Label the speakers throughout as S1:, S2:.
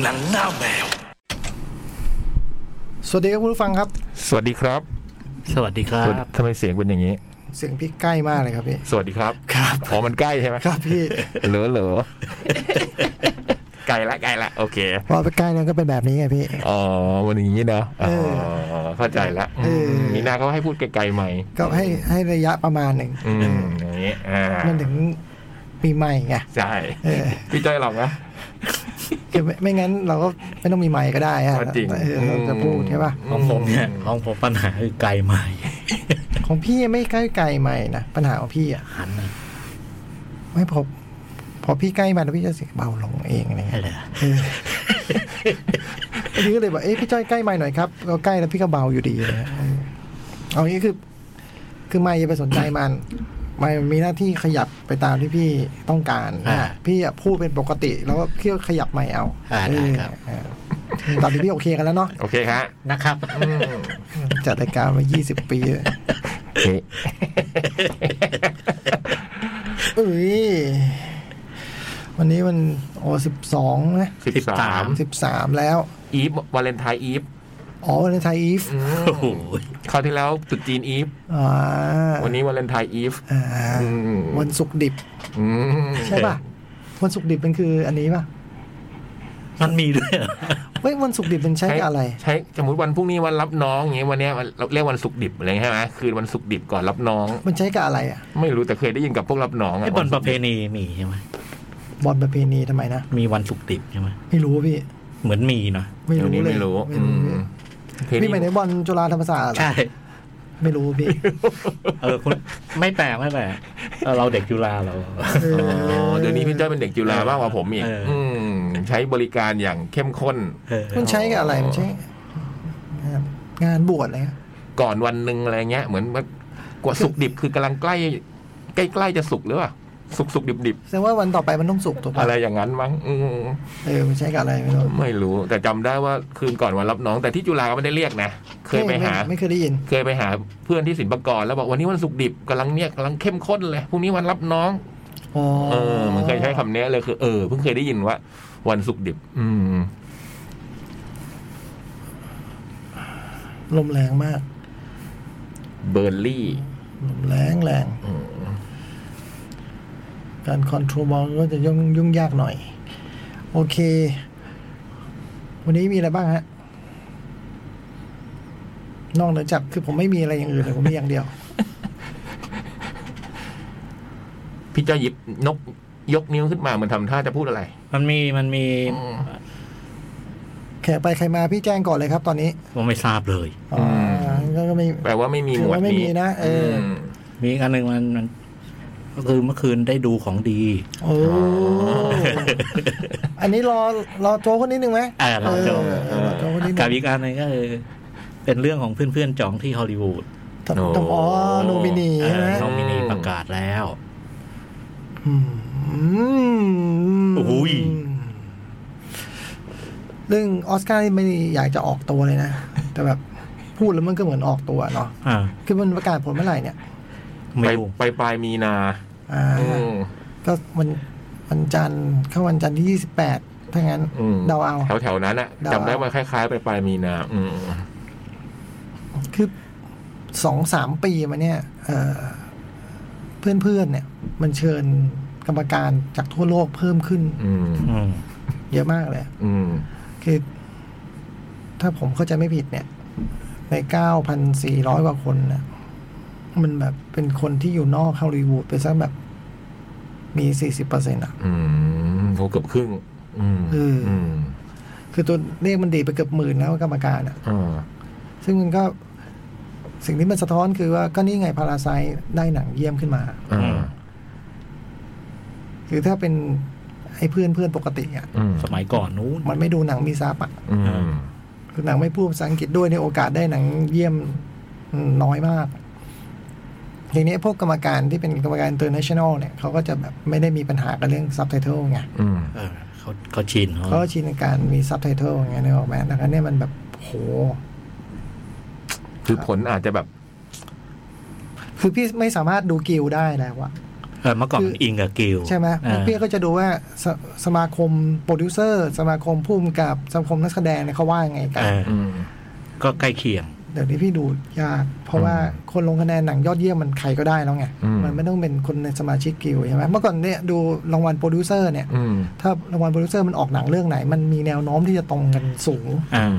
S1: หนังหน้าแมว
S2: สวัสดีครับคุณผู้ฟังครับ
S3: สวัสดีครับ
S4: สวัสดีครับ
S3: สวัสดีทำไมเสียงเป็นอย่างนี้
S2: เสียงพี่ใกล้มากเลยครับพี่
S3: สวัสดีครับ
S2: ครับ
S3: อ๋อมันใกล้ใช่ไหม
S2: ครับพี่
S3: เหลือเห ลือไกลละไกลละโอเค
S2: พอไปใกล้นั้นก็เป็นแบบนี้ไงพี่
S3: อ๋อมันอย่างนี้เนอะอ๋อเข้าใจละ
S2: เออ
S3: มมีหน้าเขาให้พูดไกลๆใหม่
S2: ก็ให้ให้ระยะประมาณหนึ่ง
S3: อืมอย่างนี้อ่า
S2: มันถึงปีใหม่ไง
S3: ใช่
S2: เออ
S3: พี่จ้อยหรอกนะ
S2: คือไม่ไม่งั้นเราก็ไม่ต้องมีใหม่ก็ได้อะ
S3: ก็จริง
S2: เออเราจะพูดใช่ป่ะ
S4: ของผมเนี่ยของผมปัญหาคือไกลใหม่
S2: ของพี่ไม่ใกล้ไกลใหม่นะปัญหาของพี่อ่ะ
S4: หันนะ
S2: ไม่พอพอพี่ใกล้มันแล้วพี่จะเสียงเบาลงเองอะไร
S4: อะ
S2: เงี้ย
S4: ไร
S2: บางทีก็เลยบอกเอ้ยพี่จ้อยใกล้ไม่หน่อยครับก็ใกล้แล้วพี่ก็เบาอยู่ดีเลยเออเอางี้คือ คือไม่อย่าไปสนใจมันไม่มีหน้าที่ขยับไปตามที่พี่ต้องการนะพี่อะพูดเป็นปกติ แล้วก็พี่ก็ขยับไม่เอา
S4: อ่า
S2: เอ
S4: ได้
S2: อ
S4: ครับ
S2: เออตอนนี้พี่โอเคกันแล้วเนาะ
S3: โอเคฮะ
S4: นะครับ
S2: จัดรายการมา 20 ปีแล้ว
S3: โอเค
S2: เอ้ยวันนี้มันโอ้สิบสองนะ
S3: สิบสาม
S2: สิบสามแล้ว
S3: อีฟวาเลนไทน์อีฟ
S2: อ๋อวันนี้ไทยอีฟ
S4: โอ้โห
S3: คราวที่แล้วตรุดจีนอีฟ
S2: อ่า
S3: วันนี้วาเลนไทน์อีฟ
S2: อ่า
S3: อืม
S2: วันศุกร์ดิบ
S3: อืม
S2: ใช่ป่ะ วันศุกร์ดิบมันคืออันนี้ป่ะ
S4: มันมีด้วยเหรอ
S2: เว้ยวันศุกร์ดิบมันใช้กับอะไร
S3: ใช้สมมติวันพรุ่งนี้วันรับน้องอย่างเงี้ยวันเนี้ยวันเราเรียกวันศุกร์ดิบอะไรเงี้ยใช่ไหมคืนวันศุกร์ดิบก่อนรับน้อง
S2: มันใช้กับอะไรอ่ะ
S3: ไม่รู้แต่เคยได้ยินกับพวกรับน้องอะ
S4: ไอ้บอลป
S3: วั
S4: ระเพณีมีใช่ไหม
S2: บอลประเพณีทำไมนะ
S4: มีวันศุกร์ดิบใช่ไหม
S2: ไม่รู้พี่
S4: เหมือนมีเนาะ
S2: ไม่
S3: ดี๋
S2: รู้
S3: วนี้
S2: เลย
S3: ไม่รู้
S2: ไม่
S3: อื
S2: รู้
S3: ม
S2: พี่
S3: เคยได้
S2: พี่หมายใน
S3: ยิน
S2: บอลจุฬาธรรมศาสตร์เหรอ
S4: ใช่
S2: ไม่รู้พี่
S4: เออคุณไม่แปลกไม่แปลกเออเราเด็กจุฬาเรา
S2: เออ
S3: อ๋อเดี๋ยวนี้พี่จ้อยเป็นเด็กจุฬามากกว่าผมอีก
S4: เอออื
S3: มใช้บริการอย่างเข้มข้น
S4: เออ
S2: มันใช้กับอะไรมันใช้งานบวชอะไรเงี้ย
S3: ก่อนวันหนึ่งอะไรเงี้ยเหมือนว่ากว่าศุกร์ดิบคือกำลังใกล้ ใกล้ๆจะสุกหรือเปล่าสุกสุกดิบดิบ
S2: แสดงว่าวันต่อไปมันต้องสุกถูก
S3: ๆ
S2: ปะ
S3: อะไรอย่างนั้นมั้งอืม
S2: เออมันใช้กับอะไรไม่รู้
S3: ไม่รู้ แต่จำได้ว่าคืนก่อนวันรับน้อง แต่ที่จุฬาก็ไม่ได้เรียกนะเคยไปหา
S2: ม่ม่เคยได้ยิน
S3: เคยไปหาเพื่อนที่สินปากรแล้วบอกวันนี้วันศุกร์ดิบกำลังเนี่ยกำลังเข้มข้นเลยพรุ่งนี้วันรับน้อง
S2: อ๋อ
S3: เออ มันเคยใช้คำเนี้ยเลยคือเออเพิ่งเคยได้ยินว่า วันศุกร์ดิบ อืม
S2: ลมแรงมาก
S3: เบอร์ลี่
S2: ลมแรงแรงการคอนโทรลบอลก็จะยุ่งยุ่งยากหน่อย โอเค วันนี้มีอะไรบ้างฮะนอกเหนือจากคือผมไม่มีอะไรอย่างอื่นเลยผมมีอย่างเดียว
S3: พี่เจ้าหยิบนกยกนิ้วขึ้นมาเหมือนทำท่าจะพูดอะไร
S4: มันมีมันมี
S2: แขกไปใครมาพี่แจ้งก่อนเลยครับ ตอนนี้
S4: ผมไม่ทราบเลย
S2: อ่าก็ก็ไม่
S3: แปลว่าไม่มีหมวด
S2: ถือว่าไม่มี
S3: นี้
S2: นะเอออื
S3: ม
S4: มีอีกอันหนึ่งมันมันก็คือเมื่อคืนได้ดูของดี
S2: โอ้อันนี้รอรอโจกคนนิดนึงไหม
S4: อ่าเราจะ
S2: เออรอโจกคนนิดนึ
S4: กับ
S2: ง
S4: อีกอันหนึงก็คือเป็นเรื่องของเพื่อนๆจองที่ฮอลลีวูด
S2: ทำทำอ๋อโนมินี
S4: เอ
S2: ใช่ไหม
S4: อน้องมินีประกาศแล้ว
S2: อืม
S4: โอ้โหย
S2: เรื่องออสการ์นี่ไม่อยากจะออกตัวเลยนะ แต่แบบพูดแล้วมันก็เหมือนออกตัวเนาะ
S4: อ่า
S2: คือมันประกาศผลเมื่อไหร่เนี่ย
S4: ไม่
S3: ไป
S4: รู้
S3: ไปปลายมีนา
S2: อ่า
S3: อืม
S2: ก็วันวันจันทร์เข้าวันจันทร์ที่ยี่สิบแปดถ้างั้น
S3: อืม
S2: เดาเอา
S3: แถวแถวๆนั้นอะ
S2: เดา
S3: จำได้ว่าคล้ายๆไปปลายมีนา อืม
S2: คือสองสามปีมาเนี่ยเพื่อนเพื่อนๆเนี่ย มันเชิญกรรมการจากทั่วโลกเพิ่มขึ้น
S3: อืม
S4: อืม
S2: เยอะมากเลย
S3: อืม
S2: คือ ถ้าผมเข้าใจไม่ผิดเนี่ย ในเก้าพันสี่ร้อยกว่าคนนะมันแบบเป็นคนที่อยู่นอกฮอลลีวูดไปสักแบบ มีสี่สิบเปอร์เซ็นต์อ่ะ
S3: อืมโหเกือบครึ่ง อืม
S2: เอออื
S3: ม
S2: คือตัวเลขมันดีไปเกือบหมื่นแล้วกรรมการอ่ะ
S3: อ่า
S2: ซึ่งมันก็สิ่งที่มันสะท้อนคือว่าก็นี่ไงพาราไซได้หนังเยี่ยมขึ้นมา
S3: อืม
S2: คือถ้าเป็นไอ้เพื่อนเพื่อนปกติอ่ะ
S3: อืม
S4: สมัยก่อนนู้น
S2: มันไม่ดูหนังมีซับอ่ะ
S3: อืม
S2: คือหนังไม่พูดภาษาอังกฤษด้วยในยโอกาสได้หนังเยี่ยมอืมน้อยมาก ทีนี้พวกกรรมการที่เป็นกรรมการ international เนี่ยเขาก็จะแบบไม่ได้มีปัญหากับเรื่อง subtitle ไง
S3: อืม
S4: เออเขาเขาชินเขา
S2: เขาก็ชินกับการมี subtitle ไงนึกออกไหมดังนั้นเนี่ยมันแบบโห
S3: คือผลอาจจะแบบ
S2: คือพี่ไม่สามารถดูกิลได้แล้วอะ
S4: เออเมื่อก่อน
S2: คือ
S4: อิงกับกิลด์
S2: ใช่ไหม
S4: อ่า
S2: พี่ก็จะดูว่าสสมาคมโปรดิวเซอร์ สมาคมผู้กำกับสมาคมนักแสดงเนี่ยเขาว่าไงกัน
S4: เออ
S3: อืม
S4: ก็ใกล้เคียง
S2: เดี๋ยวนี้พี่ดูยาก เพราะว่า
S3: อืม
S2: คนลงคะแนนหนังยอดเยี่ยมมันใครก็ได้แล้วไง
S3: อืม
S2: มันไม่ต้องเป็นคนในสมาชิกกิลด์ใช่ไหมเมื่อก่อนเนี่ยดูรางวัลโปรดิวเซอร์เนี่ย
S3: อืม
S2: ถ้ารางวัลโปรดิวเซอร์มันออกหนังเรื่องไหน มันมีแนวโน้มที่จะตรงกันสูง
S4: อ่า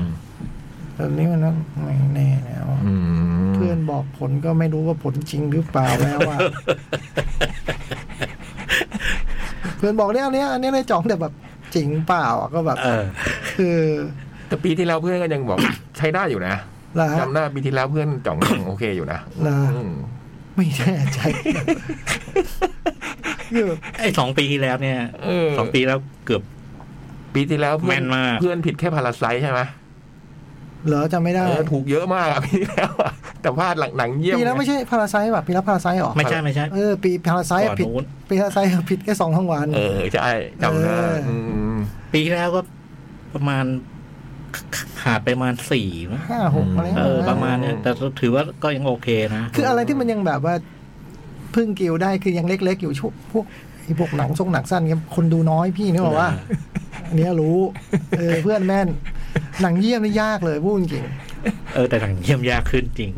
S2: แต่นี้มันก็ไม่แน่แล้ว
S3: อืม
S2: เพื่อนบอกผลก็ไม่รู้ว่าผลจริงหรือเปล่าแล้ว ว่า เพื่อนบอกเนี่ยอันเนี้ยอันเนี้ยเลยจ่องแต่แบบจริงเปล่าอ่ะก็แบบ
S4: เออ
S2: คือ
S3: แต่ปีที่แล้วเพื่อนก็ยังบอก ใช้ได้อยู่นะ
S2: ละฮะ
S3: จำได้ปีที่แล้วเพื่อนจ่องยังโอเค อยู่นะ
S2: ละ
S3: อืม
S2: ไม่แน่ ใจคือแบบ
S4: ไอ้สองปีที่แล้วเนี่ย
S3: เออ
S4: สองปีแล้วเกือบ
S3: ปีที่แล้วเพื่อน
S4: แม่นมาก
S3: เพื่อนผิดแค่พาราไซใช่ไหม
S2: เหรอจำไม่ได้
S3: เออถูกเยอะมากอะปี ที่แล้วอะแต่พลาดหลังหนังเยี่ยม
S2: ปีแล้วไม่ใช่พาราไซต์ป่ะปีแล้วพาราไซต์หรอ
S4: ไม่ใช่ไม่ใช่
S2: เออ ปีพาราไซต์
S4: ก่อน
S2: ผิด
S4: นู้น
S2: ปีพาราไซต์ผิดแค่สองรางวัล
S3: เออใช่จำได้
S2: เอออื
S3: ม
S4: ปีที่แล้วก็ประมาณขาดไปประมาณสี่มั้ง
S2: ห้าหกอะไร
S4: เออ
S2: งี้ยน
S4: ประมาณเนี่ยแต่ถือว่าก็ยังโอเคนะ
S2: คืออะไรที่มันยังแบบว่าเพึ่งกิวได้คือยังเล็ก ๆ อยู่ช่วงพวกไอ้พวกหนังทรงหนังสั้นเนี่ยคนดูน้อยพี่นึกออกว่าอันเนี้ยรู้ เออเพื่อนแม่น หนังเยี่ยมนี่ยากเลยพูดจริง
S4: เออแต่หนังเยี่ยมยากขึ้นจริง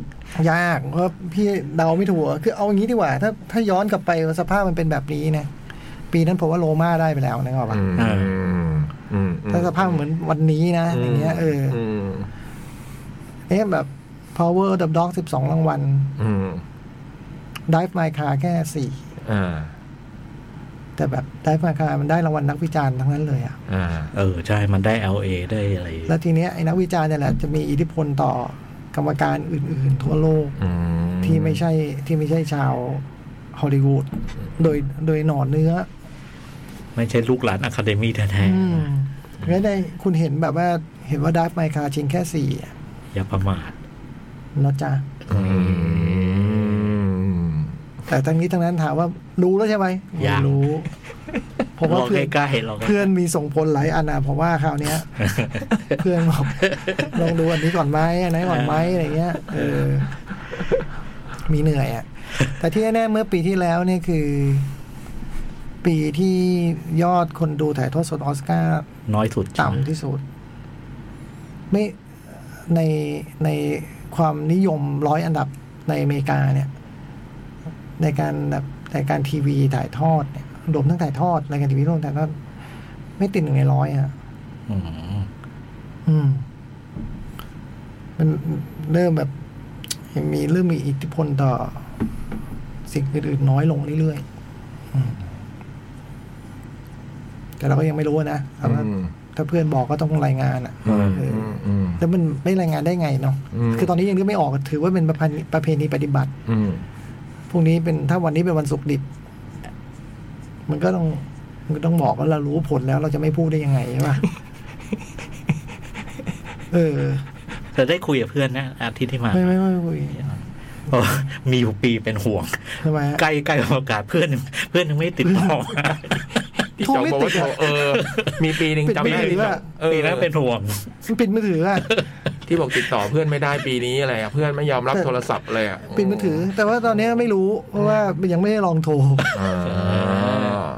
S2: ยากเพราะพี่เดาไม่ถูกอะคือเอาอย่างนี้ดีกว่า ถ้าถ้าย้อนกลับไปสภาพมันเป็นแบบนี้นะปีนั้นผมว่าโรม่าได้ไปแล้วนะครั
S3: อื
S2: บ
S3: ม
S4: เออ
S3: อืม
S2: ถ้าสภาพเหมือนวันนี้นะอย่างเงี้ยเออ
S3: ม
S2: เอ๊ะแบบ power of the dog สิบสองรางวัล
S3: อืม
S2: dive my car แค่สี่
S3: อ่า
S2: แต่แบบ dive my car มันได้รางวัลนักวิจารณ์ทั้งนั้นเลยอะ
S3: อ่า
S4: เออใช่มันได้ LA ได้อะไร
S2: แล้วทีเนี้ยไอ้นักวิจารณ์เนี่ยแหละจะมีอิทธิพลต่อกรรมการอื่น ๆ ทั่วโลก
S3: อืม
S2: ที่ไม่ใช่ที่ไม่ใช่ชาวฮอลลีวูดโดยโดยหนอนเนื้อ
S4: ไม่ใช่ลูกหลานอะคาเดมี่แท้
S2: อืมแล้วในคุณเห็นแบบว่าเห็นว่าดับไมคาชิงแค่สี่
S4: ๆอย่าประมาท
S2: นะจ๊ะ
S3: อืม
S2: แต่ทั้งนี้ทั้งนั้นถามว่ารู้แล้วใช่ไหมไม่รู้ผม
S4: ล
S2: ว่า
S4: อง
S2: เพื่อน
S4: ใกล้ๆลองใกล้ๆ
S2: เพื่อนมีส่งผลหลายอันนะผมว่าคราวเนี้ ย เพื่อนบอกลองดูอันนี้ก่อนไหมอันไหนก่อนไหมอะไรเงี้ยเออ มีเหนื่อยอ่ะ แต่ที่แน่ๆเมื่อปีที่แล้วเนี่ยคือ ปีที่ยอดคนดูถ่ายทอดสดออสการ์
S4: น้อยสุด
S2: ต่ำที่สุด ไม่ในในความนิยมร้อยอันดับในอเมริกาเนี่ย ในการแบบในการทีวีถ่ายทอดเนี่ยรวมทั้งถ่ายทอดรายการทีวีรวมถ่ายทอดไม่ติดหนึ่งในร้อยอะ
S4: อืม
S2: อืม มันเริ่มแบบมีเริ่มมีอิทธิพลต่อ สิ่งอื่นๆน้อยลงเรื่อยๆอืมแต่เราก็ยังไม่รู้นะแต่ว่า ถ้าเพื่อนบอกก็ต้องรายงานอ่ะ
S3: อืม
S2: เอ
S3: อื
S2: อ
S3: มอืม
S2: แล้วมันไม่รายงานได้ไงเนาะ
S3: อืม
S2: คือตอนนี้ยังนึกไม่ออกถือว่าเป็นประเพณีประเพณีปฏิบัติ
S3: อืม
S2: พรุ่งนี้เป็นถ้าวันนี้เป็นวันศุกร์ดิบ มันก็ต้องมันก็ต้องบอกว่าเรารู้ผลแล้วเราจะไม่พูดได้ยังไงใช่ปะ เออ
S4: แต่ได้คุยกับเพื่อนนะอาทิตย์ที่มา
S2: ไม่ไม่ไม่คุย
S4: เพราะว่ามีอยู่ปีเป็นห่วง
S2: ทำไม
S4: ใกล้ใกล้โอกาสเพื่อน เพื่อนยังไม่ติดต่อมา
S3: ที่
S2: โท
S3: จ
S2: ร
S3: อง
S2: ไม่
S3: บอกว่า
S2: ติด
S3: โทร
S2: อะ
S3: เออ มีปีหนึ่ง
S2: เป็น
S3: จำได้
S2: ปี
S3: ที่
S2: ว่า
S3: เออ
S4: ปีนั้นเป็นห่วง
S2: มันปิดมือถืออ่ะ
S3: ที่บอกติดต่อเพื่อนไม่ได้ปีนี้อะไรอะเพื่อนไม่ยอมรับโทรศัพท์เลยอะ
S2: ปิดมือถือ แต่ว่าตอนนี้ไม่รู้เพราะว่ามันยังไม่ได้ลองโทร
S3: อ่า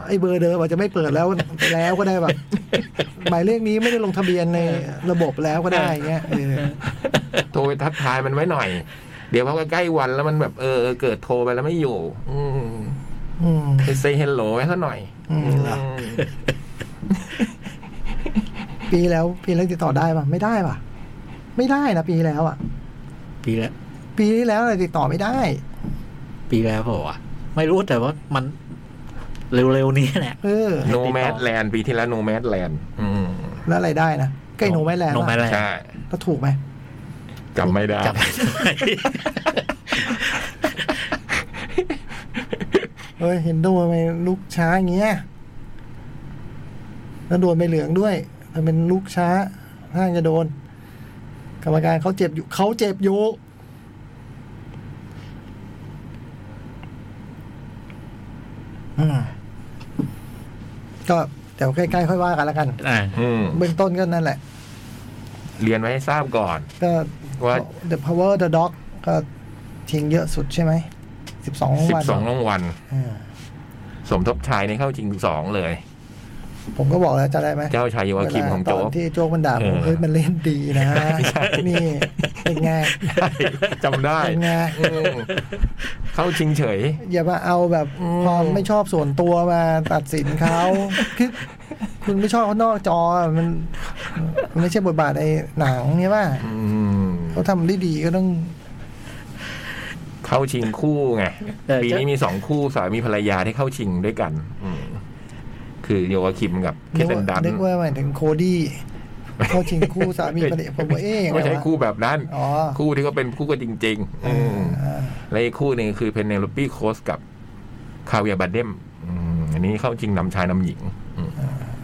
S2: ไอ้เบอร์เดิมอาจจะไม่เปิดแล้ว แล้วก็ได้แบบ หมายเลขนี้ไม่ได้ลงทะเบียนในระบบแล้วก็ได้เงี้ยเออ
S3: โทรไปทักทายมันไว้หน่อย เดี๋ยวพอใกล้วันแล้วมันแบบเออเกิดโทรไปแล้วไม่อยู่ อืม
S2: อืม
S3: ไปเซย์เฮลโลไว้สักหน่อย
S2: อืม
S3: ม
S2: ปีแล้วปีแล้วติดต่อได้ป่ะไม่ได้ป่ะ ไม่ได้นะปีแล้วอ่ะ
S4: ปีแล้ว
S2: ปีที่แล้วอะไรติดต่อไม่ได้
S4: ปีแล้วเปล่าวะไม่รู้แต่ว่ามันเร็วๆนี้แหละ
S2: เออ
S3: โนแมดแลนด์ปีที่แล้วโนแมดแลนด์
S2: แล้วอะไรได้นะใกล้โนแมแลนด์
S4: โนแม
S2: ป่ะ
S4: นแลนด์
S3: ใช่
S2: แล้วถูกไหม
S3: จำไม่ได้
S4: จำไม่ได้
S2: เอ้ยเห็นโดนไปลูกช้าอย่างเงี้ยแล้วโดนใบเหลืองด้วยมันเป็นลูกช้าห้างจะโดน กรรมการเขาเจ็บอยู่เขาเจ็บอยู่ อืมก็เดี๋ยวใกล้ๆค่อยว่ากันแล้วกัน
S4: อ่า
S3: อืม
S2: เบื้องต้นก็นั่นแหละ
S3: เรียนไว้ให้ทราบก่อน
S2: ก็
S3: ว่า
S2: The Power the Dog ก็ทิ้งเยอะสุดใช่ไหมสิบสองวัน
S3: 12รางวัล
S2: อ่า
S3: สมทบชายในเข้าจริงสองเลย
S2: ผมก็บอกแล้วจะได้ไหม
S3: เจ้าชายโยอาคิมของโจ๊
S2: เว
S3: ก
S2: ลาตนที่โจ๊กมันด่าผ
S3: เอ
S2: ม
S3: อ
S2: เฮ้ยมันเล่นดีนะ นี่เป็นไง
S3: จำได้
S2: เป็นไง
S3: อืมเข้าชิงเฉย
S2: อย่ามาเอาแบบ
S3: อืม
S2: ความไม่ชอบส่วนตัวมาตัดสินเขาคือคุณไม่ชอบเขานอกจอมันมันไม่ใช่บทบาทในหนังใช่ป่ะ
S3: อืม
S2: เขาทำได้ดีก็ต้อง
S3: เข้าชิงคู่ไง
S4: เออ
S3: ปีนี้มีสองคู่สามีภรรยาที่เข้าชิงด้วยกัน อืมคือโยอาคิมกับเค
S2: นึก
S3: เทนดั
S2: ว่าน นึกว่าหมายถึงโค ดี้เข้าชิงคู่สามีภรรยาผมว่าเอ๊ะยังไง
S3: ไม่ใช่
S2: วะ
S3: คู่แบบนั้น
S2: อ๋อ
S3: คู่ที่ก็เป็นคู่กันจริง ๆ อืม
S2: อ่า
S3: และอีกคู่หนึ่งคือเพนเนลปี้โคสกับคาเวียบัดเดมอืมอันนี้เข้าจริงนำชายนำหญิง อืม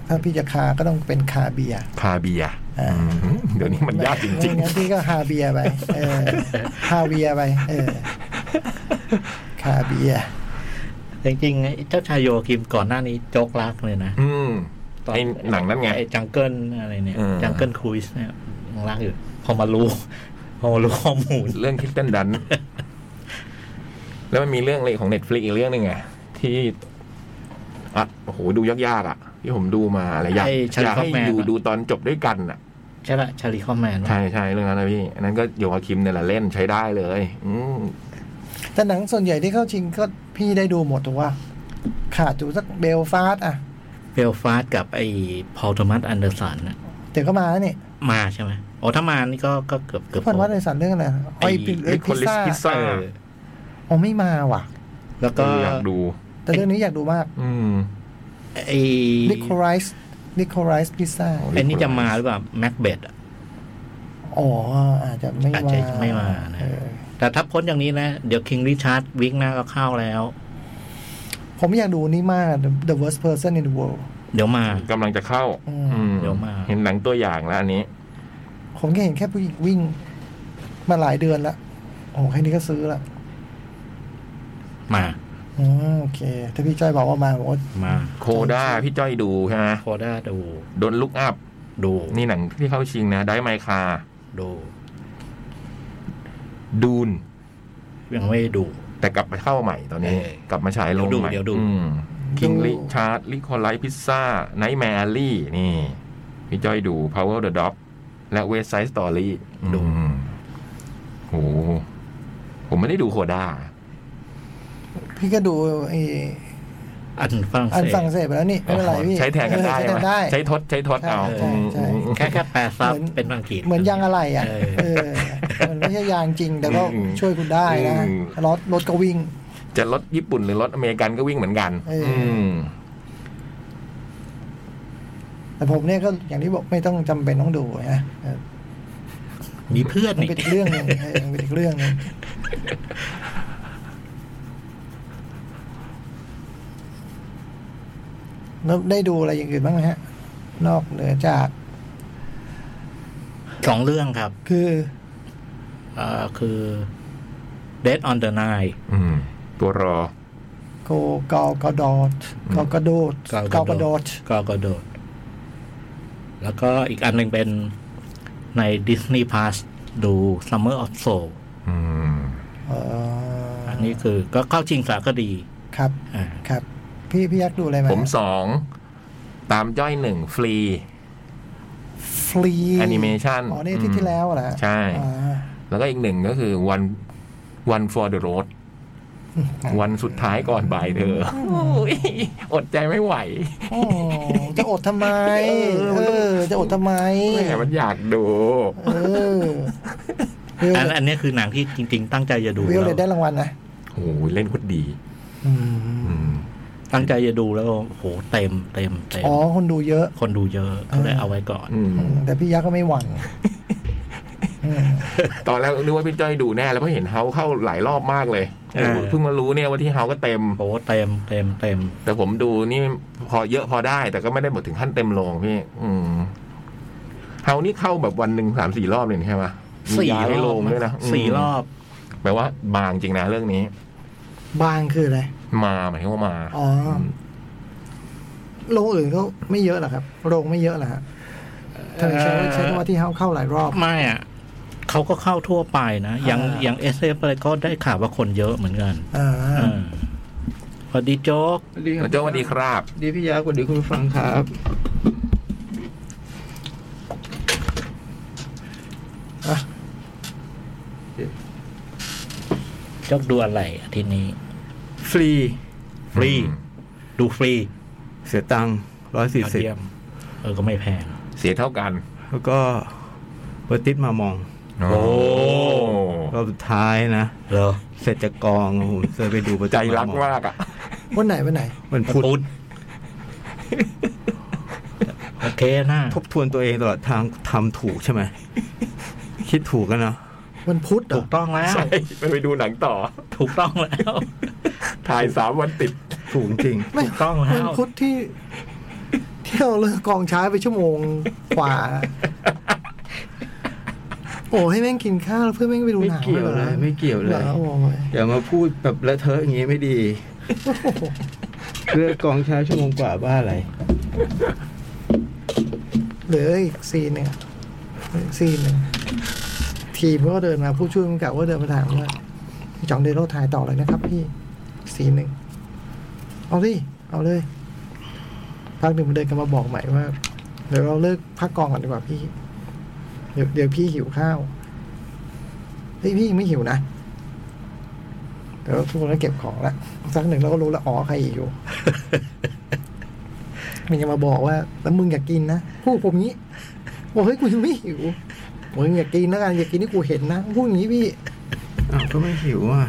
S2: ถ้าพี่จะคาก็ต้องเป็นคาเบียร์
S3: คาเบีย
S2: อ่า
S3: อืมเดี๋ยวนี้มันยากจริง
S2: ไม่งั้นพี่ก็คาเบียร์ไป เออคาเบียร์ไป เออคาเบียร์
S4: จริงๆไอ้เจ้าชายโยคิมก่อนหน้านี้โจ๊กรักเลยนะ
S3: ๆ อืมไอ้หนังนั้นไง
S4: ไอ้จังเกิลอะไรเนี่ย
S3: เออ
S4: จังเกิลครูซเนี่ยยังรักอยู่พอมารู้ พอมารู้ข้อมูล
S3: เรื่องคิสเตนดัน แล้วมันมีเรื่องอะไรของเน็ตฟลิกอีกเรื่องหนึ่งไงที่อ่ะโอ้โหดูยากๆอ่ะ ที่ผมดูมาอะไรยาก
S4: ไอ้ชา
S3: อ
S4: ลี
S3: ยาก
S4: คอม
S3: ให้
S4: แมน
S3: ดูดูตอนจบด้วยกันอ่ะ
S4: ใช่ปะชาลีคอมแมน
S3: ใช่ใช่เรื่องนั้นนะพี่อันนั้นก็โยอาคิมเนี่ยแหละเล่นใช้ได้เลย อืม
S2: แต่หนังส่วนใหญ่ที่เข้าชิงก็พี่ได้ดูหมดถูกว่า ขาดอยู่สักเบลฟาสต์อ่ะ
S4: เบลฟาสกับไอ้พอลโทมัสอันเดอร์สันน่ะ
S2: เดี๋ยวก็มาแล้วนี่
S4: มาใช่ไหมโอ้ถ้ามานี่ก็ก็เกือบเกือบ
S2: พันวัดในสันเรื่องอะไรไอพิ
S3: นิโค
S2: พิซ
S3: ลิส
S2: ซ่า
S3: พิซซ่า
S4: เออ
S2: อ๋อไม่มาว่ะ
S4: แล้วก็
S3: อยากดู
S2: แต่เรื่องนี้อยากดูมาก
S3: อืม
S4: ไอ้
S2: นิโคไ i ส์นิโคไ i ส์พิซซ่า
S4: ไอ้นี่จะมาหรือเปล่าแม็กเบด
S2: อ๋ออาจจะไม่
S4: อาจ
S2: มา
S4: จะไม่มานะ
S2: เออ
S4: แต่ถ้าพ้นอย่างนี้นะ เดี๋ยวคิงริชาร์ดวิกหน้าก็เข้าแล้ว
S2: ผมอยากดูนี่มาก The Worst Person in the World
S4: เดี๋ยวมา
S3: กำลังจะเข้า
S2: อืม
S3: อื
S4: เดี๋ยวมา
S3: เห็นหนังตัวอย่างแล้วอันนี้
S2: ผมก็เห็นแค่ผู้หญิงวิ่ง มาหลายเดือนละโอ้โหแค่นี้ก็ซื้อละ
S4: มา
S2: อืมโอเค ถ้าพี่จ้อยบอกว่ามาบอกว่า
S4: มา
S3: โคด้าพี่จ้อยดูใช่ไหม
S4: โคด้าดู
S3: โดนลุกอัพ
S4: ดู
S3: นี่หนังที่เข้าชิงนะ ได้ไมคา
S4: ดู
S3: ดูน
S4: ยังไม่ดู
S3: แต่กลับไปเข้าใหม่ตอนนี้
S4: เออก
S3: ลับมาฉายลงใหม่
S4: เดี๋ยวดู
S3: คิงลิชาร์ดลิคอไลพิซซ่าไนท์แมรี่นี่ พี่จ้อยดู Power the Dog และ West Side Story
S4: ดู
S3: อืมโหผมไม่ได้ดูโคด้า
S2: พี่ก็ดูไอ
S4: อันฝรั่ง
S2: อัน
S4: เศส
S2: สั่งเสร็จไปแล้วนี่ ไม่เป็นไรพี่
S3: ใช้แทนกันได้
S2: เออ
S3: ไห
S2: ใช้แท
S3: ม
S2: นได้
S3: ใช้ทดใช้ทดเอา
S2: ใช่ใช่
S3: อืม
S4: แค่แค่แปลซับ
S2: เหมือน
S4: เป็นอังกฤษ
S2: เหมือนยางอะไรอ่ะ
S4: เอ
S2: เอ
S4: อ
S2: อ มันไม่ใช่ยางจริง แต่ก็
S3: อืม
S2: ช่วยคุณได้นะ
S3: อืม
S2: รถรถก็วิ่ง
S3: จะรถญี่ปุ่นหรือรถอเมริกันก็วิ่งเหมือนกัน
S2: เอออื
S3: ม
S2: แต่ผมเนี่ยก็อย่างที่บอกไม่ต้องจำเป็นต้องดูนะเออ
S4: มีเพื่อน
S2: มัน
S4: นี่
S2: เป็นอีกเรื่องหนึงเออมันเป็นอีกเรื่องหนึงแล้วได้ดูอะไรอย่างอื่นบ้างไหมฮะ นอกเหนือจาก
S4: สองเรื่องครับ
S2: คือ
S4: เอ่อคือ Dead on the Nile
S3: อืม ตัวรอ
S2: โกกอกระโดดกอกระโดดกอกระโดด
S4: กอกระโดด แล้วก็อีกอันหนึ่งเป็นใน Disney Plus ดู Summer of Soul
S3: อืม
S2: เอ่ออ
S4: อันนี้คือก็เข้าชิงสารคดี
S2: ครับ
S4: อ่า
S2: ครับ พี่พี่ยักษ์ดูอะไรไหม
S3: ผมสอง ตามจ้อยหนึ่งฟรี
S2: ฟรี
S3: แอนิเมชัน
S2: อ๋อนี่ที่ที่แล้วเหรอ
S3: ใช่
S2: อ่า
S3: แล้วก็อีกหนึ่งก็คือวันวัน for the road วันสุดท้ายก่อนบ่ายเธอโอ้ยอดใจไม่ไหว
S2: โอ้จะอดทำไม เออ จะอดทำไม
S3: แม่มันอยากดู
S2: เออวิว
S4: อันอันเนี้ยคือหนังที่จริง ๆ ตั้งใจจะดู
S2: วิว
S4: แล้
S2: เลยได้
S4: ว
S2: รางวัลนะ
S3: โอ้ยเล่นโคตรดี อืม
S4: ตั้งใจจะดูแล้วโอ้โหเต็มเต็มเต็ม
S2: อ๋อคนดูเยอะ
S4: คนดูเยอะก็เลยเอาไว้ก่อน
S3: อืม
S2: แต่พี่ยักษ์ก็ไม่หวั่นอืม
S3: ตอนแรกนึกว่าพี่จ้อยดูแน่แล้วเพราะเห็นเฮาเข้าหลายรอบมากเลย
S4: เออ
S3: เพิ่งมารู้เนี่ยว่าที่เฮาก็เต็ม
S4: โอ้โหเต็มเต็มเต็ม
S3: แต่ผมดูนี่พอเยอะพอได้ แต่ก็ไม่ได้หมดถึงขั้นเต็มโรงพี่ อืมเฮานี่เข้าแบบวันหนึ่งสามสี่รอบเลยนี่ใช่ไหมมี
S4: สี่
S3: ย้าย
S4: ร
S3: โร
S4: อบ
S3: งด้วยนะม
S4: สี่รอบ
S3: แปลว่าบางจริงนะเรื่องนี้
S2: บางคืออะไร
S3: มาหมายถึงว่ามา
S2: อ๋อโรงอื่นก็ไม่เยอะเหรอครับโรงไม่เยอะเหรอฮะถ้าใช้ใช้คำว่าที่เข้าเข้าหลายรอบ
S4: ไม่อ่ะเขาก็เข้าทั่วไปนะ อย่าง
S2: อ่า
S4: อย่างเอสเอฟอะไรก็ได้ข่าวว่าคนเยอะเหมือนกัน
S2: อ่า
S4: เออ สวัสดีโจ๊ก
S5: สวัสดีครับ
S3: โจสวัสดีครับ
S5: สวัสดีพี่ยาสวัสดีคุณผู้ฟังครับ
S2: อ่ะ
S4: โจ๊กดูอะไรอาทิตย์นี้
S5: ฟรี
S4: ฟรี ดูฟรี
S5: เสียตังค์ร้อยสี่
S4: ยอด
S5: สิบ
S4: เยี่ยม เออก็ไม่แพง
S3: เสียเท่ากัน
S5: แล้วก็เบอร์ติสมามอง
S3: โอ้
S5: รอบสุดท้ายนะ
S4: เหรอ
S5: เสร็จจากกองผมเคยไปดูเบอร์
S3: ใจ
S5: ติส
S3: รัก
S5: มามอง
S3: มากอ่ะ
S2: วันไหนวันไหน
S5: มันพูด
S4: พูดโอเคนะ
S5: ทบทวนตัวเองตลอดทางทำถูกใช่ไหม คิดถูกกันเนาะ
S2: วันพุธเหร
S4: ถู
S2: อก
S4: ต้องแล้ว
S3: ใช่ไปไปดูหนังต่อ
S4: ถูกต้องแล้ว
S3: ถ่ายสามวันติด
S5: ถูกจริง
S2: ไม่
S4: ถูกต้องแล้
S2: วัน
S4: ว
S2: พุธที่ที่เราเลิกกองช้าไปชั่วโมงกว่า โอ้ให้แม่งกินข้าวแล้วเพื่อนแม่งไปดูหนัง
S5: ไม่เกี่ยวเลยไม่เกี่ยวเลย
S2: หรอโอ้ย
S5: อย่ามาพูดแบบเลอะเทอะอย่างนี้ไม่ดี เลือกกองช้าชั่วโมงกว่าบ้าอะไร
S2: เหลืออีกซีนหนึ่งอะเหลืออีกซีนหนึ่งทีมก็เดินมาผู้ช่วยผู้กำกับก็เดินมาถามว่าพี่จ่องเดโรถ่ายต่อเลยนะครับ พี่ซีนหนึ่งเอาดิเอาเลยพักหนึ่งมันเดินกันมาบอกใหม่ว่า เดี๋ยวเราเลิกพักกองก่อนดีกว่าพี่ เดี๋ยวเดี๋ยวพี่หิวข้าว เฮ้ยพี่ยังไม่หิวนะ เดี๋ยวทุกคนก็เก็บของละสักหนึ่งเราก็รู้ละอ๋อใครอยู่ มันยังมาบอกว่า แล้วมึงอยากกินนะพูดผม งี้บอกเฮ้ยกูยังไม่หิวมึงอยากกินแล้วกันอยากกินที่กูเห็นนะพูดอย่างนี้พี่
S5: อ้าวก็ไม่หิวอ่ะ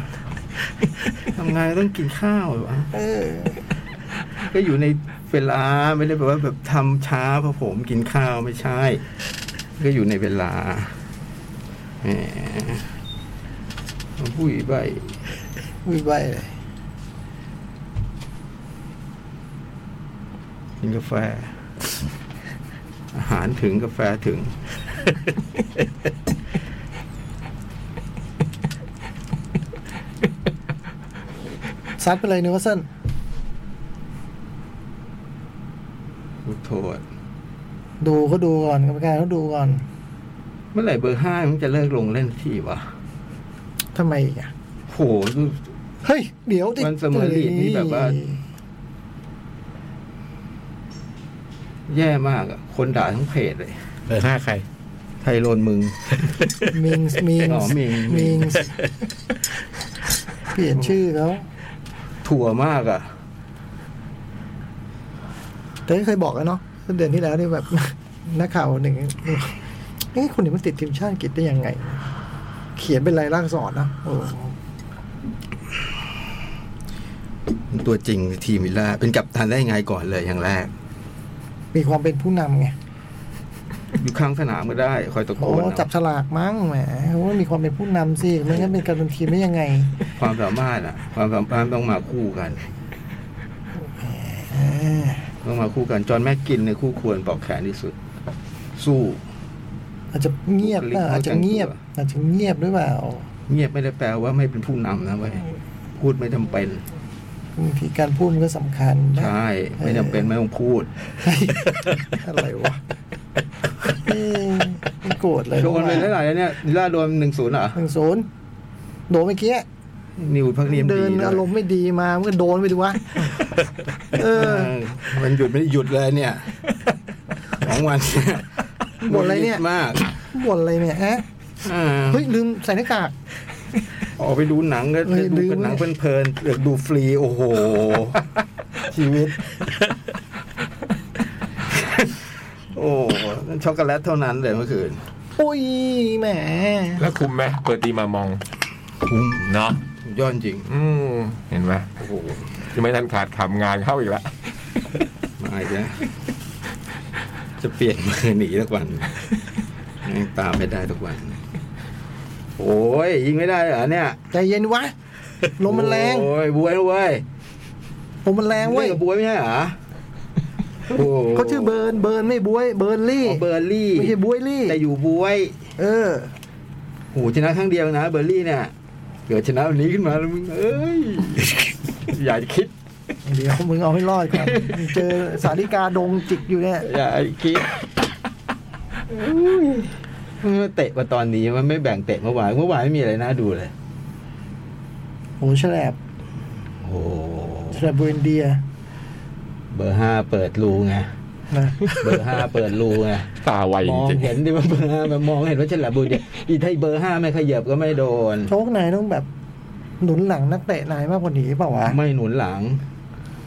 S5: ทำงานต้องกินข้าวอ่ะ
S2: เออ
S5: ก็อยู่ในเวลาไม่ได้แปลว่าแบบทำช้าเพราะผมกินข้าวไม่ใช่ ก็อยู่ในเวลาแหมมาพูดอีกใบ
S2: วิบายเลย
S5: กินกาแฟ อาหารถึงกาแฟถึง
S2: ซัดไปเลยเนื้อเส้น
S5: ขอโทษ
S2: ดูก็ดูก่อนกรรมการก็ดูก่อน
S5: เมื่อไหร่เบอร์ห้ามันจะเลิกลงเล่นทีวะ
S2: ทำไมอีกอ่ะ
S5: โห
S2: เฮ้ยเดี๋ยวดิ
S5: วันเสมอลีดนี่แบบว่า แย่มากอ่ะ คนด่าทั้งเพจเลย
S4: เบอร์ห้าใคร
S5: ไทยโรนมึง
S2: มิงส์มิง
S5: อ๋อ
S2: ส์
S5: มิงส์
S2: มิงส์ เปลี่ยนชื่อเขา
S5: ถั่วมากอ่ะ
S2: แต่ก็เคยบอกแล้วเนาะเดือนที่แล้วนี่แบบ นักข่าวหนึ่งเอ้คนนี้มันติดทีมชาติอังกฤษได้ยังไง เขียนเป็นลายลักษณ์อักษรนะโอ้
S5: ตัวจริงทีมวิลล่าเป็นกัปตันได้ยังไงก่อนเลยอย่างแรก
S2: มีความเป็นผู้นำไง
S5: อยู่ข้างสนามก็ได้ คอยตะโก
S2: โอ้
S5: นเอา
S2: จับฉลากมั้งแหมว่ามีความเป็นผู้นำสิไม่งั้นเป็นการเป็นทีมได้ยังไง
S5: ความสามารถอ่ะ ความสามารถต้องมาคู่กัน ต้องมาคู่กัน จอห์นแม็กกินในยคู่ควรปอกแขนที่สุด สู้
S2: อาจจะเงียบ
S5: บุคลิก
S2: อ่ะอาจจะเงียบ
S5: เขาแต่งตัว
S2: อาจจะเงียบด้วยเปล่า
S5: เงียบไม่ได้แปลว่าไม่เป็นผู้นำนะเว้ยพูดไม่จำเป็น
S2: วิธีการพูดมันก็สำคัญนะ
S5: ใช่ ไม่จำเป็นไม่ต้องพูด
S2: เฮ้ย อะไรวะเอ้ยมันโกรธเลย
S5: โดนไปเท่าไหร่แล้วเนี่ยวิลล่าโดนหนึ่งศูนย์เหรอ
S2: หนึ่งศูนย์โดนเมื่อกี้
S5: นิวพักนี้
S2: เดินอารมณ์ไม่ดีมามันก็โดนไปดิวะเอ
S5: เอ
S2: อ
S5: อมันหยุดไม่ได้หยุดเลยเนี่ยสองวันเนี่ย
S2: บ่นอะไรเนี่ย
S5: มาก
S2: บ่นอะไรเนี่ยฮะ
S5: อ่า
S2: เฮ้ยลืมใส่หน้ากาก
S5: ออกไปดูหนังก็
S2: เฮ้ย
S5: ดู
S2: ลื
S5: เป็น
S2: ม
S5: หนังเพลินๆเลือกดูฟรีโอ้โห ชีวิต โอ้นั่นช็อกโกแลตเท่านั้นเลยเมื่อคืน
S2: โอ้ยแหม
S3: แล้วคุมไหมเปิดตีมามอง
S5: คุ้ม
S3: เนาะ
S5: ยอดจริง
S3: อืมเห็นไหม
S5: โอ้โห
S3: ยังไม่ทันขาดคำงานเข้าอีกแล้ว
S5: มาอีกแล้วจะเปลี่ยนมือหนีทุกวันยังตามไม่ได้ทุกวัน โอ้ยยิงไม่ได้เหรอเนี่ย
S2: ใจเย็นวะ ลมมันแรง
S5: โอ้ยบวยนะเว้ย
S2: ลมมันแรงเว้ย
S5: เล่นกับบวยไม่ใช่เหรอโอ้โห
S2: เขาชื่อเบิร์น เบิร์นไม่บวย เบิร์นลี่
S5: อ๋อเบอร์ลี่
S2: ไม่ใช่บวยลี่
S5: แต่อยู่บวย
S2: เออ
S5: โหชนะครั้งเดียวนะ เบอร์ลี่เนี่ยเกิดชนะวันนี้ขึ้นมาแล้วมึงเอ้ย อย่าคิด
S2: เดี๋ยวมึงเอาให้รอดก่อนเจอสาริกาดงจิกอยู่เนี่ย
S5: อย่าคิดอุ้ยมันเตะมาตอนนี้มันไม่แบ่งเตะเมื่อวานเมื่อวานไม่มีอะไรน่าดูเลย
S2: โหแฉลบ
S5: โอ้
S2: สระบุรีอินเดีย
S5: เบอร์ห้าเปิดรูไง
S2: นะ
S5: เบอร์ห้าเปิดรูไง
S3: ตาไวจ
S5: มอง
S3: ริง
S5: เห็นดิว่าเบอร์ห้ามันมองเห็นว่าฉลับบุญเนี่ยอีถ้าเบอร์ห้าไม่ขยับก็ไม่โดน
S2: โชคนายต้องแบบ หนุนหลังนักเตะนายมากกว่านี้เปล่าวะ
S5: ไม่หนุนหลัง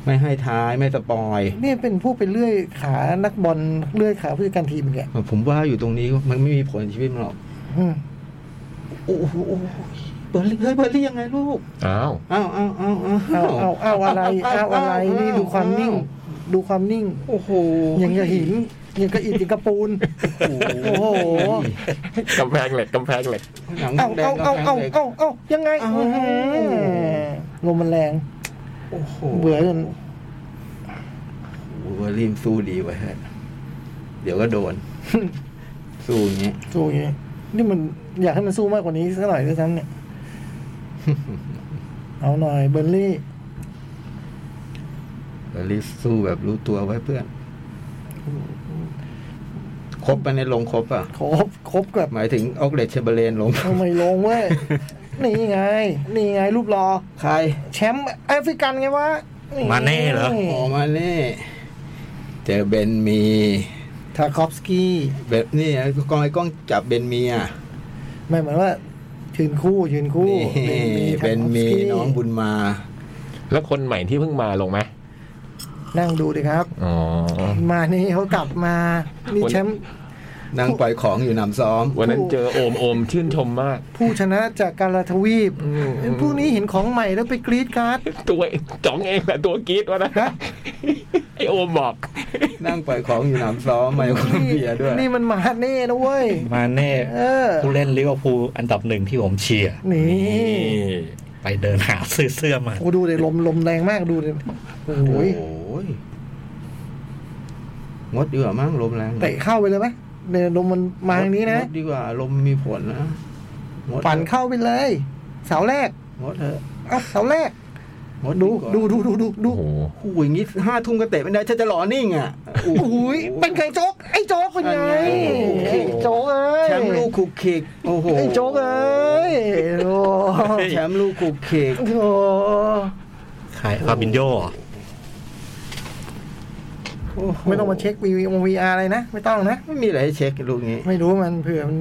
S5: ไม่ให้ท้ายไม่สปอย
S2: เนี่ยเป็นผู้ไปเลื่อยขานักบอลเลื่อยขาผู้จัดการทีมอย่างเงี้ย
S5: ผมว่าอยู่ตรงนี้มันไม่มีผลกับชีวิตมันหรอก
S2: อืม
S5: โอ้โหโอ้โหเบอร์ลี่เฮ้ยเบอร์ลี่ยังไงลูก
S3: ๆอ้าว
S5: อ้าวอ้าวอ้าวอ้าว
S2: เอาเอาเอาอะไรเอาอะไรนี่ดูความนิ่ง ดูความนิ่ง
S5: โอ้โห
S2: อย่างกับหินอย่างกับอิฐอย่างกับปูนโอ้โห
S3: กำแพงเหล็กกำแพงเหล็ก
S5: หนัง
S2: เอา
S5: แด
S2: เอา
S5: ง
S2: เอาเอาเอาเอายังไงอื้อหือลมมันแรง
S5: โอ้โห
S2: เบื่อจน
S5: โอ้โหเบอร์ลี่สู้ดีไว้ฮะเดี๋ยวก็โดน สู้อย่างเงี้ย
S2: สู้อย่างนี้นี่มันอยากให้มันสู้มากกว่านี้สักหน่อยด้วยซ้ำเนี่ย เอาหน่อยเบอร์ลี่
S5: เบอร์ลี่สู้แบบรู้ตัวไว้เพื่อน ครบไปในลงครบอ่ะ
S2: ครบ ครบกับ
S5: หมายถึงออกเลดเชเบเลนลง
S2: ทำไมลงเว้ย นี่ไง นี่ไงรูปรอ
S5: ใคร
S2: แชมป์แอฟริกันไงวะ
S4: มาแน่เหรอ
S5: ออกมาเน่เจอเบนมี
S2: ทาคอฟสกี้
S5: แบบนี่ไอ้กล้องไอ้กล้องจับเบนมีอ่ะ
S2: ไม่เหมือนว่ายืนคู่ยืนคู่
S5: นี่เบนมี
S2: ทาคอฟสกี้
S5: น้องบุญมา
S3: แล้วคนใหม่ที่เพิ่งมาลงไหม
S2: นั่งดูดิครับ
S3: อ๋อ
S2: มานี่เขากลับมานี่แชมป์
S5: นั่งปล่อยของอยู่หนำซ้อม
S3: วันนั้นเจอโอมโอมชื่นชมมาก
S2: ผู้ชนะจากการลาทวีป
S3: อืม
S2: ผู้นี้เห็นของใหม่แล้วไปกรี๊ดการ์ด
S3: ตัวจ๋องเองแหละตัวกรีดวะนะ ไอโอมบอก
S5: นั่งปล่อยของอยู่หนำซ้อมไมโครเบียด้วย
S2: นี่มันมาเน่นะเว้ย
S4: มาเน่
S2: เออ
S4: ผู้เล่นลิเวอร์พูลอันดับหนึ่งที่ผมเชียร์
S2: นี่
S4: ไปเดินหาซื้อเสื้อมา
S2: โอ้ดูเลยลมลมแรงมากดูเลยโอ้
S5: โอ้
S2: ย
S5: ยงดดีกว่ามั้งลมแรง
S2: เตะเข้าไปเลยไหมเนี่ยลมมันมาทางนี้นะ
S5: งดดีกว่าลมมีผลนะงด
S2: ปั่นเข้าไปเลย เสาแรก
S5: งดเถอะ
S2: เอ้าเสาแรก
S5: งด
S2: ดู
S5: กว่า
S2: ดูดูดูดูดู
S3: โอ้โห
S5: โอ้โหอย่างนี้ห้าทุ่มก็เตะไม่ได้ฉันจะหล่อนิ่งอ่ะโอ้
S2: โอ้ยเป็นไงโจ๊กไอ้โจ๊กเป็นไงไอ้โจ๊กเอ้ย
S5: แชมป์ลูกคุกคิกโอ้โห
S2: ไอ้โจ๊กเอ้ยโอ้
S5: แชมป์ลูกคุกคิก
S2: โห
S4: ขายฟาบินโยเหรอ
S5: โโห
S2: ไม่ต้องมาเช็ควีวีอาร์อะไรนะ ไม่ต้องนะ
S5: ไม่มีอะไรให้เช็คลูกนี้
S2: ไม่รู้มันเผื่อมัน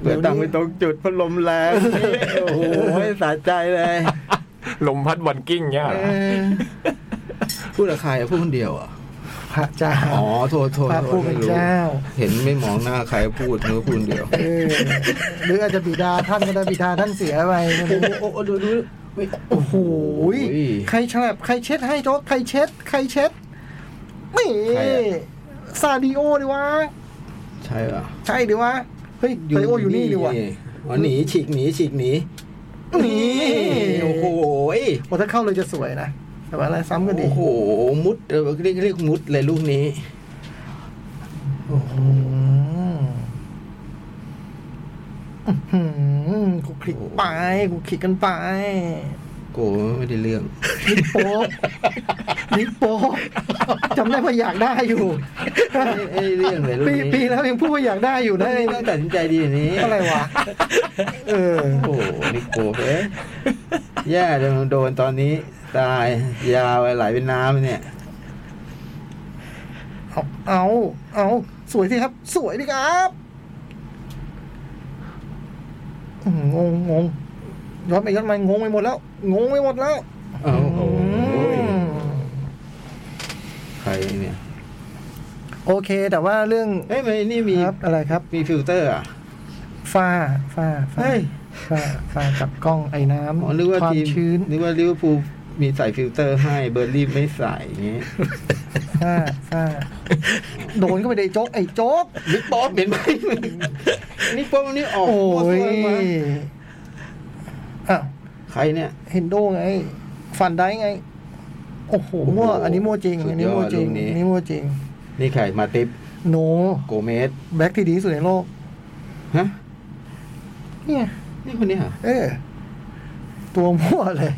S5: เปิดตังค์ไปตรงจุดพัดลมแรงโอ้โหสะใจเลย
S3: ลมพัดวันกิ้งเนี่ย
S2: เออ
S5: พูดกับใครอะพูดคนเดียวอ่ะ
S2: พระเจ้า
S5: อ๋อโทษโทษ
S2: พระ
S5: โท
S2: ผู้
S5: ษ
S2: เป็
S5: ไม่
S2: น
S5: รู้
S2: เจ้า
S5: เห็นไม่มองหน้าใครพูดเนื้อพูดคนเดียว
S2: เออ หรืออาจจะบิดาท่านก็ได้บิดาท่านเสียไปไม่รู้
S5: โอ้โหดูดู
S2: โอ้โหยใครฉลับใครเช็ดให้โจ๊กใครเช็ด ใครเช็ดนี่ซาดิโอดีวะ
S5: ใช่ป่ะ
S2: ใช่ดีวะ เฮ้ยซาดิโออยู่นี่ดีวะ
S5: อ๋อหนีฉีกหนีฉีกหนี
S2: นี่
S5: นี่โอ้โห
S2: โอ้ถ้าเข้าเลยจะสวยนะ แต่ว่าอะไรซ้ำก็ดี
S5: โอ้โห มุดเออเรียกเรียกมุดเลยลูกนี้
S2: อืมอื้อหือกูคลิกไปกูคลิกกันไป
S5: โกไม่ได้เรื่อง
S2: นิกโป๊ก นิกโป๊กจำได้ว่าอยากได้อยู่
S5: ไอ้ยเรื่องเลยลูก
S2: ปีปี
S5: นี้
S2: แล้วยังพูดว่าอยากได้อยู่นะไอ้
S5: ต้องตัดสินใจดีอย่างนี้
S2: อะไรวะ เออ
S5: โอ้โหนี่โกเอ้ยแย่เลยโดนตอนนี้ ตายยาวไหลเป็นน้ำเนี่ย
S2: เอา เอา เอาสวยสิครับ สวยดิครับอืมงงงงย้อนไปย้อนมางงไปหมดแล้ว งงไปหมดแล้ว
S5: เอ้า
S3: โอ้โห
S2: อืม
S5: ใครเนี่ย
S2: โอเค แต่ว่าเรื่อง
S5: เอ้ยมันนี่มี
S2: ครับอะไรครับ
S5: มีฟิลเตอร์อ่ะ
S2: ฝ้าฝ้าฝ้า
S5: เฮ้ย
S2: ฝ้าฝ้ากับกล้องไอ้น้
S5: อ๋อ
S2: ำ
S5: นึกว่า
S2: ความ
S5: ทีม
S2: ชื้น
S5: นึกว่าลิเวอร์พูลมีใส่ฟิลเตอร์ให้เบอร์ลี่ไม่ใส่อย่าง งี้
S2: ฟาฟาโดนเข้าไปในโจ๊กไอ้โจ๊ก
S5: นิกโป๊อปเห็นไหมนิกโป๊อปวันนี้ออก
S2: โอ้
S5: มั่วซั่วย มา
S2: อ้าว
S5: ใครเนี่ย
S2: เห็นโดไง ฟันได้ไง โอ้โห
S5: โอ้โห
S2: มั่วอันนี้มั่วจริง
S5: สุดยอด
S2: อันนี้มั่วจริง
S5: ลูกนี้
S2: อันนี้มั่วจริง
S5: นี่ใครมาติป
S2: โน
S5: โกเมส
S2: แบ็กที่ดีที่สุดในโลก
S5: ฮะ
S2: เนี่ย
S5: นี่คนนี้เหรอ
S2: เออ ตัวมั่วเลย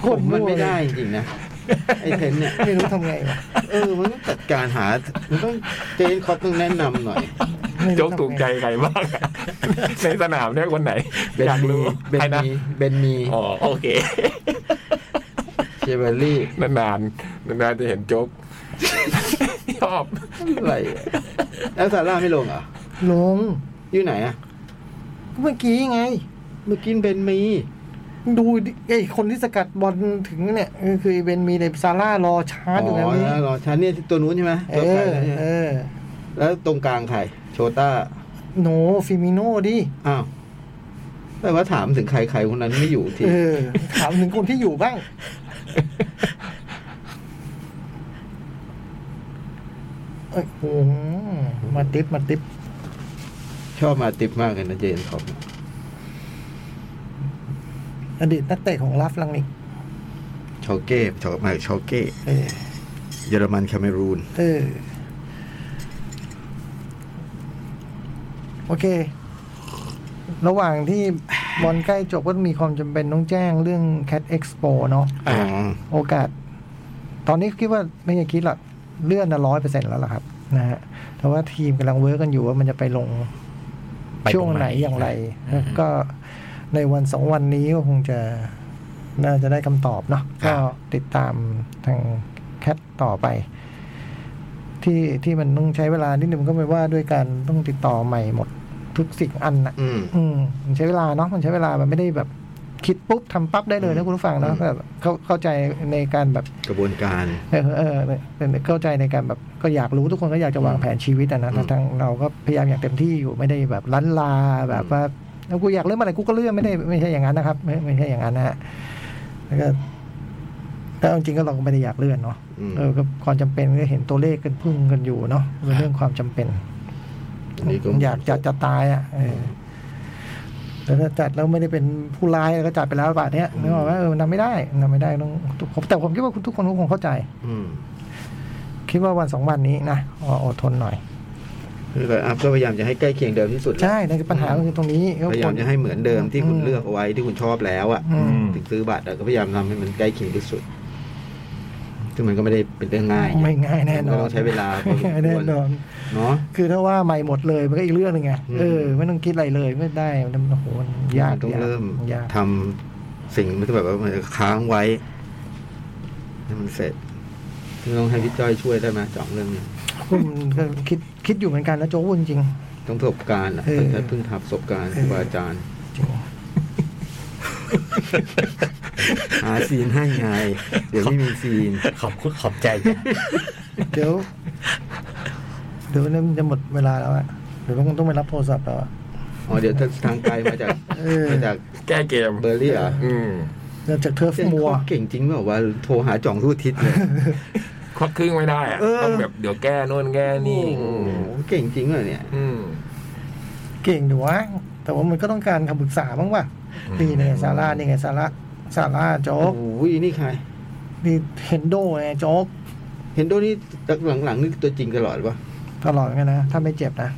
S2: โค
S5: ผม
S2: ตร
S5: มัน
S2: ว
S5: ไม่
S2: เลย
S5: ได้จริงๆนะ ไอ้เทนเนี่ย
S2: ไม่รู้ทำไงวะ
S5: เออมันต้องจัดการหามันต้องเจนคอปต้องแนะนำหน่อย
S2: ไม่รู้
S3: โจ๊ก
S2: ทำไง
S3: ถูกใจใครบ้างอะในสนามเนี่ยคนไหน
S5: เบ น
S3: อยาก
S5: มี
S3: รู้
S5: เบน
S3: ใครนะ
S5: มีเบนมี
S3: อ๋อโอเค
S5: เชเบอรี่
S3: นานๆนานๆจะเห็นโจ๊ก ชอบ
S5: อะไรอะแล้วซาร่าไม่ลงเหรอ
S2: ลง
S5: อยู่ไหนอ่ะ
S2: ก็เมื่อกี้ไง
S5: เมื่อกี้เบนมี
S2: ดูดิไอ้คนที่สกัดบอลถึงเนี่ยเออคือเบนมีเดบซาร่ารอชาร์จอยู่นะ
S5: อ๋อ
S2: นี่
S5: แล้วเหรอชั้นเนี่ยที่ตัวนู้นใช่ไหม
S2: เอ
S5: ตัวใคร
S2: อ
S5: นะเนี่ย
S2: เออ
S5: แล้วตรงกลางใครโชต้า
S2: โนฟิมิโน่ดิ
S5: อ้าวแต่ว่าถามถึงใครใครคนนั้นไม่อยู่ที
S2: เออ ถามถึงคนที่อยู่ บ้าง เอ้ยโอ้โหมาติปมาติป
S5: ชอบมาติปมากเลยนะเจนท็อป
S2: อดีตนักเตะของลาฟลังนิก
S5: ชอเก้ชอมาชอเก้
S2: เออ
S5: เยอรมันแคาเมรูน
S2: เออ โอเค ระหว่างที่บอลใกล้จบก็มีความจำเป็นต้องแจ้งเรื่อง Cat Expo เนาะ
S5: อ๋อ
S2: โอกาส ตอนนี้คิดว่าไม่ใช่คิดหรอกเลื่อนนะร้อยเปอร์เซ็นต์แล้วล่ะครับ นะฮะแต่ว่าทีมกำลังเวิร์กกันอยู่ว่ามันจะไปลง
S4: ไปตรง
S2: ช่วงไห
S4: ไหน
S2: นอย่างไร
S4: อืม
S2: ก็ในวันสองวันนี้ก็คงจะน่าจะได้คำตอบเนาะก็ติดตามทางแคทต่อไป ที่ที่มันต้องใช้เวลานิดนึงมันก็ไม่ว่าด้วยการต้องติดต่อใหม่หมดทุกสิ่งอันนะ
S5: อืม
S2: อืมมันใช้เวลาเนาะมันใช้เวลามันไม่ได้แบบคิดปุ๊บทำปั๊บได้เลยนะคุณผู้ฟังเนาะ
S5: อืม
S2: แบบเข้าเข้าใจในการแบบ
S5: กระบวนการ
S2: เออเออเออเป็นเข้าใจในการแบบก็อยากรู้ทุกคนก็อยากจะวางแผนชีวิตอะนะแต่
S5: อืม
S2: ทางเราก็พยายามอย่างเต็มที่อยู่ไม่ได้แบบลั้นลาแบบว่าเอากูอยากเลื่อนเมื่อะไหรกูก็เลื่อนไม่ได้ไม่ใช่อย่างนั้นนะครับ ไม่ไม่ใช่อย่างนั้นนะฮะแล้วก็แต่เอาจริงก็เราก็ไม่ได้อยากเลื่อนเนาะ
S5: อืม
S2: เออก็ความจำเป็นก็เห็นตัวเลขกันพึ่งกันอยู่เนาะเป็นเรื่องความจำเป็น
S5: อันนี้ก็
S2: อยากจัดจะตายอ่ะเออแต่ถ้าจัดแล้วไม่ได้เป็นผู้ร้ายก็จัดไปแล้วบาทเนี้ยนึกออกไหมเออมันทำไม่ได้มันทำไม่ได้ต้องผมแต่ผมคิดว่าทุกคนก็คงเข้าใจ
S5: อืม
S2: คิดว่าวันสองวันนี้นะออดทนหน่อย
S5: คือแต่อัพก็พยายามจะให้ใกล้เคียงเดิมที่สุดแหละ
S2: ใช่นั่นคือปัญหาก็คือตรงนี้ก็
S5: พยายามจะให้เหมือนเดิมที่คุณเลือกเอาไว้ที่คุณชอบแล้วอ่ะ
S2: อืม
S5: ถึงซื้อบัตรอะก็พยายามทำให้มันใกล้เคียงที่สุด ซึ่งมันก็ไม่ได้เป็นเรื่องง่าย
S2: ไม่ง่ายแน่น
S5: มั
S2: อน
S5: ก็
S2: น
S5: ต้องใช้เวลาพอสม
S2: ง่าย
S5: ค
S2: แน่
S5: วร
S2: นอน
S5: เนาะ
S2: คือถ้าว่าใหม่หมดเลยมันก็อีกเรื่องหนึ่งไง
S5: อืม
S2: เออไม่ต้องคิดอะไรเลยไม่ได้มันโอ้โหมันยาก
S5: มันต้อง
S2: ยาก
S5: เริ่ม
S2: ยาก
S5: ทำสิ่งที่แบบว่ามันค้างไว้ให้มันเสร็จไม่ต้องให้พี่จ้อยช่วยได้ไหมจองเรื่องนี้
S2: ผมก็คิดคิดอยู่เหมือนกันนะโจ้วุ่นจริง
S5: ต้องประสบการณ์อะ
S2: เออ
S5: เพิ่งเพิ่งทับประสบการณ์ครูบาอาจารย์
S2: จริง
S5: หาซีนให้ไงเดี๋ยวไม่มีซีน
S4: ขอบคุณขอบใจจ้ะ
S2: เดี๋ยวเดี๋ยวเนี่ยมันจะหมดเวลาแล้วอะเดี๋ยวต้องต้องไปรับโทรศัพท์แล้วอะ
S5: อ๋อเดี๋ยวถ้าทางไกลมาจาก
S2: เออ
S5: มาจาก
S3: แก้เกม
S5: เบอร์ลี่เหรอ่ะ
S3: อืม
S2: เดี๋ยวจากเทิร์ฟ
S5: เจน
S2: มัว
S5: เขาเก่งจริงแบบว่าวะโทรหาจ่องรูดทิศเลย
S3: ควักครึ่งไม่ได้อะ
S2: เออ
S3: ต้องแบบเดี๋ยวแก้โน่นแก้
S5: นี่
S3: นี่
S5: โอ้โหเก่งจริงเลยเนี่ย
S3: อืม
S2: เก่งดีวะแต่ว่ามันก็ต้องการคำปรึกษาบ้างว่ะ
S3: อืม
S2: นี่ไงซาร่านี่ไงซาร่าซาร่าโจ๊
S5: โอ้
S2: ก
S5: โหนี่ใคร
S2: นี่เฮนโดไงโจ๊ก
S5: เห็นโดนี่หลังๆนี่ตัวจริงตลอดปะ
S2: ตลอดเหมือนกันนะ ถ้าไม่เจ็บนะ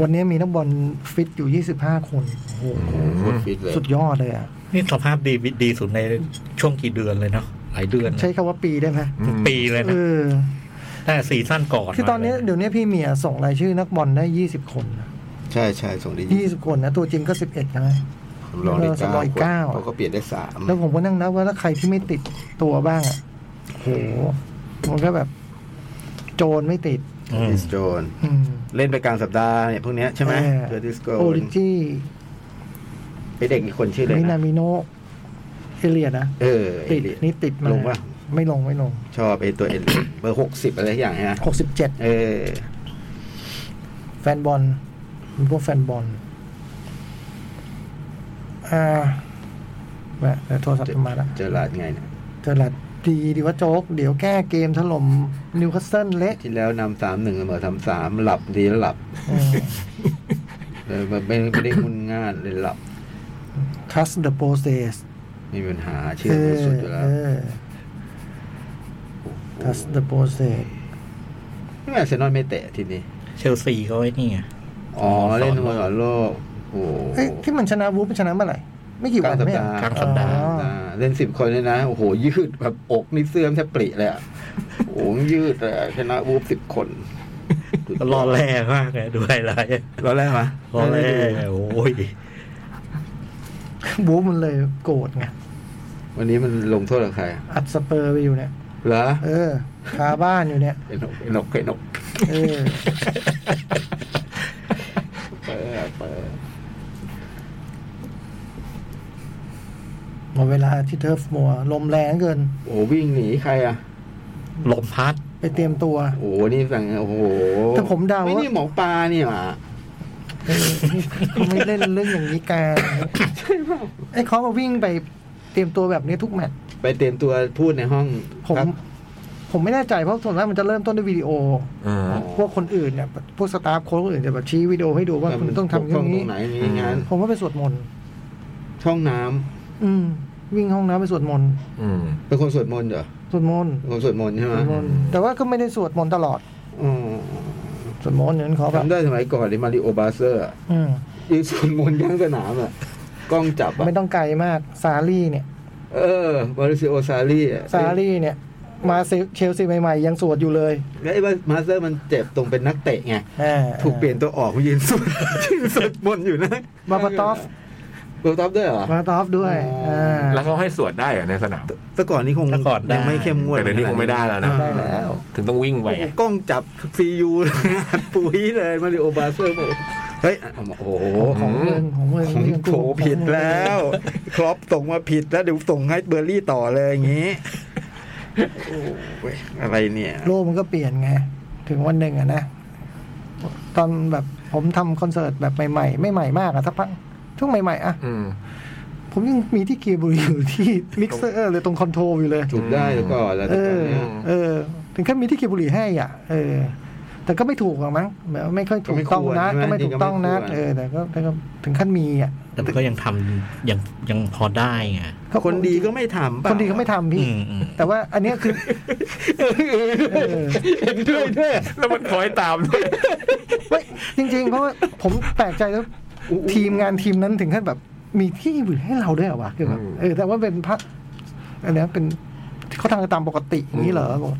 S2: วันนี้มีนักบอลฟิตอยู่ 25 คน โอ้โห
S5: โคตรฟิตเลย
S2: สุดยอดเลยอ่ะ
S4: นี่สภาพดีดีสุดในช่วงกี่เดือนเลยเนาะหลายเดือนนะ
S2: ใช้คำว่าปีได้ไหม
S3: อืม
S4: ปีเลย
S2: เอ
S4: นะ
S2: อ
S4: แต่ซีซั่นก่อน
S2: คือตอนนี้
S4: มาเลย
S2: เดี๋ยวนี้พี่เมียส่งรายชื่อนักบอลได้ 20 คนนะ
S5: ใช่ใช่ส่งดี
S2: 20 คนนะ ตัวจริงก็ 11ใช่ไหม
S5: รองได้
S2: สำรองอีกเก้า
S5: เก้าคนเขาก็เปลี่ยนได้สาม
S2: แล้วผมก็นั่งนับว่าถ้าใครที่ไม่ติดตัวบ้างอ่ะโอ้โห มันก็แบบ โจรไม่ติด
S4: อืม
S5: ดิสโจน
S2: อืม
S5: เล่นไปกลางสัปดาห์เนี่ยพวกเนี้ยใช่ไหม
S2: เออ
S5: เจอดิสโก
S2: โอริจิ
S5: ไอเด็กอีกคนชื่อเลย
S2: มินา
S5: นะ
S2: มิโนเอเลียนะ
S5: เออ
S2: ติด
S5: ไอ้เด็ก
S2: นี่ติดมา
S5: ลงปะ
S2: ไม่ลงไม่ลง
S5: ชอบไอตัวเอ เบอร์หกสิบอะไรสักอย่างเนยนะ
S2: หกสิบเจ็ด
S5: เออ
S2: แฟนบอลเป็นพวกแฟนบอล อ่าแหม่แต่โทรศัพท์มาแล้ว
S5: เจอหลาดไงเนี่ย
S2: เจอหลัดดีดีว่าโจ๊ก เดี๋ยวแก้เกมถล่มนิวคาสเซิลเละ
S5: ที่แล้วนำสามหนึ่งเสมอสามสามหลับดีแล้วหลับ
S2: อืม
S5: เลยไม่ไม่ไม่ได้งุนง่านเลยหลับ
S2: Trust the process
S5: ไมมีปัญหาเชื่
S2: เอ
S5: อที่
S2: อ
S5: สุดอยู่แล้ว
S2: เออ Trust the process
S5: ไม่อาร์เซนอลไม่เตะทีนี้
S4: เชลซีเขาไอ้นี่ไง
S5: อ๋อ เล่น
S4: สอน
S5: บอลโลกโอ้โห
S2: เอ้ยที่มันชนะวูฟมันชนะเมื่อไหร่ ไม่กี่
S5: ก
S2: วั
S5: ลาง
S2: น
S5: สัป
S2: ไม่
S5: ดาห์
S4: กลางสัปดาห์
S5: กลงสัปดาห์เล่นสิบคนเลยนะ โอ้โห ยืดแบบอกนี่เสื่อมแทบปริเลยอ่ะโอ้โหยืดเลยอะชนะวูบสิบคน
S4: ก็ล่อแร่มากเลยดูไฮไลท์
S5: รอดแล้วมะ
S4: ล่อแร่โอ้ย
S2: วูฟมันเลยโกรธไง
S5: วันนี้มันลงโทษกับใครอะ
S2: อัดสเปอร์ไปอยู่เนี่ย
S5: เหรอ
S2: เออคาบ้านอยู่เนี่ย
S5: ไอ้นกไอ้นกไอ้นก
S2: เออ
S5: เปิดเปิด
S2: หมดเวลาที่เทิร์ฟมัว ลมแรงเกิน
S5: โอ้วิ่งหนีใครอ่ะ
S4: ลมพัด
S2: ไปเตรียมตัว
S5: โอ้นี่สั่งโอ้โห
S2: แต่ผมเดาว่า
S5: ไม่นี่หมอปลาเนี่ยหว่า
S2: เออเขาไม่เล่นเรื่องอย่างนี้กันไอ้เขามาวิ่งไปเตรียมตัวแบบนี้ทุกแมตช์
S5: ไปเตรียมตัวพูดในห้อง
S2: ผม ผมไม่แน่ใจเพราะส่วนมากมันจะเริ่มต้นด้วยวิดีโอ
S3: เออ
S2: พวกคนอื่นเนี่ยพวกสตาฟโค้ชคนอื่นจะแบบชี้วิดีโอให้ดูว่าคุณต้องทำอย่าง
S5: ช่องตร
S2: นี้
S5: งไหนนี้งาน
S2: ผมว่าไปสวดมนต์
S5: ช่องน้ำ
S2: อืม วิ่งห้องน้ำไปสวดมนต์
S3: อืม
S5: เป็นคนสวดมนต์เหรอ
S2: สวดมนต์
S5: เป็นคนสวดมนต์ใช่ไห
S2: สวด
S5: ม
S2: มนต์แต่ว่าก็ไม่ได้สวดมนต์ตลอด
S5: อ๋อ
S2: สวดมนต์นั้นเขาแบบ
S5: จำได้สมัยก่อนในมาริโอบาเซอร์อะ
S2: อืม
S5: ยืนสวดมนต์ข้างสนามอ่ะกล้องจับอ่ะ
S2: ไม่ต้องไกลมากซารี่เนี่ย
S5: เออมาริซิโอซารีอะ
S2: ซารี่เนี่ย มาเชลซีใหม่ๆ ยังสวดอยู่เลย
S5: แล้วไอ้มาเซอร์มันเจ็บตรงเป็นนักเตะไง
S2: อ่า
S5: ถูกเปลี่ยนตัวออกยืนสวด ยืนสวดมนต์อยู่นะ
S2: บาบาตอฟ
S5: บาบาตอฟด้วยเหรอ
S2: บาบาตอฟด้วย
S5: อ๋ออ่
S2: อ่า
S3: แล้วเขาให้สวดได้เหรอในสนาม
S5: แต่ก่อนนี้คง
S4: แต่ก่อนได้
S5: ยังไม่เข้มงวด
S3: แต่เดี๋ยวนี้คงไม่ได้แล้วนะ
S2: ได้แล้ว
S3: ถึงต้องวิ่งไป
S5: โอ้โหกล้องจับซียู เลยปุ๋ยเลยมาริโอบาเซอร์บอกเฮ้ยโอ้โห
S2: ของเมืองของเมือง
S5: ของ
S2: ยัง
S5: โถ
S2: ถูก
S5: ผิดแล้วครอปส่งมาผิดแล้วเดี๋ยวส่งให้เบอร์รี่ต่อเลยอย่างงี้โอ้โหอะไรเนี่ย
S2: โลกมันก็เปลี่ยนไง ถึงวันหนึ่งอะนะ ตอนแบบผมทำคอนเสิร์ตแบบใหม่ๆ ไม่ใหม่มากอะสักพักช่วงใหม่ๆอะ
S3: อืม
S2: ผมยังมีที่เกียร์บุรีอยู่ที่มิกเซอร์เลยตรงคอนโทรลอยู่เลย
S5: ถูกได้แล้วก็แล้ว
S2: เอ
S5: แต่ตอน
S2: อ
S5: เนี้ย
S2: เออ ถึงขั้นมีที่เกียร์บุรีให้อ่ะ เออ แต่ก็ไม่ถูกหรอกมั้งแบบว่าไม่ค่อยถูกต้องนะ ก็ไม่ถูกต้องนะ เออ แต่ก็แต่ก็ถึงขั้นมีอ่ะ
S4: แต่มันก็ยังทำยังยังพอได้ไง
S5: คนดีก็ไม่ทำป่ะ
S2: คนดีก็ไม่ทำพี่
S4: อืมอืม
S2: แต่ว่าอันเนี้ยคือเออ
S5: เห็นด้วยด้วย
S3: แล้วมันคอยตามด้วย
S2: ไม่จริง ๆ เพราะว่าผมแปลกใจแล้วทีมงานทีมนั้นถึงขั้นแบบ มีที่อยู่ให้เราด้วยเหรอวะคือแบบ
S3: อืม
S2: เออ แต่ว่าเป็นพระอันเนี้ยเป็นเขาทำกันตามปกติอย่างนี้เหรอบอก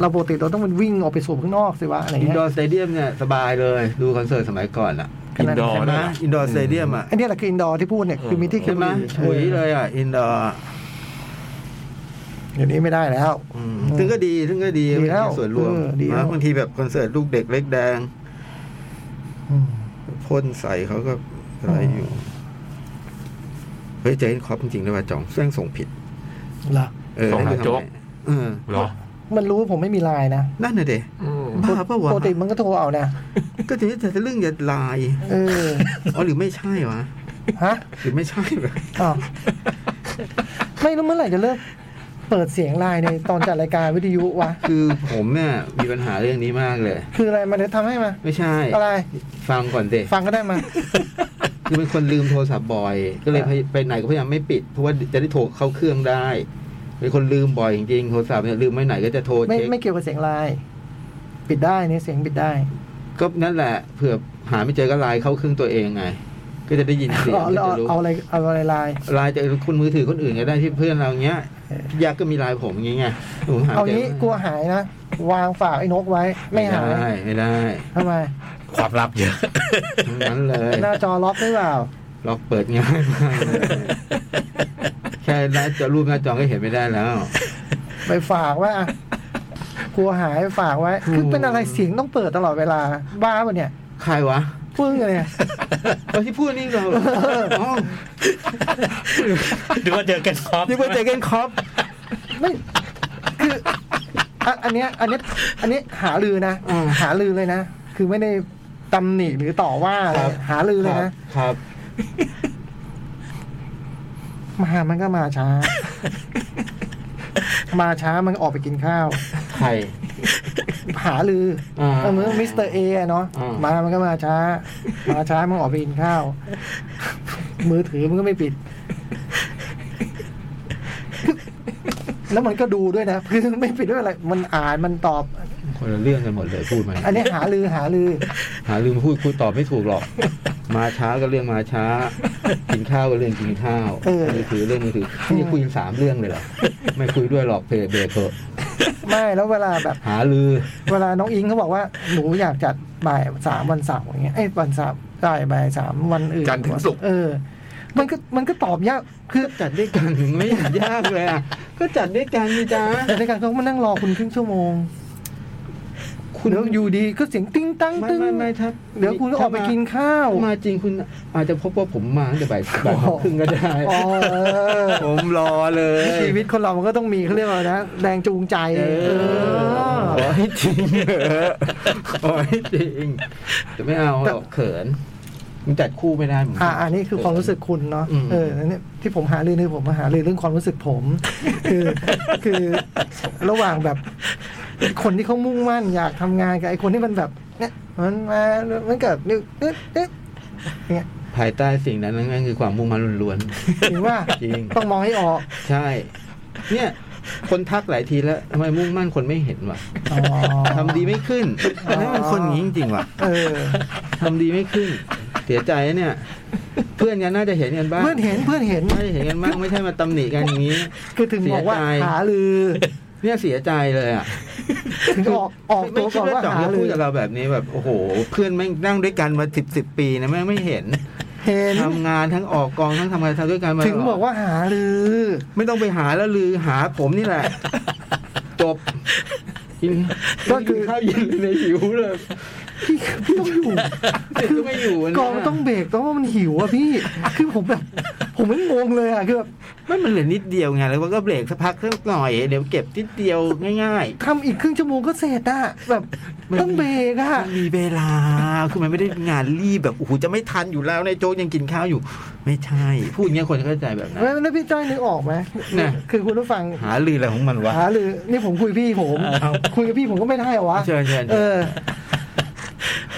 S2: เราปกติเราต้องเป็นวิ่งออกไปสวมข้างนอกสิวะอะไร
S5: อิน
S2: เงี้ย
S5: ดอร์สเตเดียมเนี่ยสบายเลยดูคอนเสิร์ตสมัยก่อนอะ
S2: ขนาด
S3: อินดอร์
S2: ใช่ไหม
S5: นะอินดอร์สเตเดียมอะ
S2: อันเนี้ยแหละคืออินดอร์ที่พูดเนี่ยคือมีที่คิ
S5: ใช่
S2: ว
S5: ไหม
S2: บุ
S5: ปุ๋ย
S2: รี
S5: เลยอ่ะ อินดอร์
S2: เดี๋ยวนี้ไม่ได้แล้ว
S5: ซึ่งก็ดี ซึ่งก็ดี
S2: ดีแล้ว
S5: เป็นส่วนรวม
S2: เออดีแล้ว
S5: นะบางทีแบบคอนเสิร์ตลูกเด็กเล็กแดง
S2: อืม
S5: พ่นใส่เขาก็อะไรอยู่ เฮ้ยเจนคอปจริงๆด้วยว่าจองแส้งส่งผิด
S2: เหรอ
S5: เออ
S3: ส่งหา
S5: ใไปทำ
S3: โจ๊ก
S5: ไงเออ
S3: เหรอ
S2: มันรู้ว่าผมไม่มีไลน์นะ
S5: นั่นน่ะเด็
S3: อืม
S5: บ้าปะวะ
S2: ปกติมันก็โทรเอานะ
S5: ก็ทีนี้แต่เรื่องอย่าลาย
S2: เออ
S5: อ๋อหรือไม่ใช่วะ
S2: ฮะ
S5: หรือไม่ใช่วะ
S2: อ้าวไม่รู้วเมื่อไหร่จะเลิกเปิดเสียงไลน์ในตอนจัดรายการวิทยุวะ
S5: คือผมเนี่ยมีปัญหาเรื่องนี้มากเลย
S2: คืออะไรมันจะทำให้มา
S5: ไม่ใช่
S2: อะไร
S5: ฟังก่อนเด็
S2: ฟังก็ได้มา
S5: คือเป็นคนลืมโทรศัพท์บ่อย ก็เลย
S2: อ่า
S5: ไปไหนก็พยายามไม่ปิด เพราะว่าจะได้โทรเข้าเครื่องได้ เป็นคนลืมบ่อยจริงๆโทรศัพท์เนี่ยลืมไม่ไหนก็จะโทร
S2: ไม่
S5: เช็ค
S2: ไม่เกี่ยวกับเสียงไลน์ปิดได้เนี่ยเสียงปิดได้
S5: ก็นั่นแหละเผื่อหาไม่เจอก็ไลน์เข้าเครื่องตัวเองไง ก็จะได้ยินเสียง
S2: เอา
S5: ก็
S2: เอา
S5: จะรู้
S2: เอาอะไรเอาอะไรไลน์
S5: ไลน์จากคนมือถือคนอื่นก็ได้ที่เพื่อนเราเงี้ย
S2: เออ
S5: พี่ยักษ์ก็มีไลน์ผมอย่างเงี้ยไงผมหา
S2: เอา
S5: ไม่เจ
S2: งี้กลัวหายนะ วางฝากไอ้นกไว้ ไม่หาย
S5: ได้ไม่ได้
S2: ทำไม
S4: ความลับเยอะ
S5: ทั้งนั้น เลย
S2: หน้าจอล็อกหรือเปล่า
S5: ล็อกเปิดง่ายมากเลยแค่หน้าจอรูปหน้าจอก็เห็นไม่ได้แล้ว
S2: ไปฝากไว้อะกลัวหายไปฝากไว้ คือเป็นอะไรเสียงต้องเปิดตลอดเวลา บ้าปะเนี่ย
S5: ใครวะ
S2: พึ่งอะเนี่ย
S5: เราที่พูดนี่เราเหรออ๋อ
S4: หรือว่าเจอกันครอบ
S5: นี่เป็นเจอกันครอป
S2: ไม่คืออ่ะอันเนี้ยอันเนี้ยอันเนี้ยหาลือนะ
S5: อืม
S2: หาลือเลยนะ คือไม่ได้ตำหนิหรือต่อว่าอะไรหาลือเลยนะ
S5: ครับ
S2: มามันก็มาช้า มาช้ามันก็ออกไปกินข้าว
S5: ใคร
S2: หาลืออา เออมื่อมิสเตอร์เอะเนาะ
S5: อ่าม
S2: มามันก็มาช้า มาช้ามันออกไปกินข้าว มือถือมันก็ไม่ปิด แล้วมันก็ดูด้วยนะ คือไม่ปิดด้วยอะไร มันอ่านมันตอบ
S5: คนละเรื่องกันหมดเลยพูดมา
S2: อันนี้หาลือหาลือ
S5: หาลืมพูดคุยตอบไม่ถูกหรอก มาช้าก็เรื่องมาช้า กินข้าวก็เรื่องกินข้าว
S2: เออ
S5: มือถือเรื่องมือถือนี่จะคุยกันสามเรื่องเลยเหรอ ไม่คุยด้วยหรอกเพลเบรกเถอะ
S2: ไม่แล้วเวลาแบบ
S5: หาลือ
S2: เวลาน้องอิงเขาบอกว่าหนูอยากจัดบ่ายสามวันเสาร์อย่างเงี้ยไอ้ยวันเสาร์ได้บ่ายสามวันอื่น
S3: จันทร์ถึงศุกร์
S2: เออ มันก็มันก็ตอบยากคือ
S5: จัดด้วยกันไม่เห็นยากเลยอ่ะ ก็จัดด้วยกันนี่จ้า
S2: ในการเขามานั่งรอคุณครึ่งชั่วโมง
S5: คุณ
S2: แล้วอยู่ดีก็เสียงติ้งตั้ง
S5: ไม่
S2: ตึ้ง
S5: ไม่ไม่ถ้า
S2: เดี๋ยวคุณก็ออกไปกินข้าว
S5: ถ้ามาจริงคุณอาจจะพบว่าผมมาตั้งแต่บ่ายบ่ายโมงครึ่งก็ได้
S2: อ๋อเออ
S5: ผมรอเลย
S2: ชีวิตคนเรามันก็ต้องมีเขาเรียกว่าอะไรนะแรงจูงใจ
S5: เอ
S2: เอ
S5: อ
S2: อ
S5: ขอให้จริงเถอะขอให้จริงแต่ไม่เอาหรอกเขินมันจัดคู่ไม่ได้ผม
S2: อ่าอันนี้คือความรู้สึกคุณเนาะ
S5: อืม
S2: เอออันนี้ที่ผมหาเรื่องนี่ผมมาหาเรื่องเรื่องความรู้สึกผม คือคือระหว่างแบบ คนที่เขามุ่งมั่นอยากทำงานกับไอ้คนที่มันแบบเนี่ยมันมามันเกิดนึกนึกนึกเนี่ย
S5: ภายใต้สิ่งนั้นนั่นคือความมุ่งมั่นล้วน
S2: ถึงว่า
S5: จริง
S2: ต้องมองให้ออก
S5: ๆใช่ เนี่ย คนทักหลายทีแล้วทำไมมุ่งมั่นคนไม่เห็นวะ
S2: อ๋อ
S5: ทำดีไม่ขึ้นอันนั้นมันคนอย่างนี้จริงๆว่ะ
S2: เออ
S5: ทำดีไม่ขึ้น เสียใจนะเนี่ย เพื่อนกันน่าจะเห็นกันบ้าง
S2: เพื่อนเห็นเพื่อนเห็น
S5: น่าจะเห็นกันบ้างไม่ใช่มาตำหนิกันอย่างนี้
S2: คือถึงบอกว่า
S5: เสียใจ
S2: หาลือ
S5: เนี่ยเสียใจเลยอ่ะ
S2: ถึงออกออก
S5: ไม่
S2: ตัว
S5: ไม่คิ
S2: ก่อน
S5: ดว่า
S2: ว่า
S5: จ่อง
S2: หา
S5: จะ
S2: ลื
S5: พูด
S2: อ
S5: กับเราแบบนี้แบบโอ้โห เพื่อนแม่งนั่งด้วยกันมาสิบสิบปีนะแม่งไม่เห็น
S2: เห็น
S5: ทำงานทั้งออกกองทั้งทำงานทำด้วยกันมา
S2: ถึงบอกว่าหาลือ
S5: ไม่ต้องไปหาแล้วลือหาผมนี่แหละ จบกิน
S2: ก็
S5: ก็
S2: คื
S5: คือ อข้าวเย็นเลยในหิวเลย
S2: พี่พี่ต้องอยู่
S5: เด็กก็ไม่อยู่ะ
S2: กองต้องเบรกต้องว่ามันหิวอะพี่ คือผมแบบ ผมไม่งงเลยอะคือแบบ
S5: ไม่มันเหลือนิดเดียวไงแล้วมันก็เบรกสักพักสักหน่อยเดี๋ยวเก็บนิดเดียวง่าย ๆ
S2: ทำอีกครึ่งชั่วโมงก็เสร็จอะแบบต้องเบรกอะ
S5: มันมีเวลา คือมันไม่ได้งานรีบแบบ โอ้โห จะไม่ทันอยู่แล้วนายโจ๊กยังกินข้าวอยู่ ไม่ใช่ พูดอย่างเงี้ยคนเข้าใจแบบนั้น
S2: แล้วแล้วพี่จ้อยนึกออกไหม
S5: น่ะ
S2: คือคุณผู้ฟัง
S5: หาลืออะไรของมันวะ
S2: หาหรือนี่ผมคุยพี่ผม
S5: เอา
S2: คุยกับพี่ผมก็ไม่ได้เหรอวะ
S5: เชิญเชิญ
S2: เออ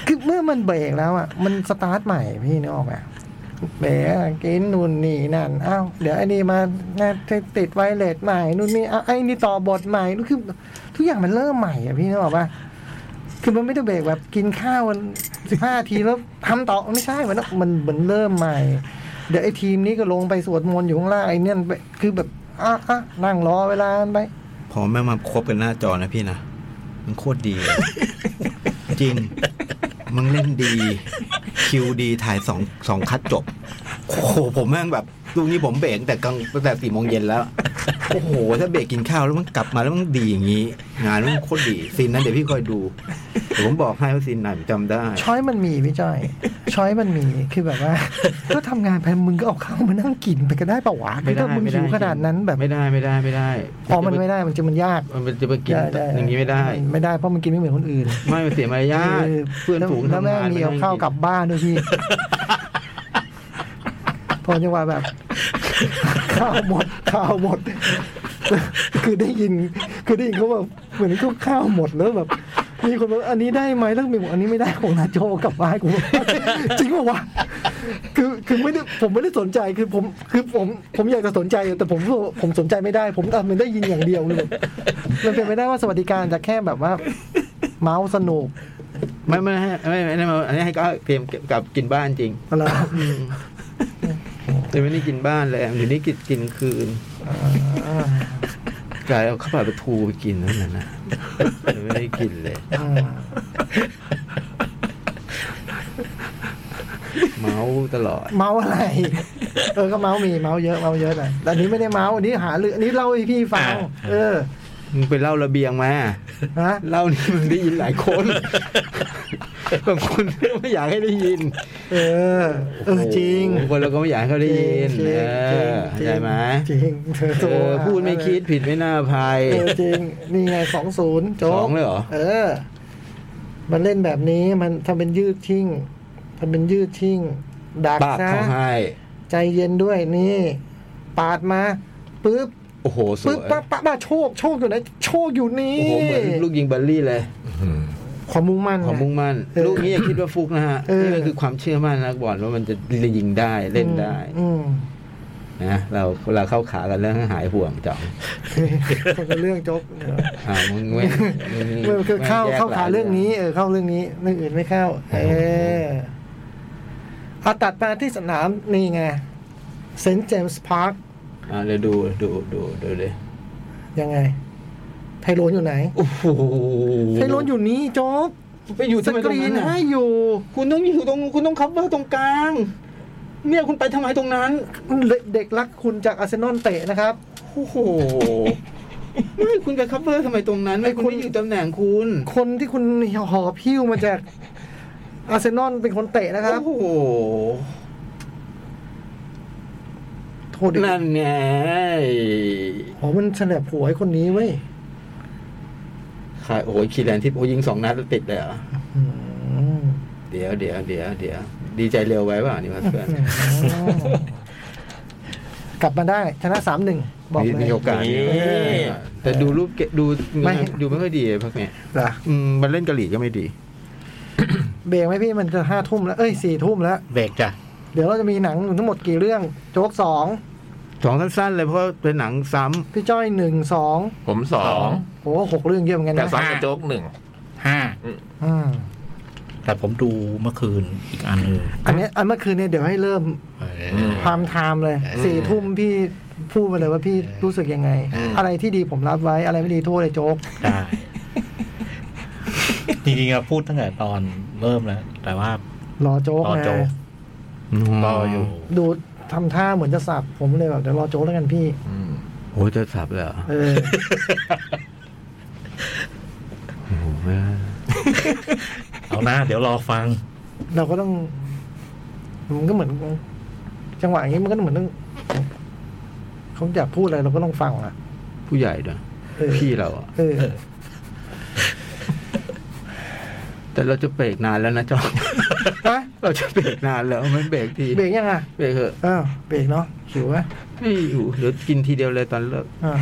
S2: คือเมื่อมันเบรกแล้วอะมันสตาร์ทใหม่พี่นึกออกไหมเบรกกินนู่นนี่นั่นอ้าวเดี๋ยวไอ้นี่มาน่าจะติดไวเลสใหม่นู่นนี่อ้าวไอ้นี่ต่อบทใหม่นู่นคือ ทุกอย่างมันเริ่มใหม่อะพี่นึกออกปะคือมันไม่ได้เบรกแบบกินข้าววันสิบห้าทีแล้วทำต่อไม่ใช่มันมันเหมือนเริ่มใหม่ เดี๋ยวไอ้ทีมนี้ก็ลงไปสวดมนต์อยู่ข้างล่างไอ้เนี่ยไปคือแบบอ่ะอ่ะนั่งรอเวลาไป
S5: พอแม่งมาคบกันหน้าจอนะพี่นะ มันโคตรดีเลย จริง มึงเล่นดี คิวดีถ่ายสองสองคัดจบ โอ้โห ผมแม่งแบบดูนี่ผมเบรกแต่กลางตั้งแต่สี่โมงเย็นแล้ว โอ้โห ถ้าเบรกกินข้าวแล้วมันกลับมาแล้วมันดีอย่างนี้ งานมันโคตรดีซีนนั้นเดี๋ยวพี่คอยดูเดี๋ยวผมบอกให้ว่าซีนไหนผมจำได้
S2: ช้อยมันมีพี่จ้อย ช้อยมันมีคือแบบว่า ก็ทำงานไปมึงก็เอาข้าวมานั่งกินไปก็ได้ปะวะ
S5: ไม่ได้
S2: ถ้ามึง
S5: ไม่
S2: หิ
S5: ได้
S2: วขนาดนั้นแบบ
S5: ไม่ได้ไม่ได้ไม่ได้
S2: พอมันไม่ได้มันจะมันยาก
S5: มันจะไปกิน
S2: ได้ด้
S5: อย่างนี้ไม่ได้
S2: ไม่ได้เพราะมันกินไม่เหมือนคนอื่น
S5: ไม่มันเสียมารยาท
S2: เออ
S5: เพื่อนฝูง
S2: แล้ว
S5: ทำ
S2: แม่
S5: งาน
S2: มีเอาข้าวกลับบ้านด้วยพี่ พอจังหวะแบบ ข้าวหมดข้าวหมด คือได้ยิน คือได้ยินเขาแบบเหมือนเขาข้าวหมดแล้วแบบ มีคนบอกอันนี้ได้ไหมแล้วมีบอกอันนี้ไม่ได้ของนาโจกลับบ้านกู จริงป่าวะคือคือไม่ได้ผมไม่ได้สนใจคือผมคือผมผมอยากจะสนใจแต่ผมผมสนใจไม่ได้ ผมอ่ะมันได้ยินอย่างเดียวเลยแบบมันเป็นไม่ได้ว่าสวัสดิการจะแค่แบบว่า เมาส์สนุก
S5: ไม่ไม่ให้ไม่ไม่ไม่ไม่อันนี้ให้ก็เตรียมเก็บกลับกินบ้านจริง
S2: อะไร
S5: แต่ไม่ได้กินบ้านเลยอยู่นี่กินกินคืน
S2: อ่าก
S5: ลายเอาข้าวผัดปลาทูไปกินนั่นน่ะนะไม่ได้กินเลย
S2: อ่า
S5: เมาตลอด
S2: เมาส์อะไร เออก็เมาส์มีเมาส์เยอะเมาส์เยอะหน่อยแต่อันนี้ไม่ได้เมาส์อันนี้หาเรื่องอันนี้เล่าให้พี่ฟัง เออ
S5: มึงไปเล่าระเบียงมา
S2: นะ
S5: เล่านี่มึงได้ยินหลายคนบางคนไม่อยากให้ได้ยิน
S2: เออ เออจริง
S5: โอ้โหคนเราก็ไม่อยากให้เขาได้ยิน
S2: จริงจ
S5: เอ
S2: ริง
S5: อเข้าใจไหม
S2: จริงเธอโท
S5: เอ
S2: ร
S5: อพูดไม่คิดผิดไม่น่าอภัย
S2: เออจริง นี่ไงสองศูนย์โจ๊ก
S5: สองเลยเหรอ
S2: เออ มันเล่นแบบนี้มันทำเป็นยืดทิ้งทำเป็นยืดทิ้งดัก
S5: ปาก
S2: ซะ
S5: เขาให้
S2: ใจเย็นด้วยนี่ ปาดมาปึ๊บ
S5: โอ้โหสว
S2: ปึ๊บ
S5: ย
S2: ปั๊บปั๊บมาโชคโชคอยู่ไหนโชคอยู่นี่
S5: โอ้โหเหมือนลูกยิงบัลลี่เลย
S2: ความมุ่งมั่น
S5: ความมุ่ง
S2: ไ
S5: มั่น
S2: เออ
S5: ลูกนี้อย่าคิดว่าฟุกนะฮะ
S2: เออ
S5: นี่มันคือความเชื่อมั่นนักบอลว่ามันจะยิงได้เล่นได้
S2: อืม
S5: นะเราเราเข้าขากันเรื่องหายห่วงจ่อง
S2: คนละเรื่อง โจ๊ก
S5: อ่ามึงไม่มึง
S2: เออคือเข้า
S5: แยก
S2: เข้าขา
S5: หลย
S2: เรื่องนี้เออเข้าเรื่องนี้เรื่องอื่นไม่เข้า เออเอาตัดมาที่สนามนี่ไงเซนต์เจมส์พาร์ค
S5: อ่าเดี๋ยวดูดูดูดูเลย
S2: ยังไง ไทโรนอยู่ไหน
S5: โอ้โห
S2: ไทโรนอยู่นี่โจ๊ก
S5: ไปอยู่
S2: ส
S5: ทำไม
S2: ก
S5: ตรง
S2: รีน
S5: นั้นน่ะ
S2: ให้อยู่
S5: คุณต้องอยู่ตรงคุณต้องคับเบอร์ตรงกลาง เนี่ยคุณไปทำไมตรงนั้น
S2: เด็กรักคุณจากอาร์เซนอลเตะนะครับ
S5: โอ้โห ไม่คุณไปคัฟเวอร์ทำไมตรงนั้น ไม่คุณไม่อยู่ตำแหน่งคุณ
S2: คนที่คุณหอบพิ้วมาจากอาร์เซนอลเป็นคนเตะนะครับ
S5: โอ้โห
S2: โทษดิ
S5: นั่นไง
S2: โอ้มันเฉลบหัวไอ้คนนี้เว้ย
S5: ใครโอ้ยคีแลนที่โอ้ยยิงสองนัดแล้วติดเลยเหรอ
S2: อืม
S5: เดี๋ยวเดี๋ยวเดี๋ยวเดี๋ยวดีใจเร็วไว้เปล่านี่มาเพื่อน
S2: กลับมาได้ชนะสามหนึ่งบอก
S5: มี
S2: เล
S5: มี
S2: ย
S5: โอกาส
S3: นี่
S5: แต่ดูรูปเกดู
S2: ไม่
S5: ดูไม่ค่อยดีพักเนี่ย
S2: จ้ะ
S5: อืมมันเล่นกะหรี่ก็ไม่ดี
S2: เบรกไหมพี่มันจะห้าทุ่มแล้วเอ้ยสี่ทุ่มแล้ว
S4: เบรกจ้ะ
S2: เดี๋ยวเราจะมีหนังทั้งหมดกี่เรื่อง โจ๊กสอง
S5: สองสั้นๆเลยเพราะเป็นหนังซ้ำ
S2: พี่จ้อยหนึ่งสอง
S3: ผมสอ
S4: สอง ง
S2: โอ้หกเรื่องเยอะเหมือนกัน
S3: แต่
S2: นะ
S3: สองกระโจกหนึ่ง
S4: ห้า
S2: อืม
S4: แต่ผมดูเมื่อคืนอีกอันหนึ่ง
S2: อันเนี้ยอันเมื่อคืนเนี่ยเดี๋ยวให้เริ่ม
S4: เออ
S3: ม
S2: ความไทม์เลยสี่ทุ่มพี่พูดมาเลยว่าพี่รู้สึกยังไง
S3: อืม
S2: อะไรที่ดีผมรับไว้อะไรไม่ดีโทษเลยโจ๊ก
S4: ได้ จริงๆอะพูดตั้งแต่ตอนเริ่มแล้ว แต่ว่าร
S2: อโจ๊ก
S4: ตอน
S2: นะ
S4: จบรออยู่
S2: ดูทำท่าเหมือนจะสับผมเลยแบบเดี๋ยวรอโจ๊กแล้วกันพี่
S3: อืม
S5: โอ้ยจะสับเลยเหรอ
S2: เออ
S5: โอ้โหแม่
S4: เอาหน้าเดี๋ยวรอฟัง
S2: เราก็ต้องมันก็เหมือน จังหวะอย่างนี้มันก็เหมือนต้องเขาอยากพูดอะไรเราก็ต้องฟังอ่ะ
S5: ผู้ใหญ่ด้วย
S2: เออ
S5: พี่เราอะ
S2: เออ
S5: แต่เราจะเบรกนานแล้วนะ จอม
S2: ฮะ
S5: เราจะเบรกนานแล้วไม่เบรกที
S2: เบรกยังอ่ะ
S5: เบรกเถอะ
S2: อ้าวเบรกเนาะหิวไหม
S5: ไม่อยู่เดี๋ยวกินทีเดียวเลยตอนเลิก
S2: อ่า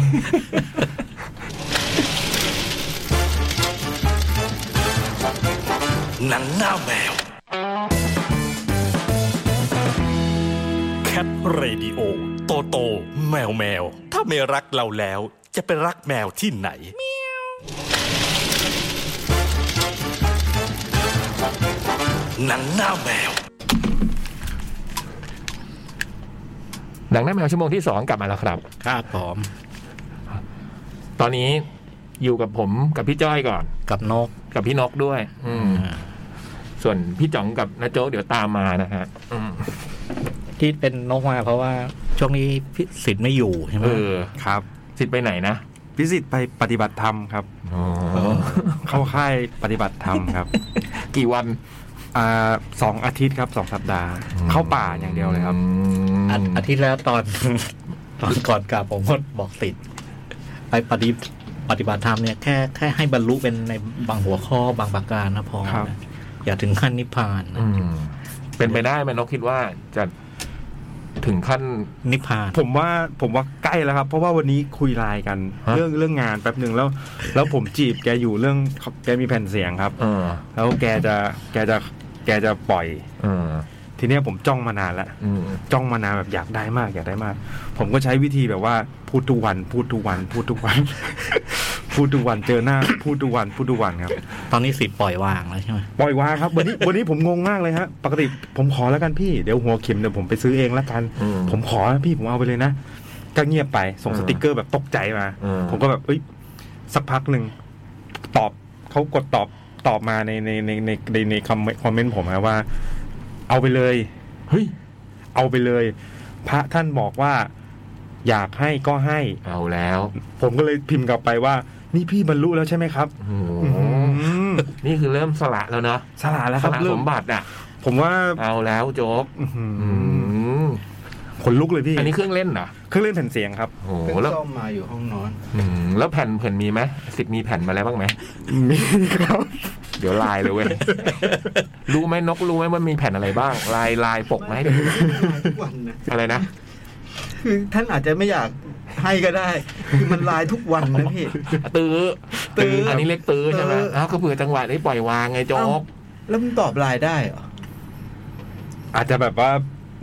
S6: หนังหน้าแมว แคปเรดิโอ โตโต แมวแมว ถ้าไม่รักเราแล้ว จะไปรักแมวที่ไหน หนังหน้าแมว
S3: หนังหน้าแมวชั่วโมงที่สองกลับมาแล้วครับ
S4: ครับผม
S3: ตอนนี้อยู่กับผมกับพี่จ้อยก่อน
S4: กับนก
S3: กับพี่นกด้วย อืม
S4: อ่า
S3: ส่วนพี่จ๋องกับนาโจ๊กเดี๋ยวตามมานะฮะอืม
S4: ที่เป็นนกมาเพราะว่า ช่วงนี้พิสิทธิ์ไม่อยู่ใช่ไหม
S3: เออ
S7: ครับ
S3: สิทธิ์ไปไหนนะ
S7: พิสิทธิ์ไปปฏิบัติธรรมครับ
S3: อ๋อ
S7: เข้าค่ายปฏิบัติธรรม ครับ
S3: กี่วัน
S7: อ่าสองอาทิตย์ครับสองสัปดาห์ เข้าป่าอย่างเดียวเลยครับ
S4: อาทิตย์อาทิตย์แล้วตอน ตอนก่อนกลับผมก็บอกสิทธิ์ไปปฏิปฏิบัติธรรมเนี่ยแค่แค่ให้บรรลุเป็นในบางหัวข้อบางประการนะพอ
S7: ครับ
S4: นะอย่าถึงขั้นนิพพานนะ
S3: อืมเป็นไปได้ไหมนกคิดว่าจะถึงขั้น
S4: นิพพาน
S7: ผมว่าผมว่าใกล้แล้วครับ เพราะว่าวันนี้คุยไลน์กัน
S3: ฮะ
S7: เรื่องเรื่องงานแป๊บหนึ่งแล้ว แล้วผมจีบแกอยู่เรื่องแกมีแผ่นเสียงครับ
S3: เออ
S7: แล้วแกจะแกจะแกจะปล่อย
S3: เออ
S7: ทีเนี้ยผมจ้องมานานแล้ว
S3: อืม
S7: จ้องมานานแบบอยากได้มากอยากได้มาก ผมก็ใช้วิธีแบบว่าพูดทุกวัน พูดทุกวัน พูดทุกวัน พูดทุกวันเจอหน้า พูดทุกวัน พูดทุกวันครับ
S4: ตอนนี้สิทธิ์ปล่อยวางแล้วใช่ไหม
S7: ปล่อยวางครับ วันนี้วันนี้ผมงงมากเลยฮะปกติผมขอแล้วกันพี่เดี๋ยวหัวเข็มเดี๋ยวผมไปซื้อเองแล้วกัน
S3: อื
S7: ผมขอนะพี่ผมเอาไปเลยนะก็เงียบไปส่ง
S3: อืม
S7: สติกเกอร์แบบตกใจมา
S3: อืม
S7: ผมก็แบบเอ้ยสักพักหนึ่งตอบเขากดตอบตอบมาในในในในในในคอมเมนต์คอมเมนต์ผมนะว่า เอาไปเลย
S3: เฮ้ย
S7: เอาไปเลย พระท่านบอกว่า อยากให้ก็ให้
S3: เอาแล้ว
S7: ผมก็เลยพิมพ์กลับไปว่า นี่พี่บรรลุแล้วใช่ไหมครับ
S3: โอ้โห
S7: อืม
S3: นี่คือเริ่มสละแล้วเนาะ
S7: สละแล้ว
S3: ส
S7: ครับ
S3: ละ
S7: เริ่
S3: ส
S7: ม
S3: มบัติอ่ะ
S7: ผมว่า
S3: เอาแล้วโจ๊ก
S7: อื้อหืออ
S3: อืม
S7: ขนลุกเลยพี่
S3: อันนี้เครื่องเล่นเหรอ
S7: เครื่องเล่นแผ่นเสียงครับ
S3: โอ้โห
S5: เพิ่ง
S3: แล้ว
S5: ซ่อมมาอยู่ห้องน อน
S3: อืมแล้วแผ่นเผ่นมีไหมสิทธิ์มีแผ่นมาแล้วบ้างไหม
S7: มีครับ
S3: เดี๋ยวลายเลยเว้ย รู้ไหมนกรู้ไหมว่ามีแผ่นอะไรบ้าง ลายลายปกไหม
S5: ไม่ได้ลายทุกวันนะ
S3: อะไรนะ
S5: คือท่านอาจจะไม่อยากให้ก็ได้ คือมันลายทุกวันนะพี่
S3: ตื้อ
S5: ตื้ออั
S3: อันนี้เล็กตื้อใช่ไหม
S5: ตื้อ
S3: อ้าวก็เผื่อจังหวะนี้ปล่อยวางไงโจ๊ก
S5: แล้วมันตอบลายได้เหรอ
S7: อาจจะแบบว่า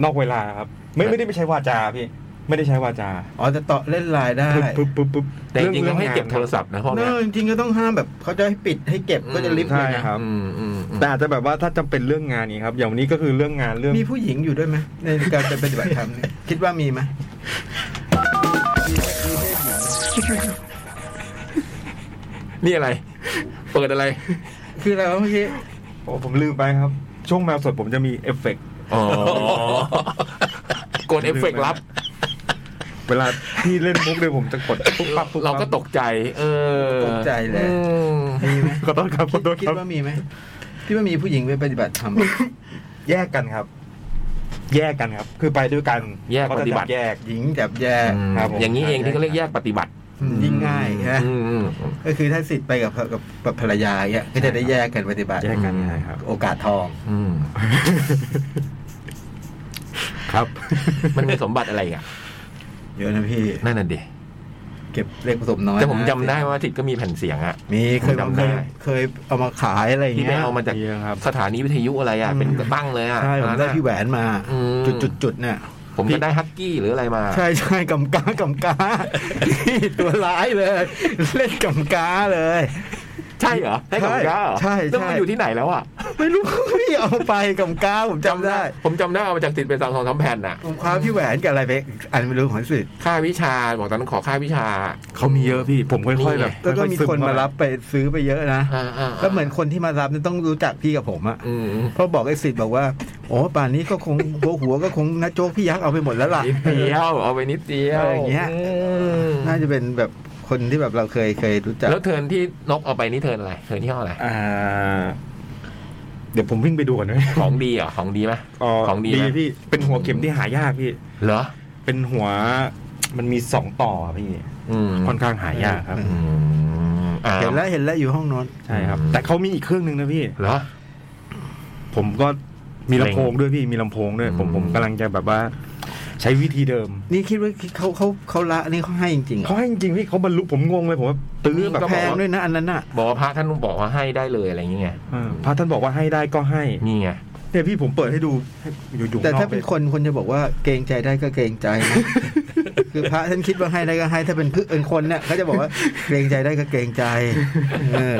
S7: นอกเวลาครับ ไม่ไม่ได้ไปใช้วาจาพี่ ไม่ได้ใช้วาจา
S5: อ๋อจะตอบเล่นลายได้
S7: ปึ๊บปึ๊บปึ๊บปึ๊บ
S3: แต่จริงๆ
S7: เอ
S3: ต้องให้เก็บ
S7: าน
S3: โทรศัพท์นะห้อง
S5: เน
S3: เนี้ย
S5: อะจริงๆก็ต้องห้ามแบบเขาจะให้ปิดให้เก็บก็จะลิฟต์เล
S7: ใช่
S5: ยนะครับ
S3: อืมอืมอืม
S7: แต่อาจจะแบบว่าถ้าจำเป็นเรื่องงานนี้ครับ อย่างวันนี้ก็คือเรื่องงานเรื่อง
S5: มีผู้หญิงอยู่ด้วยไหมในการไปปฏิบัติธรรมเนี่ยคิดว่ามีไหม
S3: นี่อะไร เปิดอะไร
S5: คืออะไรวะเมื่อกี้
S7: โอ้ผมลืมไปครับ ช่วงแมวสดผมจะมีเอฟเฟกต์
S3: อ๋อ กดเอฟเฟกต์รับ
S7: เวลาพี่เล่นมุกเลยผมจะกดปุ๊บปั๊บปุ๊บปั๊บ
S3: เราก็ตกใจ เออ
S5: ตกใจเลย
S3: อืม
S5: มีไหม
S7: ขอโทษครับข
S5: คิ
S7: อ
S5: ด
S7: โทษ
S5: คิด
S7: ครับ
S5: ว่ามีไหมคิดว่ามีผู้หญิงไปปฏิบัติธรรม
S7: แยกกันครับ แยกกันครับ คือไปด้วยกัน
S3: แยก
S7: เขา
S3: ป
S7: จะ
S3: ฏิบัติ
S7: แยก
S5: หญิงกับแย่
S7: ครับผม
S3: อย่างนี้เองที่เขาเรียกแยกปฏิบัติ
S5: ยิ่งง่ายนะ
S3: อืมอืมอืม
S5: ก็คือถ้าสิทธิ์ไปกับกับกับภรรยาเงี้ยก็จะได้แยกกันปฏิบัติ
S7: แยกกัน
S3: อืม
S7: ใช่ครับ
S5: โอกาสทอง
S3: อืม
S7: ครับ
S3: มันมีสมบัติอะไรอ่ะ
S5: เยอะนะพี่
S3: นั่นน่ะดิ
S5: เก็บเลขผสมน้อย
S3: แต่ผม
S5: นะ
S3: จำได้ว่าทิศก็มีแผ่นเสียงอ่ะ
S5: มีเคย
S3: ผมจำได้
S5: เคยเคยเอามาขายอะไรอย่าง
S3: ที่
S5: เงี้
S3: ไป
S5: ย
S3: เอามาจาก
S7: เยอะครับ
S3: สถานีวิทยุอะไรอ่ะ เป็นกระตั้งเลยอ่ะ
S5: ใช่ผม
S3: ตอน
S5: ได้
S3: นั้นอะ
S5: พี่แหวนมา
S3: อืม
S5: จุดจุดจุดเนี่ย
S3: ผมก็ได้ฮักกี้หรืออะไรมา
S5: ใช่ใช่กำกากำกานี่ตัวร้ายเลย เล่นกำกาเลย
S3: ใช่เหรอได้กับ
S5: ใช่
S3: กาเหรอ
S5: ใช่
S3: แล้วมั
S5: ใช่
S3: นอยู่ที่ไหนแล้วอ่ะ
S5: ไม่รู้พี่เอาไปกำกาผมจำได้
S3: ผมจำได้เอามาจากติดเป็นสองสองสามแผ่นน่ะ
S5: ผมคว้าพี่แหวนกับอะไรไปอันไม่รู้ของสิทธิ์
S3: ค่าวิชาบอกตอนนั้นขอค่าวิชา
S7: เขามีเยอะพี่ ผมค่อยๆแบบ
S5: แล้วก็มีคนมารับไปซื้อไปเยอะนะ
S3: อ่าๆๆ
S5: แล้วเหมือนคนที่มารับเนี่ยต้องรู้จักพี่กับผมอะ
S3: อืม
S5: เพราะบอกไอ้สิทธิ์บอกว่าโอ้ป่านนี้ก็คง หัวหัวก็คงนะโจ๊กพี่ยักษ์เอาไปหมดแล้วล่ะ
S3: นิดเดียวเอาไปนิดเดียว
S5: อะไรอย่างเงี้ย
S3: ม
S5: น่าจะเป็นแบบคนที่แบบเราเคยเคยรู้จัก
S3: แล้วเทิร์นที่นกเอาไปนี่เทิร์นอะไรเทิร์นที่ห้ออะไร
S7: อ่า เดี๋ยวผมวิ่งไปดูก่อนนะ
S3: ของดีเหรอของดีไหมของดีไหม
S7: พี่ เป็นหัวเข็มที่หายากพี่
S3: เหรอ
S7: เป็นหัว มันมีสองต่ออะพี่
S3: อืม
S7: ค่อนข้างหายากครับ
S5: อืม
S3: อืมอ่า
S5: เห็นแล้วเห็นแล้วอยู่ห้องนอน
S7: ใช่ครับ
S3: อืม
S7: แต่เขามีอีกเครื่องหนึ่งนะพี่
S3: เหรอ
S7: ผมก็มีลำโพง
S3: เล็ง
S7: ด้วยพี่ มีลำโพงด้วย ผม
S3: อืม
S7: ผมกำลังจะแบบว่า ใช้วิธีเดิม
S5: นี่คิดว่าเขาเขาเขาละนี่เขาให้จริงๆเหรอ
S7: เขาให้จริงๆพี่เขาบรรลุผมงงเลยผมว่าตื้อแบบ
S3: ก็
S5: แพ
S7: แพ
S5: ง
S7: ง
S5: ด้วยนะอันนั้นอะ
S3: บอกว่าพระท่านบอกว่าให้ได้เลยอะไรอย่างเงี้ย
S7: พระท่านบอกว่าให้ได้ก็ให้
S3: นี่ไง
S7: เนี่ยพี่ผมเปิดให้ดูให้อยู่ๆ
S5: แต่ถ้า
S7: อก
S5: เป็น
S7: ลย
S5: คนคนจะบอกว่าเกรงใจได้ก็เกรงใจนะ คือพระท่านคิดว่าให้ได้ก็ให้ถ้าเป็นพืเป็นคนเนี่ยเขาจะบอกว่าเกรงใจได้ก็เกรงใจเออ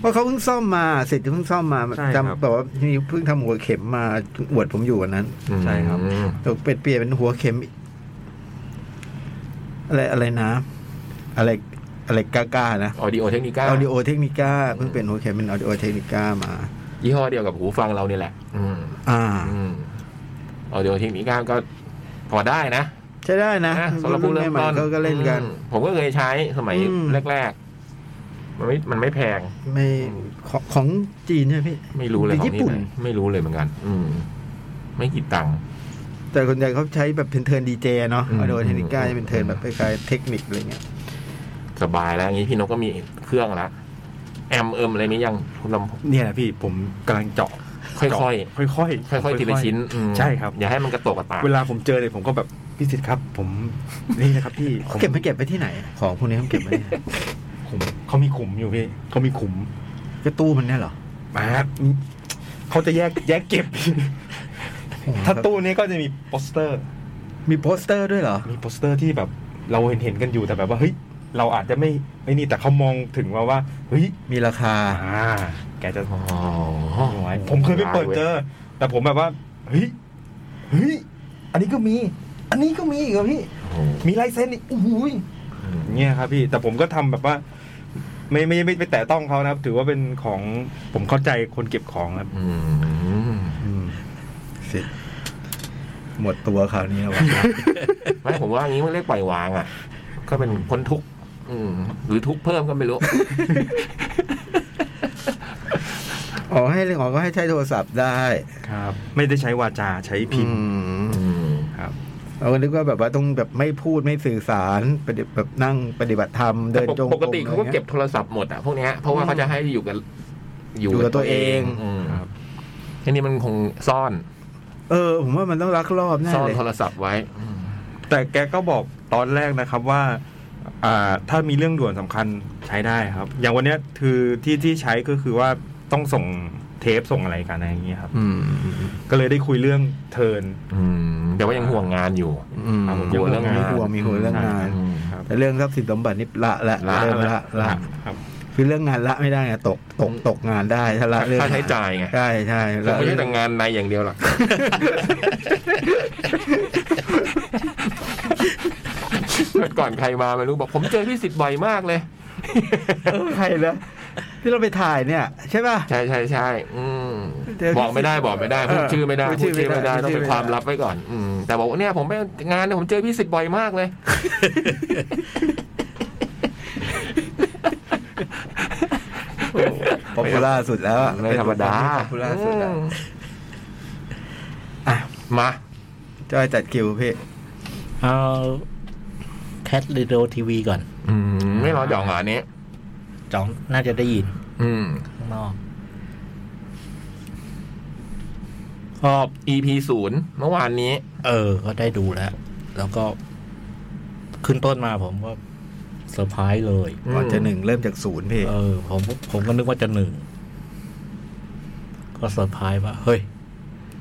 S5: เพราะเขาเพิ่งซ่อมมาเสร็จเพิ่งซ่อมมาจำแบบว่ามีเพิ่งทำหัวเข็มมาอวดผมอยู่วันนั้น
S7: ใช่ครับ
S3: อืม
S5: ตกเป็ดเปลี่ยนเป็นหัวเข็ม อะไรอะไรนะ อะไรอะไรก้าก้าๆนะ
S3: ออดิโอเทคนิก้า
S5: ออดิโอเทคนิก้าเพิ่งเป็นหัวเข็มเป็นออดิโอเทคนิก้ามา
S3: ยี่ห้อเดียวกับหูฟังเราเนี่ยแหละ อืม
S5: อ่า
S3: อืมออดิโอเทคนิก้าก็พอได้นะ
S5: ใช่ได้นะ
S3: นะสำหรับผู้เริ่ม
S5: ให
S3: ต้น
S5: ๆเขาก็เล่นกัน
S3: อืมผมก็เคยใช้สมัย
S5: อืม
S3: แรกๆ มันไม่มันไม่แพง
S5: ไม่ของของจีนใช่ไหมพี่
S3: ไม่รู้เลย
S5: หรือ
S3: ขอ
S5: ญี่
S3: งนี่
S5: ปุ่น
S3: ไหนไม่รู้เลยเหมือนกัน อืม ไม่กี่ตังค์
S5: แต่คนใหญ่เขาใช้แบบเป็นเทิร์นดีเจเนาะ
S3: อืม
S5: ออดิโอเทคนิก้าจะเป็นเทิร์นแบบคล้ายๆเทคนิคอะไรเงี้ย
S3: สบายแล้วอย่างนี้พี่นกก็มีเครื่องละแอมเอิมอะไรนี้ยังคุณลำ
S7: เนี่ยนะพี่ผมกำลังเจาะ
S3: ค่อยๆ
S7: ค่อยๆค่อย
S3: ค่อยๆทีละชิ้นอืม
S7: ใช่ครับ
S3: อย่าให้มันกระตกกระตาก
S7: เวลาผมเจอเนี่ยผมก็แบบพี่สิทธิ์ครับ ผมนี่นะครับพี่
S5: เขาเก็บไปเก็บไปที่ไหน ของพวกนี้เขาเก็บไป
S7: ผมเขามีขุมอยู่พี่เขามีขุม
S5: ก็ตู้มันเนี่ยเหรอ
S7: มาครับเขาจะแยกแยก เก็บพี่ถ้าตู้นี้ก็จะมีโปสเตอร์
S5: มีโปสเตอร์ด้วยเหรอ
S7: มีโปสเตอร์ที่แบบเราเห็นเห็นๆกันอยู่แต่แบบว่าเฮ้ยเราอาจจะไม่ไอ้นี่แต่เขามองถึงว่าว่าเฮ้ย
S5: มีราคา
S7: อ่า แกจะ
S3: อ๋อ
S7: ไว้ผมเคยไปเปิดเจอ แต่ผมแบบว่าเฮ้ยเฮ้ยอันนี้ก็มี อันนี้ก็มีอีกเหรอพี่
S3: โอ้โห
S7: มีลายเซ็นอีกโอ้ยเงี้ยครับพี่ แต่ผมก็ทำแบบว่า ไม่ไม่ไม่ไปแตะต้องเขานะครับ ถือว่าเป็นของผมเข้าใจคนเก็บของครับ
S3: อืม
S5: สิหมดตัวคราวนี้แล้ววะ
S3: ไม่ผมว่าอย่างนี้มันเรียกปล่อยวางอ่ะ ก็เป็นพ้นทุกข์อืมหรือทุกข์เพิ่มก็ไม่รู้
S5: อ๋อให้เรื่องของก็ให้ใช้โทรศัพท์ได้
S7: ครับ ไม่ได้ใช้วาจาใช้พิมพ์
S3: อืม
S7: ครับ
S5: เราก็นึกว่าแบบว่าต้องแบบไม่พูดไม่สื่อสารปฏิแบบนั่งปฏิบัติธรรมเดินจงรม
S3: ปกติเขาก็เก็บ
S5: อะไรงี้
S3: โทรศัพท์หมดอ่ะพวกเนี้ยเพราะว่าเขาจะให้อยู่กับ
S5: อยู่กับตัวเอง
S3: ม
S7: ครับ
S3: ทีนี้มันคงซ่อน
S5: ยเออ ผมว่ามันต้องรักรอบแน่
S3: ซ่อน
S5: เลย
S3: โทรศัพท์ไว้
S7: แต่แกก็บอกตอนแรกนะครับว่าอ่า ถ้ามีเรื่องด่วนสำคัญใช้ได้ครับ อย่างวันเนี้ยคือที่ที่ใช้ก็คือว่าต้องส่งเทปส่งอะไรกันอะไรอย่างเงี้ยครับ
S3: อืม
S7: ก็เลยได้คุยเรื่องเทิร์น
S3: อืมแต่ว่ายังห่วงงานอยู่
S5: อืม
S7: ครับผม
S5: กลัวเรื่อง
S7: ยัง
S5: มี
S7: ห่
S5: ห่ว
S7: ว
S5: ง
S7: ง
S5: มีห่วงเรื่อง
S7: งาน
S5: งาน
S3: อืม
S7: ครับ
S5: แต่เรื่องทรัพย์สินสมบัตินี่ละละ
S3: ละ
S5: เริ่มละละ
S7: ครับ
S5: คือเรื่องงานละไม่ได้ไงตกตกตกงานได้ถ้าละเรื่อง
S3: ค่าใช้จ่ายไง
S5: ใช่ใช่
S3: ค
S5: ละ
S3: งไม่ใช่แต่งานในอย่างเดี ยวหรอก เมื่อก่อนใครมาไม่รู้บอกผมเจอพี่สิทธิ์บ่อยมากเลย
S1: เอ อใครนะที่เราไปถ่ายเนี่ย ใช่ป่ะ
S3: ใช่ใช่ใช่อืม
S1: เดี๋ยว
S3: บอกไม่ได้บอกไม่ได้พูดชื่อไม่ได้
S1: เออ
S3: พูดชื่อไม่ได้
S1: พูดชื่อไม่ได้
S3: ต้องเป็นความลับไว้ก่อน อืมแต่บอกว่าเนี่ยผมไปงานเนี่ยผมเจอพี่สิทธิ์บ่อยมากเลย
S1: ป๊อปปูล่าสุดแล้วอะ
S3: ไม่ธรรมดา
S1: ป๊อปปูล่าสุดแล้ว
S3: อืมอ่ะมา
S1: จอยจัดคิวพี่
S4: เอาแคทเรดิโอทีวีก่อน
S3: อืมไม่ร้อนหยองเหรออันนี้
S4: จองน่าจะได้ยิน
S3: อืม
S4: ข้างนอก
S3: ก็ EP ศูนย์เมื่อวานนี้
S4: เออ ก็ได้ดูแล้ว แล้วก็ขึ้นต้นมาผมก็เซอร์ไพรส์เลย
S1: ก่อนจะหนึ่งเริ่มจากศูนย์พี่
S4: เออ ผมผมก็นึกว่าจะหนึ่ง ก็เซอร์ไพรส์ว่า เฮ้ย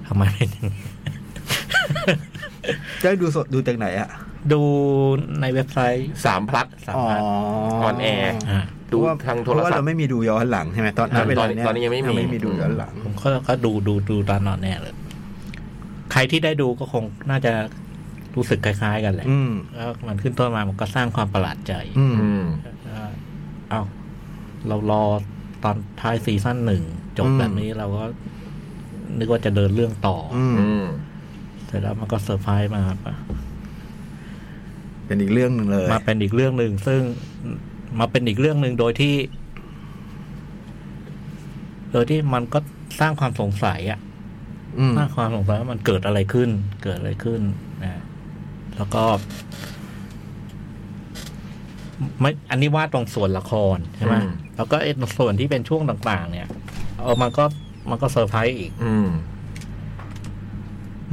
S4: ทำไมไม่หนึ่ง
S1: จะดูสดดูจากไหนอ่ะ
S4: ดูในเว็บไซต์
S3: สามพลัด
S4: สามารถ
S3: ออนแอร์
S4: อ่ะ
S3: ดู
S1: เพะว่
S3: ทางโท
S1: เพ
S3: ร
S1: ราะว่า
S3: ศัพ
S1: เรา
S3: ท์
S1: ไม่มีดูย้อนหลังใช่ไหมตอนนั้นเวลาเนี้ย
S3: ตอนนี้ยังไม่มี
S1: ไม่มีดูย้อนหลัง
S4: ผมก็ก็ดูดูดูตามนอนแน่เลย ใครที่ได้ดูก็คงน่าจะรู้สึกคล้าย ๆ กันแหละ
S1: อืม
S4: แล้วมันขึ้นต้นมามันก็สร้างความประหลาดใจ
S1: อืม
S3: อืม
S4: ว่าเอ้า เรารอตอนท้ายซีซั่นหนึ่งจบ
S1: อืม
S4: แบบนี้เราก็ นึกว่าจะเดินเรื่องต่ออ
S1: อืม
S3: อืม
S4: เสร็จแล้วมันก็เซอร์ไพรส์มาปะ
S1: เป็นอีกเรื่องหนึ่งเลย
S4: มาเป็นอีกเรื่องหนึ่งซึ่งมาเป็นอีกเรื่องหนึ่งโดยที่ โดยที่มันก็สร้างความสงสัยอะ
S1: อืม
S4: มากความสงสัยว่ามันเกิดอะไรขึ้น เกิดอะไรขึ้นนะแล้วก็ ไม่อันนี้ว่าตรงส่วนละครใช่ไหม
S3: อืม
S4: แล้วก็ไอ้ส่วนที่เป็นช่วงต่าง ๆ เนี่ยเออมันก็มันก็เซอร์ไพรส์อีก
S3: อืม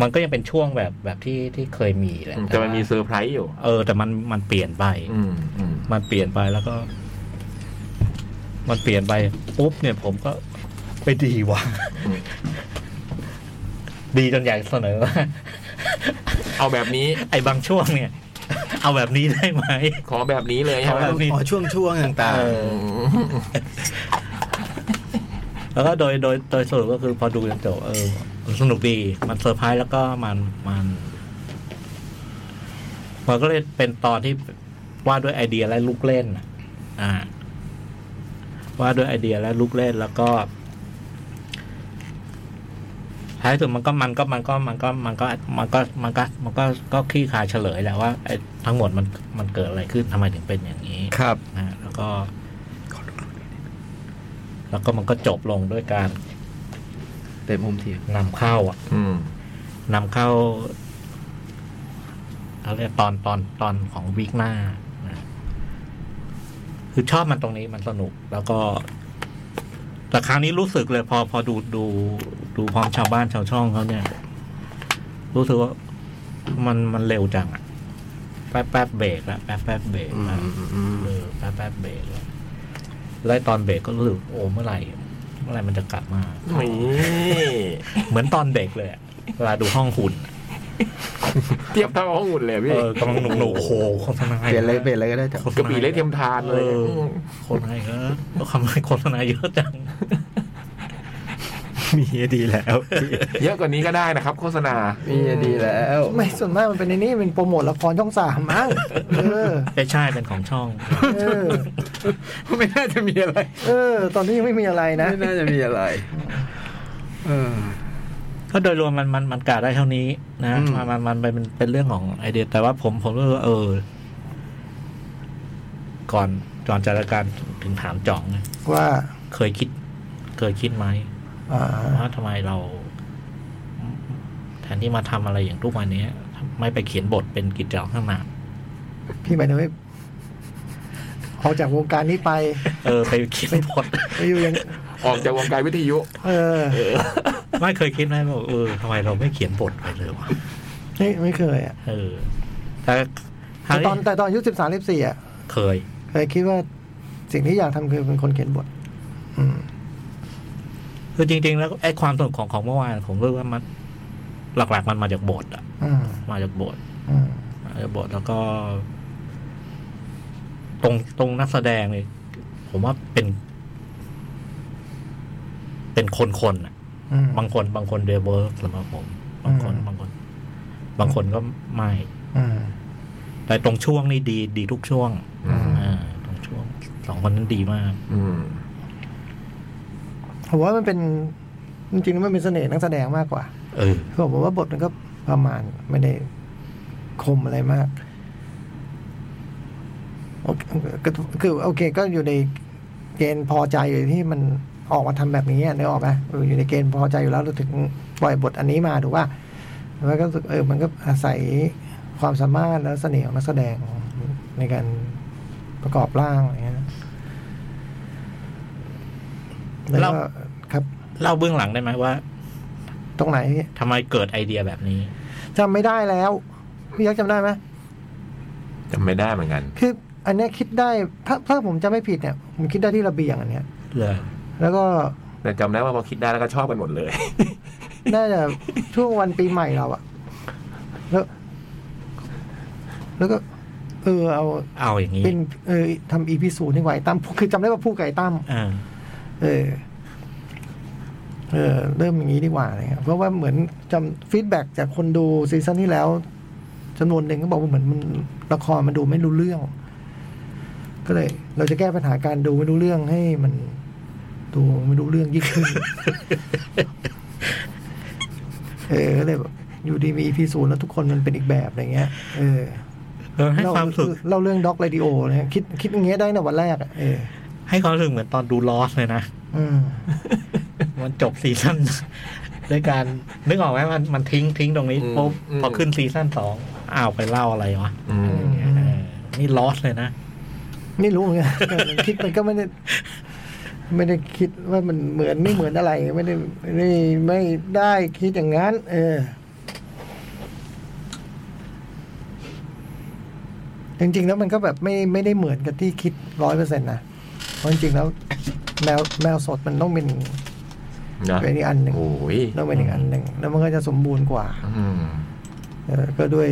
S4: มันก็ยังเป็นช่วงแบบแบบที่ที่เคยมีแหละ
S3: แต่มัน
S4: ว่า
S3: มีเซอร์ไพรส์อยู่
S4: เออ แต่มันมันเปลี่ยนไป
S3: อืมอืม
S4: มันเปลี่ยนไปแล้วก็ มันเปลี่ยนไปปุ๊บเนี่ยผมก็ไปดีว่ะ ดีจนอยากเสนอว่า
S3: เอาแบบนี้
S4: ไอ้บางช่วงเนี่ย เอาแบบนี้ได้ไหม
S3: ขอแบบนี้เลยใช่
S4: เอา
S3: ไหม
S4: แบบนี้
S1: อ๋อช่วงช่วงๆต่าง
S4: เออ
S3: อืม
S4: แล้วก็โดยโดยโดยสรุปก็คือพอดูจนจบเออสนุกดี มันเซอร์ไพรส์แล้วก็มันมันมันก็เลยเป็นตอนที่ว่าด้วยไอเดียและลูกเล่นน่ะอ่า ว่าด้วยไอเดียและลูกเล่นแล้วก็ท้ายสุดมันก็มันก็มันก็มันก็มันก็มันก็มันก็มันก็ก็ขี้คายเฉลยแหละว่าไอ้ทั้งหมดมันมันเกิดอะไรขึ้นทำไมถึงเป็นอย่างนี้
S1: ๆ ครับ
S4: นะฮะแล้วก็ แล้วก็มันก็จบลงด้วยการ
S1: เต็มมุมทีม
S4: นำเข้าอ่ะ
S3: อืม
S4: นำเข้าเขาเรียกตอนตอนตอนของวีคหน้านะคือชอบมันตรงนี้มันสนุก แล้วก็ แต่ครั้งนี้รู้สึกเลย พอพอดูดู ดูพร้อมชาวบ้านชาวช่องเขาเนี่ย รู้สึกว่ามันมันเร็วจังอ่ะ แป๊บแป๊บเบรกแล้วแป๊บแป๊บเบรก
S1: อืม
S4: แล้ว
S1: อืม
S4: เออแป๊บแป๊บเบรกแล้วแล้วตอนเบรกก็รู้สึกโอ้เมื่อไหร่ เมื่อไหร่มันจะกลับมา
S3: นี่
S4: เหมือนตอนเด็กเลยอะเวลาดูห้องหุ่น
S3: เทียบเท่าห้องหุ่นเลย
S4: เอ
S3: พี่
S4: อกำลังหนุกหนุกๆโอ้โหคนทำไม
S1: เปลี่ยนอะไรเปลี่ยนอะไรก็ได้จ้ะ
S3: กระบี่เล็กเทียมทาน
S4: เอ
S3: เลย
S4: อคนอะไรก็ทำไมโฆษณาเยอะจัง
S1: มีดีแล้วพี่
S3: เยอะกว่านี้ก็ได้นะครับ โฆษณา
S1: มีดีแล้ว
S2: ไม่ส่วนมากมันเป็นในนี้เป็นโปรโมทละครช่องสามมั้งเออ
S4: ไม่ใช่เป็นของช่อง
S2: เออ
S1: ไม่น่าจะมีอะไร
S2: เออ ตอนนี้ยังไม่มีอะไรนะ
S1: ไม่น่าจะมีอะไร เออ
S4: ก็โดยรวมมันมันมันกาได้เท่านี้นะ
S1: อืม
S4: มันมันมันเป็นเป็นเรื่องของไอเดีย แต่ว่าผมผมรู้สึกว่าเออ ก่อนก่อนจัดรายการถึงถามจ่องนะ
S2: ว่า
S4: เคยคิด เคยคิดไหม
S2: อ่า
S4: ว่าทำไมเรา แทนที่มาทำอะไรอย่างทุกวันนี้ทำไม่ไปเขียนบทเป็นกิจจลักษณะ
S2: พี่หมายถึงว่าออกจากวงการนี้ไป
S4: เออ ไปเขียนบท
S2: ไปอยู่ยัง
S3: ออกจากวงการวิทยุ
S2: เออ
S4: ไม่เคยคิดไหมว่าเออทำไมเราไม่เขียนบทไปเลยวะ
S2: ไม่ไม่เคยอ่ะ
S4: เออแต่คราว
S2: แต่ตอน
S4: นี้
S2: แต่ตอนอายุสิบสามสิบสี่อ่ะ
S4: เคย
S2: เคยคิดว่าสิ่งที่อยากทำคือเป็นคนเขียนบท อืม
S4: คือจริง ๆ แล้วไอ้ความสนุกของของเมื่อวานผมรู้ว่ามัน หลัก ๆ มันมาจากบทอะ
S2: อืม
S4: มาจากบท
S2: อืม
S4: มาจากบทแล้วก็ ตรงตรงนักแสดงเลย ผมว่าเป็น เป็นคนๆอะ
S2: อืม
S4: บางคนบางคนเดเวอร์สำหรับผม บางคน
S2: อืม
S4: บางคน บางคนก็ไม่
S2: อืม
S4: แต่ตรงช่วงนี่ดีดีทุกช่วง
S2: อืม
S4: อ่าตรงช่วง สองคนนั้นดีมาก
S3: อืม
S2: ผมว่ามันเป็นจริงๆแล้วมันเป็นเสน่ห์นักแสดงมากกว่า
S4: เออ
S2: คือผมว่าบทมันก็ประมาณไม่ได้คมอะไรมากโอเคก็คือโอเคก็อยู่ในเกณฑ์พอใจอยู่ที่มันออกมาทำแบบนี้อะนึกออกไหมเอออยู่ในเกณฑ์พอใจอยู่แล้วเราถึงปล่อยบทอันนี้มาถูกป่ะแล้วก็รู้สึกเออมันก็อาศัยความสามารถและเสน่ห์ของนักแสดงในการประกอบร่างอะไรเงี้ยแล้ว
S4: เรา
S2: ก็ครับ
S4: เล่าเบื้องหลังได้ไหมว่า
S2: ตรงไหน
S4: ทำไมเกิดไอเดียแบบนี้
S2: จำไม่ได้แล้วพี่ยักษ์จำได้ไหม
S3: จำไม่ได้เหมือนกัน
S2: คือ อันเนี้ยคิดได้ถ้าถ้าผมจำไม่ผิดเนี่ย ผมคิดได้ที่ระเบียงอันเนี้ย
S4: เลย
S2: แล้วก็
S3: แต่จำได้ว่าพอคิดได้แล้วก็ชอบกันหมดเลย
S2: น่าจะ ช่วงวันปีใหม่เราอะแล้ว แล้วก็ เออเอา
S4: เอาอย่างนี้
S2: เป็นเออทำอีพีศูนย์ดีกว่าไอ้ตั้ม คือจำได้ว่าพูดกับไอ้ตั้ม
S4: อ่า
S2: เออ เออ เริ่มอย่างนี้ดีกว่าอะไรเงี้ยเพราะว่าเหมือนจำฟีดแบ็จากคนดูซีซั่นที่แล้วจำนวนหนึ่งก็บอกว่าเหมือนมันละครมันดูไม่รู้เรื่อง ก็เลย เราจะแก้ปัญหาการดูไม่รู้เรื่องให้มัน ดูไม่รู้เรื่องยิ่งขึ้น เออก็เลยแบบอยู่ดีมีพีศูนย์แล้วทุกคนมันเป็นอีกแบบอะไรเงี้ย เออ
S4: เออให้ความรู้สึก
S2: เล่าเรื่องด็อกเรดิโอเนี่ยคิดคิดอย่างเงี้ยได้ในวันแรกอะเออ
S4: ให้ความรู้สึกเหมือนตอนดูลอสเลยนะ
S2: อืม
S4: มันจบซีซั่น ด้วยการนึกออกไหมมันมันทิ้งทิ้งตรงนี้
S3: อืม
S4: ปุ๊บ
S3: อืม
S4: พอขึ้นซีซั่นสองอ้าวไปเล่าอะไรวะ
S3: อืม
S4: เออนี่ลอสเลยนะ
S2: ไม่รู้เหมือนกัน เออคิดมันก็ไม่ได้ไม่ได้คิดว่ามันเหมือนไม่เหมือนอะไร ไม่ได้ไม่ได้ไม่ได้คิดอย่างนั้น เออ จริงๆแล้วมันก็แบบไม่ไม่ได้เหมือนกับที่คิดร้อยเปอร์เซ็นต์นะเพราะจริงๆแล้ว แมวแมวสดมันต้องเป็น
S3: นะ
S2: เป็นอีกอันหนึ่ง
S3: โอ้ย
S2: ต้องเป็นอีกอันหนึ่งแล้วมันก็จะสมบูรณ์กว่า
S3: อืม
S2: เออก็ด้วย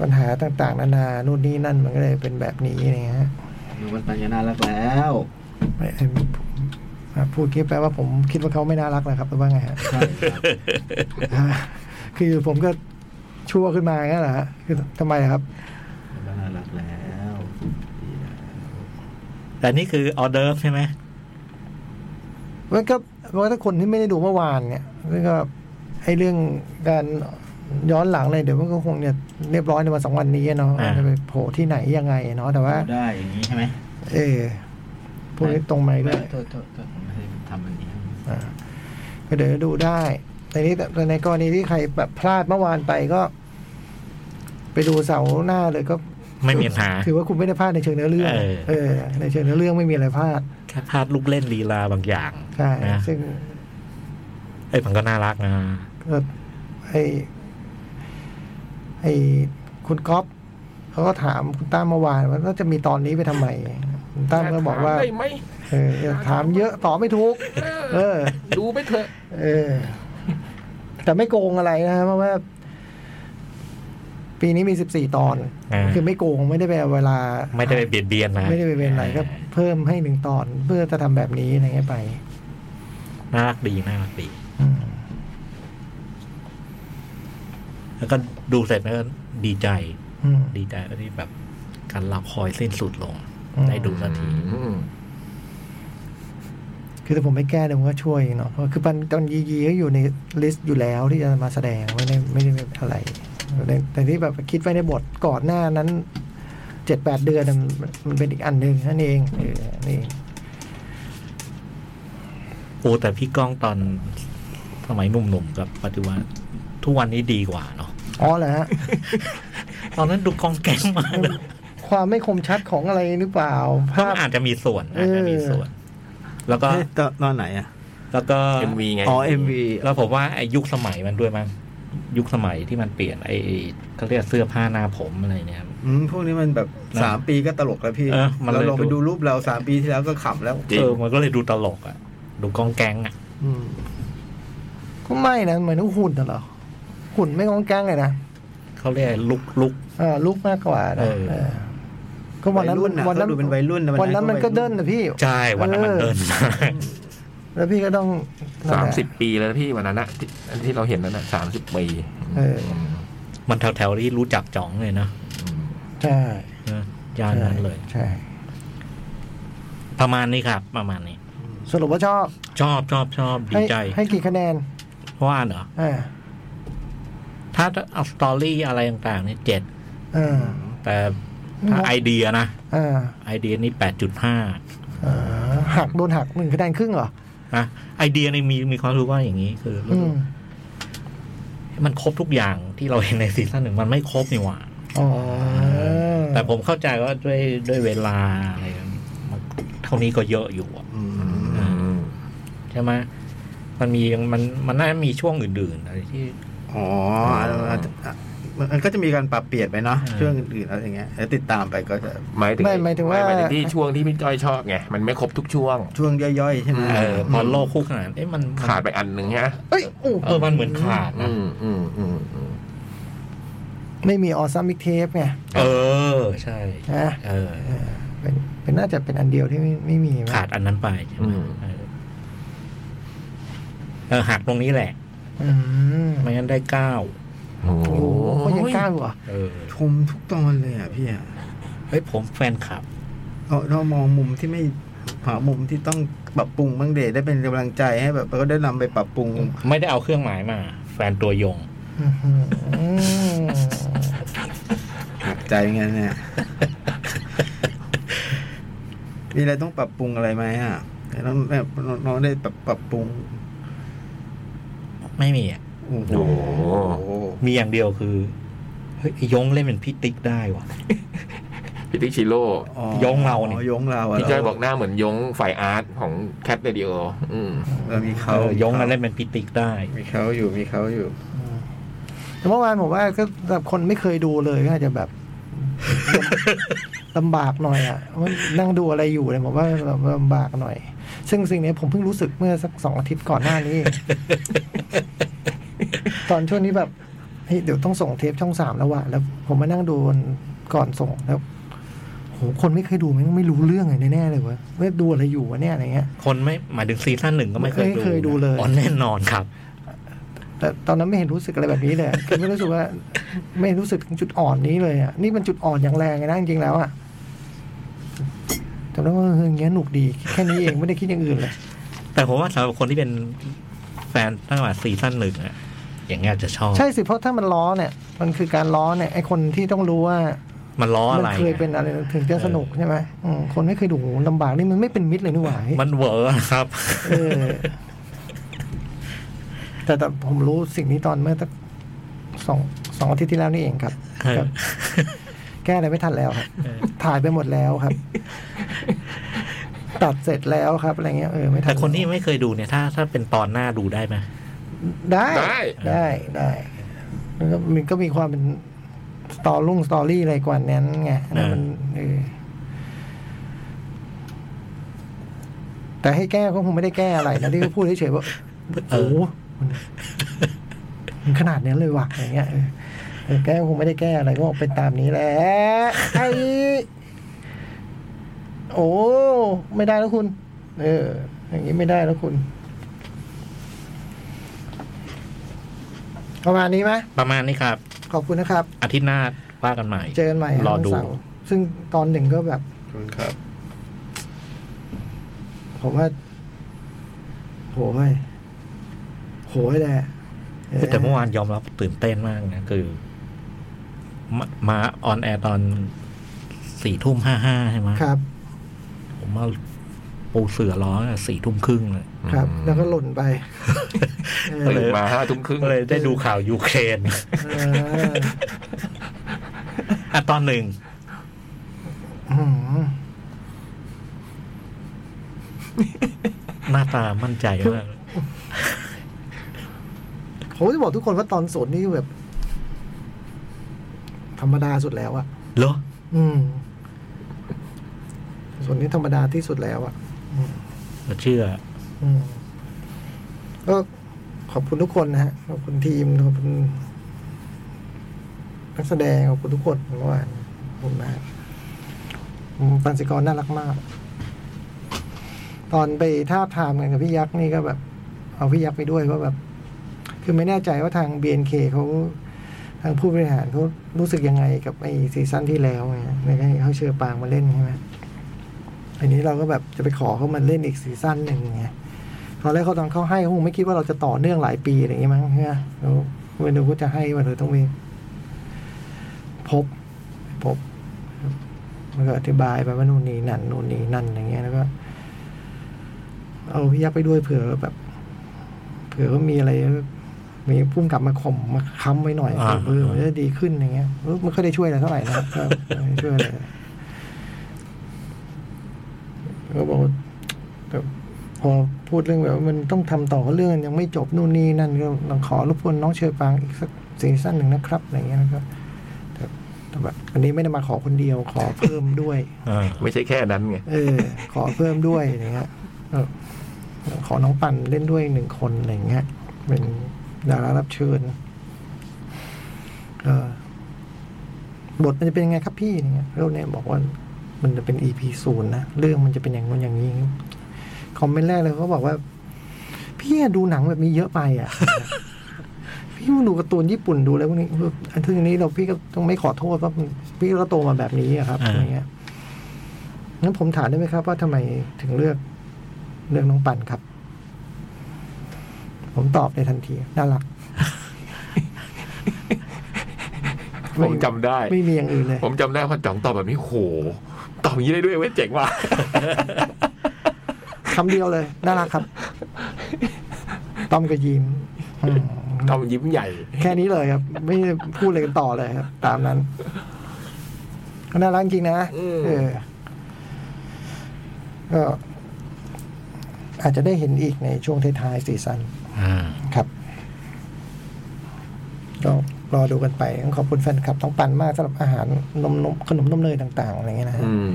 S2: ปัญหาต่างๆ นานานู่นนี่นั่นมันก็เลยเป็นแบบนี้นะฮะ
S8: ดูมันปัญญาน่ารักแล้ว
S2: ไม่เอิ่มอ่ะพูดคิดแปลว่าผมคิดว่าเขาไม่น่ารักนะครับหรือว่าไงฮะ
S8: ใช่ครับ
S2: อ่าคือผมก็ชั่วขึ้นมางั้นเหรอฮะคือทำไมครับ
S8: มันก็น่ารักแล้วดีแล้ว
S4: แต่นี่คือออเดอร์ฟใช่ไหม
S2: มันก็ว่าถ้าคนที่ไม่ได้ดูเมื่อวานเนี่ยแล้วก็ไอ้เรื่องการย้อนหลังอะไรเดี๋ยวมันก็คงเนี่ยเรียบร้อยในวันสองวันนี้อะเนาะว่าจะไปโผล่ที่ไหนยังไงเนาะแต่ว่า
S8: ได้อย่างนี้ใช่ไหม
S2: เออพูดให้ตรงไปเลย
S8: โทษโทษโทษผมไม่ได้ทำอันนี้
S2: อ่าก็เดี๋ยวดูได้ ในนี้แต่ในกรณีที่ใครแบบพลาดเมื่อวานไปก็ ไปดูเสาร์หน้าเลยก็
S4: ไม่มีปัญหา
S2: ถือว่าคุณไม่ได้พลาดในเชิงเนื้อเรื่อง
S4: เออ
S2: เออ ในเชิงเนื้อเรื่องไม่มีอะไรพลาด
S4: แค่พลาดลูกเล่นลีลาบางอย่าง
S2: ใช่
S4: นะ
S2: ซึ่ง
S4: เอ้ยมันก็น่ารักนะ
S2: เอ่อไอไอคุณก๊อฟเขาก็ถามคุณตั้มเมื่อวานว่าแล้วจะมีตอนนี้ไปทำไมคุณตั้มก็บอกว่า
S3: ได้ไหม
S2: เอออย่าถามเยอะตอบไม่ถูก เออ
S3: ดูไปเถอะ
S2: เออ แต่ไม่โกงอะไรนะฮะเพราะว่า ปีนี้มีสิบสี่ตอน
S4: า
S2: คือไม่โกงไม่ได้ไปเอาเวลา
S4: ไม่ได้ไปเบียดเบียนนะ
S2: ไม่ได้ไปเป็นอะไรก็เพิ่มให้หนึ่งตอนเพื่อจะทำแบบนี้อะไรเงี้ยไป
S4: น่ารักดีน่ารักดี
S2: อืม
S4: แล้วก็ดูเสร็จแล้วก็ดีใจ
S2: อืม
S4: ดีใจที่แบบการรอคอยสิ้นสุดลง
S2: อืม
S4: ได้ดูสักที
S2: คือถ้าผมไม่แก้เนี่ยผมก็ช่วยเองเนาะเพราะคือปันตอนยียีก็อยู่ในลิสต์อยู่แล้วที่จะมาแสดงไม่ได้ไม่ได้เป็นอะไรแต่แต่ที่แบบคิดไว้ในบทก่อนหน้านั้นเจ็ดแปดเดือนน่ะมันมันเป็นอีกอันหนึ่งนั่นเองเออนี่
S4: โอ้แต่พี่ก้องตอนสมัยหนุ่มๆกับปัจจุบันทุกวันนี้ดีกว่าเนาะ
S2: อ๋อเหรอฮะ
S4: ตอนนั้นดูกองแกงมากเลย
S2: ความไม่คมชัดของอะไรหรือเปล่า ภาพ
S4: อาจจะมีส่วน
S2: เอออ
S4: อาจจะมีส่วน แล้วก็
S1: เอ๊ะตอนตอนไหนอ่ะ
S4: แล้วก็
S3: MV ไง
S1: อ๋อเอ็มวี
S4: แล้วผมว่าไอ้ยุคสมัยมันด้วยมั้งยุคสมัยที่มันเปลี่ยนไอ้เขาเรียกเสื้อผ้าหน้าผมอะไรเนี่ย
S1: พวกนี้มันแบบสามปีก็ตลกแล้วพี่
S4: เออมัน
S1: เรา
S4: เลย
S1: ลองไป
S4: ดู
S1: ดูรูปเราสามปีที่แล้วก็ขำแล้ว
S3: จริง
S4: เออมันก็เลยดูตลกอ่ะ ดูกองแกงอ่ะ
S1: อืม
S2: ก็ไม่นะเหมือนหุ่นน่ะเหรอหุ่นไม่งองแกงเลยนะ
S4: เขาเรียกลุกลุก
S2: เออลุกมากกว่านะ
S4: เออ
S2: เออก็วันนั้น
S1: วัยรุ่นน่ะ
S2: วันนั้
S1: เขา
S2: น
S1: ดูเป็นวัยรุ่นนะ
S2: วันนั้นมันก็เดินนะพี่
S4: ใช่วันนั้นมัน
S2: เออ
S4: เดินมาก
S2: แล้วพี่ก็ต้องนั่น
S3: สาม
S2: แหละ
S3: สิบปีแล้วนะพี่วันนั้นนะที่อันที่เราเห็นนั้นนะสามสิบปี
S2: เออ
S4: มันแถวๆที่รู้จักจ่องเลยนะ
S2: ใช่
S4: นะย่านนั้นเลย
S2: ใช่
S4: ประมาณนี้ครับ ประมาณนี้
S2: สรุปว่าชอบ
S4: ชอบชอบชอบดี
S2: ให้
S4: ใจ
S2: ให้กี่คะแนน
S4: เพราะว่าเหรอ
S2: อ่า
S4: ถ้าเอาสตอรี่อะไรต่างๆนี่เจ็ด
S2: อ่า
S4: แต่ถ้า
S2: ครับ
S4: ไอเดียนะ
S2: อ่า
S4: ไอเดียนี่แปดจุดห้า
S2: อ่าหักโดนหักหนึ่งคะแนนครึ่งเหรอ
S4: นะไอเดียนี่มีมีความรู้ว่าอย่างนี้คืออ
S2: อืม
S4: มันครบทุกอย่างที่เราเห็นในซีซั่นหนึ่งมันไม่ครบนี่หว่า
S2: อ๋อ
S4: แต่ผมเข้าใจว่าด้วยด้วยเวลาอะไรมันเท่านี้ก็เยอะอยู่อะ
S3: อืม
S4: ใช่ไหมมันมีมันมันน่าจะมีช่วงอื่นๆอะไรที่
S1: อ๋ออ่ะอ่ะมันก็จะมีการปรับเปลี่ยนไปเนาะ
S4: อืม
S1: เรื่องอื่นๆอะไรอย่างเงี้ยแล้วติดตามไปก็จะ
S3: หมายถึง
S2: ไม่หมายถึงว่า
S3: หมายถึงที่ช่วงที่พี่จ้อยชอบไง มันไม่ครบทุกช่วง
S1: ช่วงย่อยๆใช่ไหม
S3: เออ
S4: พอโลกคู่ขนานเอ๊ะมันมัน
S3: ขาดไปอันหนึ่งฮะ
S2: เอ้ยอู้
S4: เออมันเหมือนขาดนะ
S3: อืมอืมอืมอืม
S2: ไม่มีออซัมมิกเทปไง
S4: เออ ใช่
S2: นะ
S4: เออ
S2: เป็นเป็นน่าจะเป็นอันเดียวที่ไม่ไม่มีมั้ย
S4: ขาดอันนั้นไปใช่ไหม
S3: อืม
S4: เออเออหักตรงนี้แหละ
S2: อืม
S4: ไม่งั้นได้เก้า
S3: โอ้โห
S2: โอ้โหก็ยังกล้าอยู่เหรอ
S4: เออ
S1: ชมทุกตอนเลยอ่ะพี่อ่ะ
S4: เฮ้ยผมแฟนคลับ
S1: เราเรามองมุมที่ไม่หามุมที่ต้องปรับปรุงบ้างเดได้เป็นกำลังใจให้แบบเราก็ได้นำไปปรับปรุง
S4: ไม่ได้เอาเครื่องหมายมา แฟนตัวยง
S2: อื้อหือ
S1: หักใจไงั้นเนี่ย มีอะไรต้องปรับปรุงอะไรไหมอ่ะน้องแบบน้องได้ปรับปรับปรุง
S4: ไม่มีอะ
S1: โอ้โห
S3: โอ้โห
S4: มีอย่างเดียวคือเฮ้ยไอ้ยงเล่นเป็นพี่ติ๊กได้ว่ะ
S3: พี่ติ๊กชิโร่
S1: อ๋อย
S4: งเรานี่
S1: อ๋อยงเราะ
S3: พี่จ้อยบอกหน้าเหมือนยงฝ่ายอาร์ตของแคทเรดิโออืม
S1: เรามี
S4: เอ
S1: เขา
S4: อย
S1: ย
S4: งมาเล่นเป็นพี่ติ๊กได้
S1: มีเขาอยู่มีเขาอยู่
S2: แต่เมื่อวานผมว่าก็แบบคนไม่เคยดูเลยก็อาจจะแบบ ลำบากหน่อยอ่ะว่านั่งดูอะไรอยู่เนี่ยผมว่าลำบากหน่อย ซึ่งสิ่งเนี้ยผมเพิ่งรู้สึกเมื่อสักสองอาทิตย์ก่อนหน้านี้ ตอนช่วงนี้แบบเฮ้ยเดี๋ยวต้องส่งเทปช่องสามแล้วว่ะแล้ว ผมมานั่งดูก่อนส่งแล้วโหคนไม่เคยดูแม่งไม่รู้เรื่องเลยแน่ๆเลยวะเว็บดูอะไรอยู่วะเนี่ยอะไรเงี้ย
S4: คนไม่หมายถึงซีซั่นหนึ่งก็ไม่เคยดู
S2: ไม่เคยดูเลย
S4: อ๋อแน่นอนครับ
S2: แต่ตอนนั้นไม่เห็นรู้สึกอะไรแบบนี้เลยอะ คือไม่รู้สึกว่า ไม่รู้สึกถึงจุดอ่อนนี้เลยอ่ะ นี่มันจุดอ่อนอย่างแรงเลยนะจริงๆแล้วอ่ะจำได้ว่าเอออย่างเงี้ยหนุกดี แค่นี้เองไม่ได้คิดอย่างอื่นเลย
S4: แต่ผมว่าสำหรับคนที่เป็นแฟนตั้งแต่ซีซั่นหนึ่งอะอย่างเงี้ยจะชอบ
S2: ใช่สิเพราะถ้ามันล้อเนี่ย มันคือการล้อเนี่ยไอคนที่ต้องรู้ว่า
S4: มันล้อ
S2: มั
S4: อะไร
S2: เคยเป็นอะไรถึงจะสนุกใช่ไหมอืมคนไม่เคยดูลำบากนี่มันไม่เป็นมิตรเลยนี่หว่า
S4: มันเวอร์ครับ
S2: เออ แต่แต่ผมรู้สิ่งนี้ตอนเมื่อสักสองสองอาทิตย์ที่แล้วนี่เองครับ
S4: เออ
S2: ครับ แก้อะไรไม่ทันแล้วครับ
S4: เออ
S2: ถ่ายไปหมดแล้วครับ ตัดเสร็จแล้วครับอะไรเงี้ยเออไม่ทัน
S4: แต่คนที่ไม่เคยดูเนี่ย ถ้าถ้าเป็นตอนหน้าดูได้ไหม
S2: ได้
S3: ได้
S2: ได้ได้มันก็มันก็มีความเป็นสตอรุ่งสตอรี่อะไรกว่านั้นไงอันนั้นมันเออแต่ให้แก้ก็คงไม่ได้แก้อะไร นะที่ก็พูดเฉยๆว่าโอ้โหมันมันขนาดนั้นเลยว่ะอย่างเงี้ยเออเออแก้ก็คงไม่ได้แก้อะไรก็บอกเป็นตามนี้แหละไอ โอ้ ไม่ได้แล้วคุณ เออ อย่างนี้ไม่ได้แล้วคุณประมาณนี้ไหม
S4: ประมาณนี้ครับ
S2: ขอบคุณนะครับ
S4: อาทิตย์หน้าว่ากันใหม่
S2: เจอกันใหม่
S4: รอดู
S2: วันเสาซึ่งตอนหนึ่งก็แบบ
S1: ครับ
S2: ผมว่า โหยโหยแหละ
S4: แต่เมื่อวานยอมรับตื่นเต้นมากนะคือ มามาออนแอร์ตอนสี่ทุ่มห้าห้าใช่ไหม
S2: ครับ
S4: ผมว่าปูเสือร้องสี่ทุ่มครึ่งเลย
S2: ครับ แล้วก็หล่นไปเออ
S3: ตื่นมาห้าทุ่มครึ่ง
S4: ก็เลยได้ดูข่าวยูเครน
S2: เออ
S4: อ่ะตอนหนึ่ง
S2: อืม
S4: หน้าตามั่นใจมาก
S2: ผมจะบอกทุกคนว่าตอนสนนี่แบบ ธรรมดาสุดแล้วอะ
S4: เหรอ
S2: อืม ส่วนนี้ธรรมดาที่สุดแล้วอะ่ะ
S4: เชื่อ
S2: อืมก็ขอบคุณทุกคนนะฮะ ขอบคุณทีม ขอบคุณนักแสดง ขอบคุณทุกคนเมื่อวานขอบคุณมากอืมปันสิกรน่ารักมาก ตอนไปท่าบทามกันกับพี่ยักษ์นี่ก็แบบ เอาพี่ยักษ์ไปด้วยว่าแบบ คือไม่แน่ใจว่าทาง BNK เขาทางผู้บริหารเขารู้สึกยังไงกับไอ้ซีซั่นที่แล้วเนี่ยในการที่เขาเชิญปางมาเล่นใช่ไหม ทีนี้เราก็แบบจะไปขอเขามาเล่นอีกซีซั่นหนึ่งไงตอนแรกเขาตอนเขาให้เขาคงไม่คิดว่าเราจะต่อเนื่องหลายปีอะไรอย่างงี้มั้งใช่ไหมแล้วเมนูก็จะให้มาเลยต้องมีพบ พบมันก็อธิบายไปว่านู่นนี่นั่นนู่นนี่นั่นอย่างเงี้ยแล้วก็ เอาพี่ยักษ์ไปด้วยเผื่อแบบ เผื่อว่ามีอะไร มีพุ่มกลับมาข่มมาค้ำไว้หน่อย
S4: อ่า
S2: เออมันจะดีขึ้นอย่างเงี้ยเออมันก็ได้ช่วยอะไรเท่าไหร่นะครับก็ไม่ได้ช่วยอะไรก็บอกว่าแต่พอพูดเรื่องแบบว่ามันต้องทำต่อเรื่องยังไม่จบนู่นนี่นั่นก็ลองขอรบกวนน้องเชอปางอีกสักซีซั่นหนึ่งนะครับอะไรเงี้ยนะครับแต่แต่แบบอันนี้ไม่ได้มาขอคนเดียวขอเพิ่มด้วย
S4: เออ
S3: ไม่ใช่แค่นั้นไง
S2: เออ ขอเพิ่มด้วยอะไรเงี้ยเออขอน้องปันเล่นด้วยหนึ่งคนอะไรเงี้ย เป็นดารารับเชิญเออบทมันจะเป็นยังไงครับพี่อย่างเงี้ยแล้วเนี่ยบอกว่า มันจะเป็น EP ศูนย์นะเรื่องมันจะเป็นอย่างนู้นอย่างนี้คอมเมนต์แรกเลยเขาบอกว่า พี่อะดูหนังแบบนี้เยอะไปอ่ะ พี่มาดูการ์ตูนญี่ปุ่นดูอะไรพวกนี้อันทึ่งนี้เราพี่ก็ต้องไม่ขอโทษว่าะพี่ก็โตมาแบบนี้อะครับ
S4: อ่า
S2: อะไรเงี้ย งั้นผมถามได้ไหมครับว่าทำไมถึงเลือกเลือกน้องปันครับ ผมตอบในทันทีน่ารัก
S3: ผมจำได้
S2: ไม่มีอย่างอื่นเลย
S3: ผมจำได้ว่าจ๋องตอบแบบนี้โหตอบอย่างนี้ได้ด้วยเว้ยเจ๋งว่ะ
S2: คำเดียวเลยน่ารักครับ ต้อมก็ยิ้มอืม
S3: ตอบยิ้มใหญ่
S2: แค่นี้เลยครับ ไม่ได้พูดอะไรกันต่อเลยครับ ตามนั้นก็น่ารักจริงนะ
S3: อืม
S2: เออก็อาจจะได้เห็นอีกในช่วงท้ายๆซีซั่น
S4: อ่า
S2: ครับก็รอดูกันไปต้องขอบคุณแฟนคลับต้องปันมากสำหรับอาหารนมนมขนมนมเนยต่างๆอะไรเงี้ยนะฮะ
S3: อืม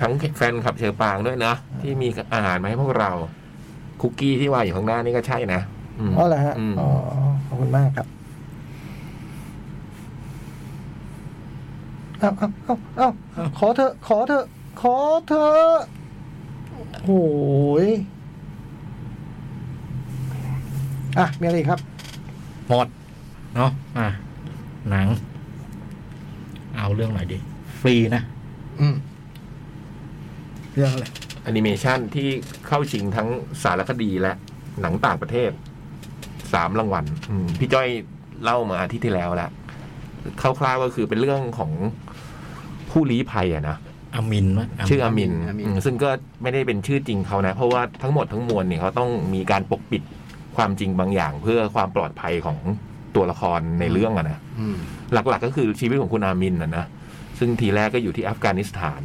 S3: ทั้งแฟนขับเชอปางด้วยนะ ที่มีอาหารมาให้พวกเรา คุกกี้ที่วางอยู่ข้างหน้านี่ก็ใช่นะม
S2: อ๋อเหรอฮะ
S3: ม
S2: อ๋อขอบคุณมากครับเอาเอาเอาเอาขอเถอะ ขอเถอะ ขอเถอะโอ้ยอ่ะมีอะไรอีกครับ
S4: หมดเนาะอ่ะหนัง เอาเรื่องหน่อยดิ ฟรีนะ
S2: อืมเรื่องอะไร
S3: แอนิเมชันที่เข้าชิงทั้งสารคดีและหนังต่างประเทศ สามรางวัลอืมพี่จ้อยเล่ามาอาทิตย์ที่แล้วแล้วคร่าวๆก็คือเป็นเรื่องของผู้ลี้ภัยอะนะ
S4: อามินวะ
S3: ชื่ออามิน
S8: อามิน
S3: อืมซึ่งก็ไม่ได้เป็นชื่อจริงเขานะ เพราะว่าทั้งหมดทั้งมวลเนี่ยเขาต้องมีการปกปิดความจริงบางอย่าง เพื่อความปลอดภัยของตัวละครในเรื่องอะนะ
S8: อืม
S3: หลักๆ ก็คือชีวิตของคุณอามินนะนะซึ่งทีแรกก็อยู่ที่อัฟกานิสถาน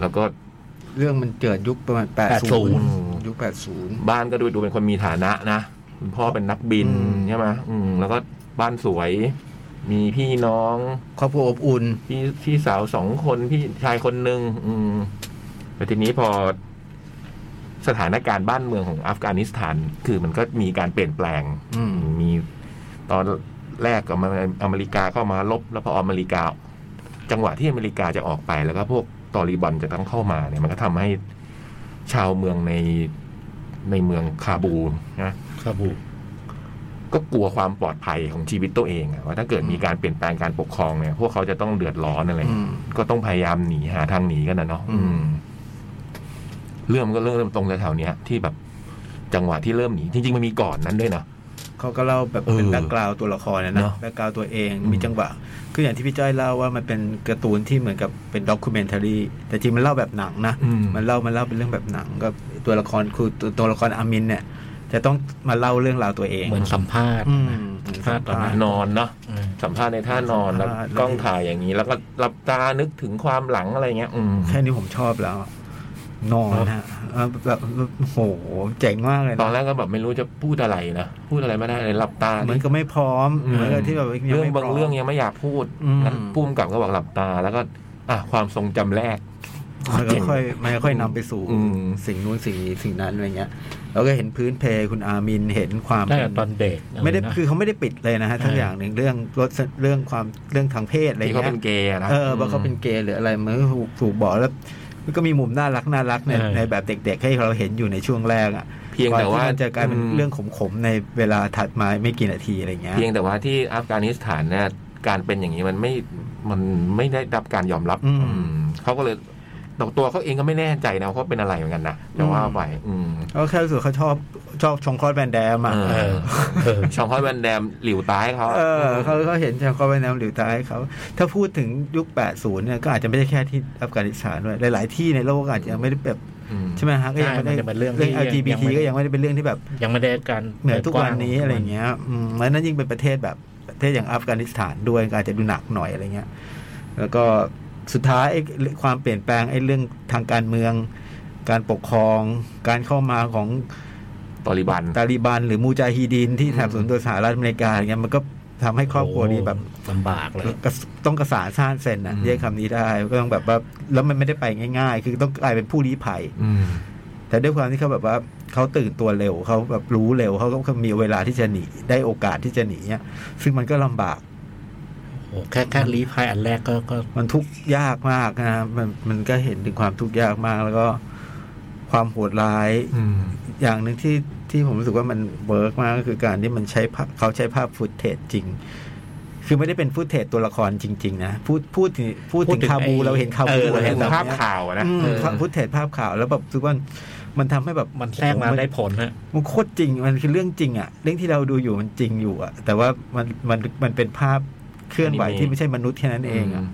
S3: แล้วก็
S5: เรื่องมันเกิดยุคประมาณแปดศูนย์ยุคแปดศูนย์
S3: บ้านก็ดูดูเป็นคนมีฐานะนะคุณพ่อเป็นนักบินใช่ไหมอืมแล้วก็บ้านสวย มีพี่น้อง
S5: ครอบครัวอบอุ่น
S3: พี่พี่สาวสองคนพี่ชายคนหนึ่งอืมแต่ทีนี้พอสถานการณ์บ้านเมืองของอัฟกานิสถาน คือมันก็มีการเปลี่ยนแปลง
S5: อืม
S3: มีตอนแรกกับอเมริกาเข้ามาลบ แล้วพออเมริกา จังหวะที่อเมริกาจะออกไปแล้วก็พวกตอริบอนจะต้องเข้ามาเนี่ยมันก็ทำให้ชาวเมืองในในเมืองคาบูนะ
S4: คาบู
S3: ก็กลัวความปลอดภัยของชีวิตตัวเองอะว่าถ้าเกิดมีการเปลี่ยนแปลงการปกครองเนี่ยพวกเขาจะต้องเดือดร้อนอะไรอย่างเงี้ย
S5: อืม
S3: ก็ต้องพยายามหนีหาทางหนีกันนะเนาะอืม เรื่องมันก็เริ่มเริ่มตรงแถวๆเนี้ยที่แบบจังหวะที่เริ่มหนีจริงๆมันมีก่อนนั้นด้วยนะ
S5: เขาก็เล่าแบบเป็น
S3: เออ
S5: แบ็กกราวตัวละครนะ
S3: เนอะ
S5: นะแบ็กกราวตัวเอง
S3: อืม
S5: มีจังหวะคืออย่างที่พี่จ้อยเล่าว่ามันเป็นการ์ตูนที่เหมือนกับเป็นด็อกิเมนทารีแต่จริงมันเล่าแบบหนังนะ
S3: อืม
S5: มันเล่ามันเล่าเป็นเรื่องแบบหนังก็ตัวละครคือตัวตัวละครอามินเนี่ย จะต้องมาเล่าเรื่องราวตัวเอง
S4: เหมือนสัมภาษณ์
S5: อืม
S4: ฟาดต่อหน้า
S3: นอนเนาะ
S4: อืม
S3: สัมภาษณ์ในท่านอนแล้วกล้องถ่ายอย่างนี้ แล้วก็หลับตานึกถึงความหลังอะไรเงี้ย อืม
S5: แค่นี้ผมชอบแล้ว นอนฮะเออแบบโหเจ๋งมากเลย
S3: ต
S5: นะ
S3: อนแรกก็แบบไม่รู้จะพูดอะไรนะพูดอะไรไม่ได้เลยหลับตา
S5: เหมือนก็ไม่พร้อมเหมือนกับที่แบบยัง
S3: เรื่อง
S5: ไม่พ
S3: บาง
S5: ร้อม
S3: เรื่องยังไม่อยากพูด
S5: อืม
S3: งั้นพุ่มกับก็บอกหลับตา แล้วก็ อ่ะความทรงจำแรก
S5: มันก็ค่อยมันก็ค่อยนำไปสู่
S3: อืม
S5: สิ่งนู้นสิ่งนี้สิ่งนั้นอะไรเงี้ยแล้วก็เห็นพื้นเพคุณอามินเห็นความ
S4: ได้ตอนเด็กะรนะ
S5: ไม่ได้คือเขาไม่ได้ปิดเลยนะฮะทั้ง
S4: อ่า
S5: อย่างหนึ่งเรื่องรถเรื่องความเรื่องทางเพศอะไร
S3: ที่เขา
S5: เงี้
S3: เป็
S5: ย
S3: นเกย์อะนะ
S5: เออว่าเขาเป็นเกย์หรืออะไรมันก็ถูกถูกบอกแล้วมันก็มีมุมน่ารักน่ารักใน
S4: เออ
S5: ในแบบเด็ก ๆ ให้เราเห็นอยู่ในช่วงแรกอ่ะ
S3: เพียงแต่
S5: ก่อนที่
S3: ว่า
S5: มันจะกลายเป็นเรื่องขมๆในเวลาถัดมาไม่กี่นาทีอะไรเงี้ย
S3: เพียงแต่ว่าที่อัฟกานิสถานเนี่ยการเป็นอย่างนี้มันไม่มันไม่ได้รับการยอมรับอืมเขาก็เลย แต่ตัวเขาเองก็ไม่แน่ใจนะว่าเขาเป็นอะไรเหมือนกันนะจะว่าไปอืม
S5: ก็แค่รู้สึกเขาชอบชอบชองคลอดแบนแดมอ่ะ
S3: เออ
S4: เออ
S3: ชองฮอยแวนแดมหลิวตายเขา
S5: เออเขาเขาเห็นชาวเขาไปแนวหลิวตายเขา ถ้าพูดถึงยุค 80 เนี่ยก็อาจจะไม่ได้แค่ที่อัฟกานิสถานด้วย หลาย ๆ ที่ในโลกอาจจะยังไม่ได้แบบ
S3: อืม
S5: ใช่ไหมฮะก็ยังไม่ได้
S4: ใช่มันจะเป็นเรื่องที่
S5: เรื่อง
S4: ยัง
S5: LGBT
S4: ไม่
S5: ก็ยังไม่ได้เป็นเรื่องที่แบบ
S4: ยังไม่ได้การ
S5: เหมือนทุกวันนี้
S4: ปิดกว้าง
S5: อะไรเงี้ยอืมแล้วนั่นยิ่งเป็นประเทศแบบประเทศอย่างอัฟกานิสถานด้วยก็อาจจะดูหนักหน่อยอะไรเงี้ย แล้วก็สุดท้ายไอ้ความเปลี่ยนแปลงไอ้เรื่องทางการเมือง การปกครอง การเข้ามาของ
S3: ตอริบัน
S5: ตาลีบันหรือมูจาฮีดีนที่สนับสนุนโดยสหรัฐอเมริกาอย่างเงี้ยมันก็ทำให้ครอบครัวนี้แบบ
S4: ลำบากเลย
S5: กระสต้องกระสานซ่านเซนนะ
S3: อืม
S5: เรียกคำนี้ได้ก็ต้องแบบว่าแล้วมันไม่ได้ไปง่าย ๆ คือต้องกลายเป็นผู้ลี้ภัย
S3: อืม
S5: แต่ด้วยความที่เขาแบบว่าเขาตื่นตัวเร็วเขาแบบรู้เร็วเขาก็มีเวลาที่จะหนีได้โอกาสที่จะหนีเนี่ยซึ่งมันก็ลำบาก
S4: โอ้แค่แค่รีพายอันแรกก็ก็
S5: มันทุกข์ยากมากนะมันมันก็เห็นถึงความทุกข์ยากมากแล้วก็ความโหดร้าย
S3: อืม
S5: อย่างหนึ่งที่ที่ผมรู้สึกว่ามันเวิร์กมากก็คือการที่มันใช้ภาพเขาใช้ภาพฟุตเทจจริง คือไม่ได้เป็นฟุตเทจตัวละครจริง ๆ นะ พูดพูดถึงพูดถึงคาบูเราเห็นคาบู
S3: เออ
S5: เรา
S3: เห็
S5: เห็
S3: น
S5: นแบบ
S3: ภาพ
S5: เนี้ย
S3: ข่าวอะนะ
S5: อืม
S3: เออ
S5: ฟุตเทจภาพข่าวแล้วแบบรู้สึกว่ามันทำให้แบบ
S4: มันแทรกมาได้ผลนะ
S5: มันโคตรจริงมันคือเรื่องจริงอะเรื่องที่เราดูอยู่มันจริงอยู่อะแต่ว่ามันมันมันเป็นภาพเคลื่อนไหว
S3: อนิเมะ
S5: ที่ไม่ใช่มนุษย์แค่นั้นเองอะ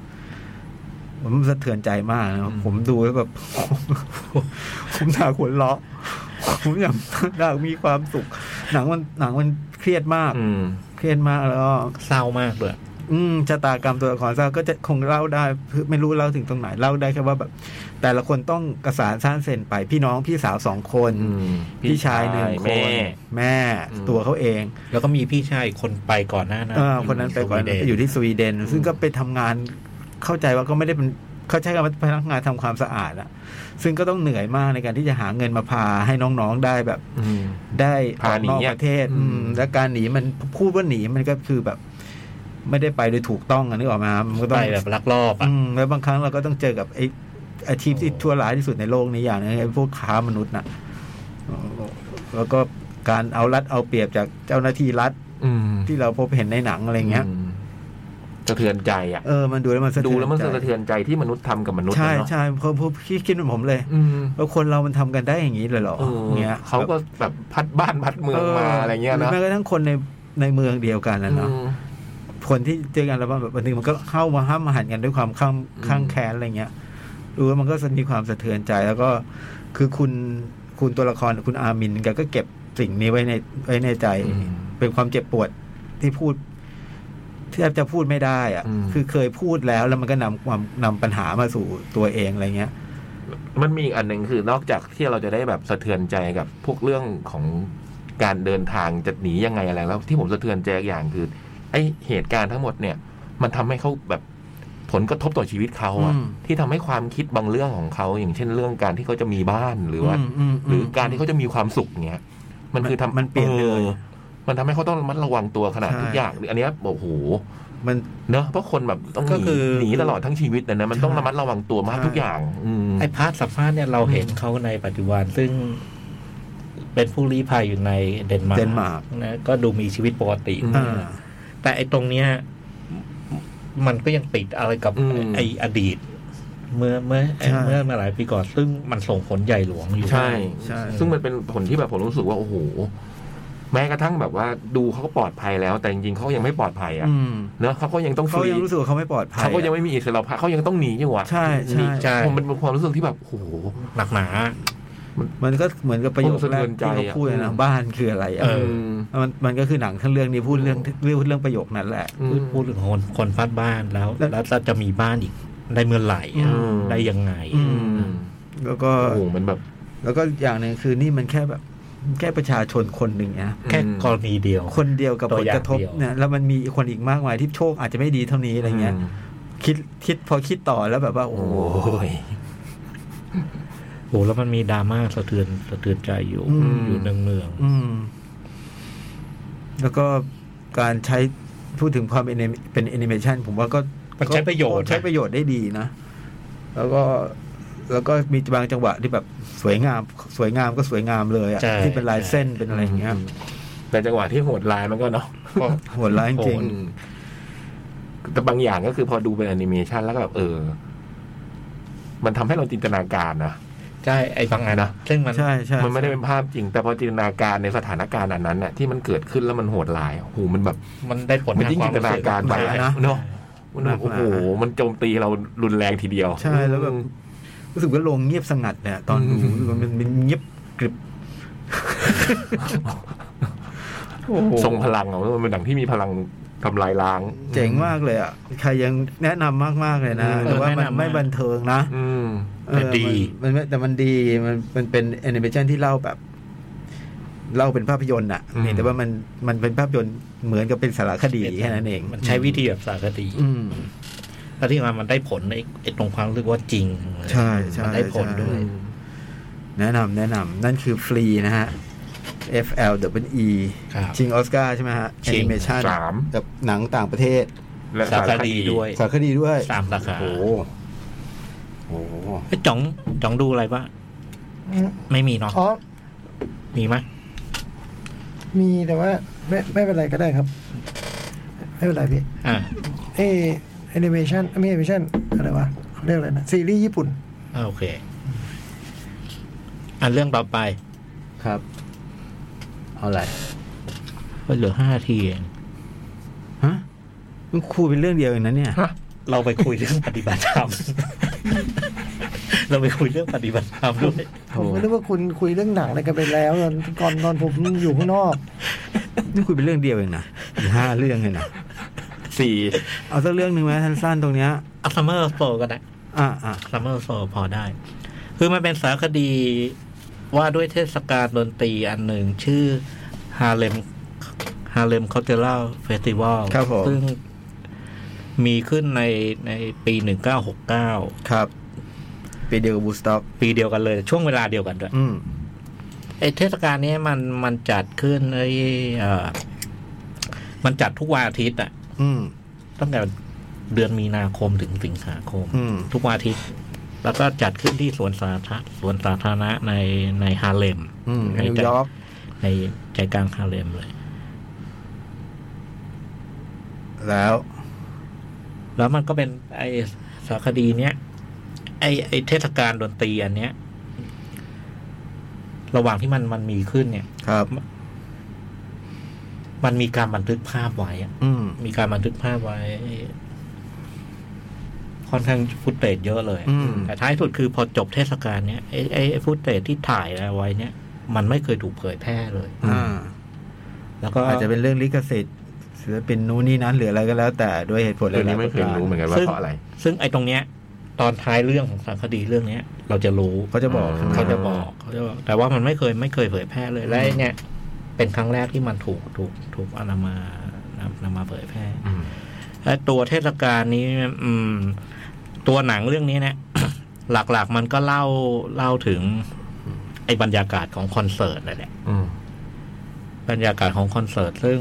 S5: ผมสะเทือนใจมากนะ
S3: อืม
S5: ผมดูแล้วแบบ ผมอยากหัวเราะ ผมอยากอยากมีความสุข หนังมันหนังมันเครียดมาก
S3: อืม
S5: เครียดมากแล้วก็
S4: เศร้ามากเลย
S5: อืมชะตากรรมตัวละครเศร้าก็จะคงเล่าได้คือไม่รู้เล่าถึงตรงไหนเล่าได้แค่ว่าแบบ แต่ละคนต้องกระสานสร้างเซนไปพี่น้องพี่สาวสองคน
S3: อืม
S5: พี่ชายหนึ่งค
S3: แม่
S5: นแม่
S3: อืม
S5: ตัวเขาเอง
S4: แล้วก็มีพี่ชายอีกคนไปก่อนหน้านั้น
S5: เออคนนั้นไปก่อน
S4: สวีเด
S5: อยู่ที่สวีเดน ซึ่งก็ไปทำงานเข้าใจว่าก็ไม่ได้เป็นเขาใช้คำว่าพนักงานทำความสะอาดอะซึ่งก็ต้องเหนื่อยมากในการที่จะหาเงินมาพาให้น้องๆได้แบบ
S3: อืม
S5: ได้อ
S3: พา
S5: อก
S3: หนี
S5: นอก
S3: อะ
S5: ประเทศ
S3: อืม
S5: อืมและการหนีมันพูดว่าหนีมันก็คือแบบ ไม่ได้ไปโดยถูกต้องอะนึกออกไหมามันก็ต้
S4: ไป
S5: อง
S4: แบบลักลอบอ่ะ
S5: อืมแล้วบางครั้งเราก็ต้องเจอกับไออาชีพที่
S4: โอ้
S5: ทั่วร้ายที่สุดในโลกนี้อย่างนึงไอพวกค้ามนุษย์น่ะแล้วก็การเอารัดเอาเปรียบจากเจ้าหน้าที่รัฐ
S3: อืม
S5: ที่เราพบเห็นในหนังอะไรเงี้ย
S3: มสะเทือนใจอ่ะ
S5: เออ มันดูแล้วมันสะ
S3: ดู
S5: เทือน
S3: แล้วมัน
S5: ใจ
S3: สะเทือนใจที่มนุษย์ทำกับมนุษย์
S5: ใช่
S3: นะเนอะ
S5: ใช่ผมผมคิดคิดเหมือนผมเลย
S3: อืม
S5: ว่าคนเรามันทำกันได้อย่างนี้เลยเหรอ
S3: เออ
S5: เงี้ย
S3: เขาก็แบบพัดบ้านพัดเมืองมาอะไรเงี้ยเน
S5: ห
S3: อะ
S5: แม้กระทั่งคนในในเมืองเดียวกันนะเนาะ
S3: อืม
S5: คนที่เจอกันแล้วแบบวันหนึงมันก็เข้ามาห้ามมาหันกันด้วยความข้าง
S3: อืม
S5: ข้างแค้นอะไรเงี้ยรู้ว่ามันก็มีความสะเทือนใจแล้วก็คือคุณคุณตัวละครคุณอามินแกก็เก็บสิ่งนี้ไว้ในไว้ในใจ
S3: อืม
S5: เป็นความเจ็บปวดที่พูดแทบจะพูดไม่ได้อะ
S3: อืม
S5: คือเคยพูดแล้วแล้วมันก็นำความนำปัญหามาสู่ตัวเองอะไรเงี้ย
S3: มันมีอีกอันหนึ่งคือนอกจากที่เราจะได้แบบสะเทือนใจกับพวกเรื่องของการเดินทางจะหนียังไงอะไรแล้ว ที่ผมสะเทือนใจอย่างคือ ไอเหตุการณ์ทั้งหมดเนี่ย มันทำให้เขาแบบผลกระทบต่อชีวิตเขาอะ
S5: อืม
S3: ที่ทำให้ความคิดบางเรื่องของเขาอย่างเช่นเรื่องการที่เขาจะมีบ้านหรือว่า
S5: มมม
S3: หรือการที่เขาจะมีความสุขเนี้ยมันคือทำ
S5: มันเปลี่ยนไปเลย
S3: ออมันทำให้เขาต้องระมัดระวังตัวขนาด
S5: ใช่
S3: ทุกอย่างอันเนี้ยโอ้โห
S5: มัน
S3: เนอะเพราะคนแบบต้องห
S4: ก็
S3: นี
S4: คือ
S3: หนีตลอดทั้งชีวิตนะนะมันต้องระมัดระวังตัวมาก
S5: ใช่
S3: ทุกอย่างอืม
S4: ไอ้พาร์ทสัมภาษณ์เนี่ยเราเห็นเขาในปัจจุบันซึ่งเป็นผู้ลี้ภัยอยู่ในเดนมาร์ก
S5: เดนมาร์ก
S4: นะก็ดูมีชีวิตปกติ
S3: อืม
S5: อ่า
S4: แต่ไอ้ตรงเนี้ยมันก็ยังติดอะไรกับ
S3: อืม
S4: ไอ้อดีต เมื่อเมื่อ
S5: ใช่
S4: เมื่อมาหลายปีก่อน ซึ่งมันส่งผลใหญ่หลวงอยู่
S3: ใช่
S5: ใช่
S3: ซึ่งมันเป็นผลที่แบบผมรู้สึกว่า โอ้โห แม้กระทั่งแบบว่าดูเขาก็ปลอดภัยแล้ว แต่จริงๆเขายังไม่ปลอดภัยอ่ะ
S5: อืม
S3: เนอะเขาก็ยังต้องฟ
S5: เขา
S3: รี
S5: ยังรู้สึกว่าเขาไม่ปลอดภัย
S3: เขาก็ยังไม่มีอิสระภาพเขายังต้องหนีอยู่อ่ะ
S5: ใช่ใช่
S4: ใช่
S3: ผมมันเป็นความรู้สึกที่แบบโอ้โห
S4: หนักหนา
S5: มันก็เหมือนกับประโยค
S3: ผมสะ
S5: แร
S3: เทื
S5: ก
S3: อนใจ
S5: ที่เขาพูดเลยนะ
S3: อ่ะ
S5: บ้านคืออะไรอ่ะ
S4: เออ
S3: ม
S5: มันมันก็คือหนังทั้งเรื่องนี้พูดเรื่องเรื่องเรื่องประโยคนั้นแหละ
S3: อืม
S4: พูดพูดถึงคนคนพัดบ้านแล้ว
S5: แล้ว
S4: แล้วเราจะมีบ้านอีกได้เมื่อไหร่อะ
S3: อืม
S4: ได้ยังไง
S5: อื
S3: อื
S5: ม
S3: ม
S5: แล้วก็
S3: โอ้โหมันแบบ
S5: แล้วก็อย่างหนึ่งคือนี่มันแค่แบบแค่ประชาชนคนหนึ่งนะ
S4: แค่
S3: อืม
S4: กรณีเดียว
S5: คนเดียวกับ
S4: ตั
S5: ผ
S4: ว
S5: ล
S4: อย่าง
S5: กระทบ
S4: เดียว
S5: เนี่ยแล้วมันมีคนอีกมากมายที่โชคอาจจะไม่ดีเท่านี้อะไรเงี้ย คิดคิดพอคิดต่อแล้วแบบว่า โอ้
S3: โอ้
S5: โห
S3: ย
S4: โหแล้วมันมีดราม่าสะเทือนสะเทือนใจอยู่
S5: อืม
S4: อยู่เนืองเนือง
S5: อืม แล้วก็การใช้พูดถึงความ anim- เป็นแอนิเมชันผมว่าก็
S4: ๆมันใช้ประโยชน์
S5: ใช้ประโยชน์ได้ดีนะ แล้วก็แล้วก็มีบางจังหวะที่แบบสวยงาม สวยงามก็สวยงามเลยอะ
S4: ใช่
S5: ที่เป็นลายเส้นเป็นอะไรอย่างเงี้ย
S3: อืม แต่จังหวะที่โหดร้ายมันก็เนาะ
S5: โหดร้ายจริง
S3: อืมแต่บางอย่างก็คือพอดูเป็นแอนิเมชันแล้วก็แบบเออ มันทำให้เราจินตนาการนะ
S4: ใช่ไอ้บางอัน
S3: นะ
S4: ซึ่งมัน
S5: ใช่ใช่
S3: มันไม่ได้เป็นภาพจริง แต่พอจินตนาการในสถานการณ์อันนั้นน่ะที่มันเกิดขึ้นแล้วมันโหดร้ายโหมันแบบ
S4: มันได้ผล
S3: มันยิ่ง
S4: คว
S3: จินตนาการ
S4: สึ
S3: ไป
S4: อะ
S3: นะเนาะมัน
S5: หนักหนา
S3: โอ้โหมันโจมตีเรารุนแรงทีเดียว
S5: ใช่แล้วแบบรู้สึกว่าโรงเงียบสงัดเนี่ยตอนดู
S3: อืม
S5: มันมันมันเงียบกริบโอ้โห
S3: ทรงพลังอะมันเป็นหนังที่มีพลังทำลายล้าง
S5: เจ๋งมากเลยอ่ะใครยังแนะนำมาก ๆ เลยนะ
S3: เออ
S5: แต่ว่ามันไม่บันเทิงนะ
S3: อืม
S5: เออ
S4: แต่ดี
S5: มันมันแต่มันดีมันมันเป็นแอนิเมชันที่เล่าแบบ เล่าเป็นภาพยนตร์อ่ะ
S3: อืม
S5: เพียงแต่ว่ามันมันเป็นภาพยนตร์เหมือนกับเป็นสารคดีแค่นั้นเอง
S4: มันใช้วิธีแบบสารคดี
S5: อืม
S4: แล้วที่มันมันได้ผลในไอ้ตรงความรู้สึกว่าจริง
S5: ใช่ใช่
S4: มันได้ผลด้วย
S5: ใช่ แนะนำแนะนำนั่นคือฟรีนะฮะ F L W E
S4: ครับ
S5: ชิงออสการ์ใช่ไหมฮะ
S4: ชิ
S5: แอง นิเมชัน
S3: สาม
S1: กับหนังต่างประเทศ
S3: และ
S4: สา
S3: สาร ร
S4: ค
S3: ค
S4: ดี
S3: ดี
S4: ด้วย
S1: สารคดีด้วย
S4: สามสาขา
S1: โอ้โหโอ้โห
S4: ไอ้ยจ๋องจ๋องดูอะไรบ้างไม่มีเนาะ
S2: อ๋อ
S4: มีไหมย
S2: มีแต่ว่าไม่ไม่เป็นไรก็ได้ครับ ไม่เป็นไรพี่
S4: อ่า
S2: เอแอนิเมชันไม่แอนิเมชันอะไรวะเขาเรียกอะไรนะ ซีรีส์ญี่ปุ่น
S4: อ่าโอเค อ่าเรื่องต่อไป
S8: ครับ เอาอะไร
S4: ก็เหลือห้าทีเอง
S5: ฮะมันคุยเป็นเรื่องเดียวเองนะเนี่ย
S4: เราไปคุยเรื่องปฏิบัติธรรม เราไปคุยเรื่องปฏิบัติธรรมด้วย
S2: ผมก็นึกว่าคุณคุยเรื่องหนังอะไรกันไปแล้วตอนก่อนตอนผมอยู่ข้างนอก
S5: นี่คุยเป็นเรื่องเดียวเองนะมีห้าเรื่องเลยนะ
S3: สี่
S5: เอาสักเรื่องหนึ่งไหมสั้นๆตรงเนี้ย
S4: เอาซัมเมอร์โซก็ได้
S5: อ่ะอ่ะ
S4: ซัมเมอร์โซพอได้ คือมันเป็นสารคดีว่าด้วยเทศกาลดนตรีอันหนึ่ง ชื่อฮาเลมฮาเลมคาเทล่าเฟสติวัล
S5: ครับผม
S4: ซึ่งมีขึ้นในในปีหนึ่งเก้าหกเก้า
S5: ครับไปเดียวกับบูสต็อก
S4: ปีเดียวกันเลย ช่วงเวลาเดียวกันด้วย
S5: อืม
S4: ไอเทศกาลเนี้ยมันมันจัดขึ้นไอเอ่อมันจัดทุกวันอาทิตย์อะ
S5: อืม
S4: ตั้งแต่เดือนมีนาคมถึงสิงหาคม
S5: อืม
S4: ทุกวันอาทิตย์ แล้วก็จัดขึ้นที่สวนสาธารณะสวนสาธารณะในในฮาเลม
S5: อืม
S4: ใน
S5: นิวยอร์ก
S4: ในใจกลางฮาเลมเลย
S5: แล้ว
S4: แล้วมันก็เป็นไอสารคดีเนี้ยไอไอเทศกาลดนตรีอันเนี้ย ระหว่างที่มันมันมีขึ้นเนี่ย
S5: ครับ
S4: มันมีการบันทึกภาพไว้อะ
S5: อืม
S4: มีการบันทึกภาพไว้ ค่อนข้างฟุตเตจเยอะเลย
S5: อืม
S4: แต่ท้ายสุดคือพอจบเทศกาลเนี้ยไอ้ไอ้ไอ้ฟุตเตจที่ถ่ายเอาไว้เนี้ยมันไม่เคยถูกเผยแพร่เลย
S5: อ่า
S4: แล้วก็
S5: อาจจะเป็นเรื่องลิขสิทธิ์ศิลปินนู้นนี่นั้นหรืออะไรก็แล้ว แต่ด้วยเหตุผลห
S3: เรื่อง
S5: ลา
S3: นี้
S5: ยๆป
S3: ไม่
S5: ระ
S3: เคย
S5: การ
S3: รู้เหมือนกันว่าเพราะอะไร
S4: ซึ่งไอ้ตรงเนี้ย ตอนท้ายเรื่องของสารคดีเรื่องเนี้ย เราจะรู้
S5: เขาจะบอกใช่ไหม
S4: เขาจะบอกเขาจะบอกแต่ว่ามันไม่เคยไม่เคยเผยแพร่เลยและไอ้เนี้ยเป็นครั้งแรกที่มันถูกถูกถูกเอานำมานำนำมาเผยแพร่
S3: อืม
S4: และตัวเทศกาลนี้อืม ตัวหนังเรื่องนี้เนี่ย หลักๆ มันก็เล่าเล่าถึง ไอ้บรรยากาศของคอนเสิร์ตนั่นแหละ
S3: อืม
S4: บรรยากาศของคอนเสิร์ตซึ่ง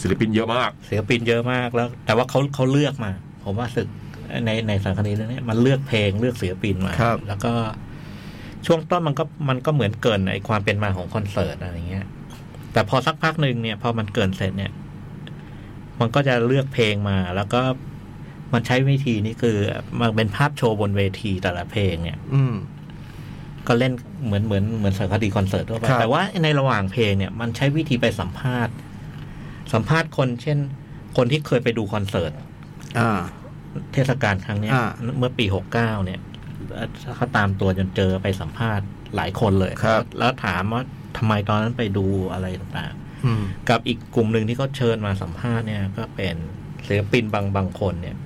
S3: ศิลปินเยอะมาก
S4: ศิลปินเยอะมากแล้ว แต่ว่าเขาเขาเลือกมา ผมว่าศึกในในสารคดีเรื่องนี้มันเลือกเพลงเลือกศิลปินมา
S5: ครับ
S4: แล้วก็ช่วงต้นมันก็มันก็เหมือนเกรินไอ้ความเป็นมาของคอนเสิร์ตอะไรอย่างเงี้ย แต่พอสักพักหนึ่งเนี่ย พอมันเกรินเสร็จเนี่ย มันก็จะเลือกเพลงมา แล้วก็มันใช้วิธีนี้คือ มันเป็นภาพโชว์บนเวทีแต่ละเพลงเนี่ย
S5: อืม
S4: ก็เล่นเหมือนเหมือนเหมือนสารคดีคอนเสิร์ตทั่วไป
S5: ครับ
S4: แต่ว่าในระหว่างเพลงเนี่ยมันใช้วิธีไปสัมภาษณ์ สัมภาษณ์คน เช่น คนที่เคยไปดูคอนเสิร์ต
S5: อ่า
S4: เทศกาลครั้งเนี้ย
S5: อ่า
S4: เมื่อปีหกเก้าเนี่ยเขาตามตัวจนเจอไปสัมภาษณ์หลายคนเลย
S5: ครับ
S4: แล้วถามว่าทำไมตอนนั้นไปดูอะไรต่างๆ
S5: อืม
S4: กับอีกกลุ่มหนึ่งที่เขาเชิญมาสัมภาษณ์เนี่ย ก็เป็นศิลปินบางบางคนเนี่ย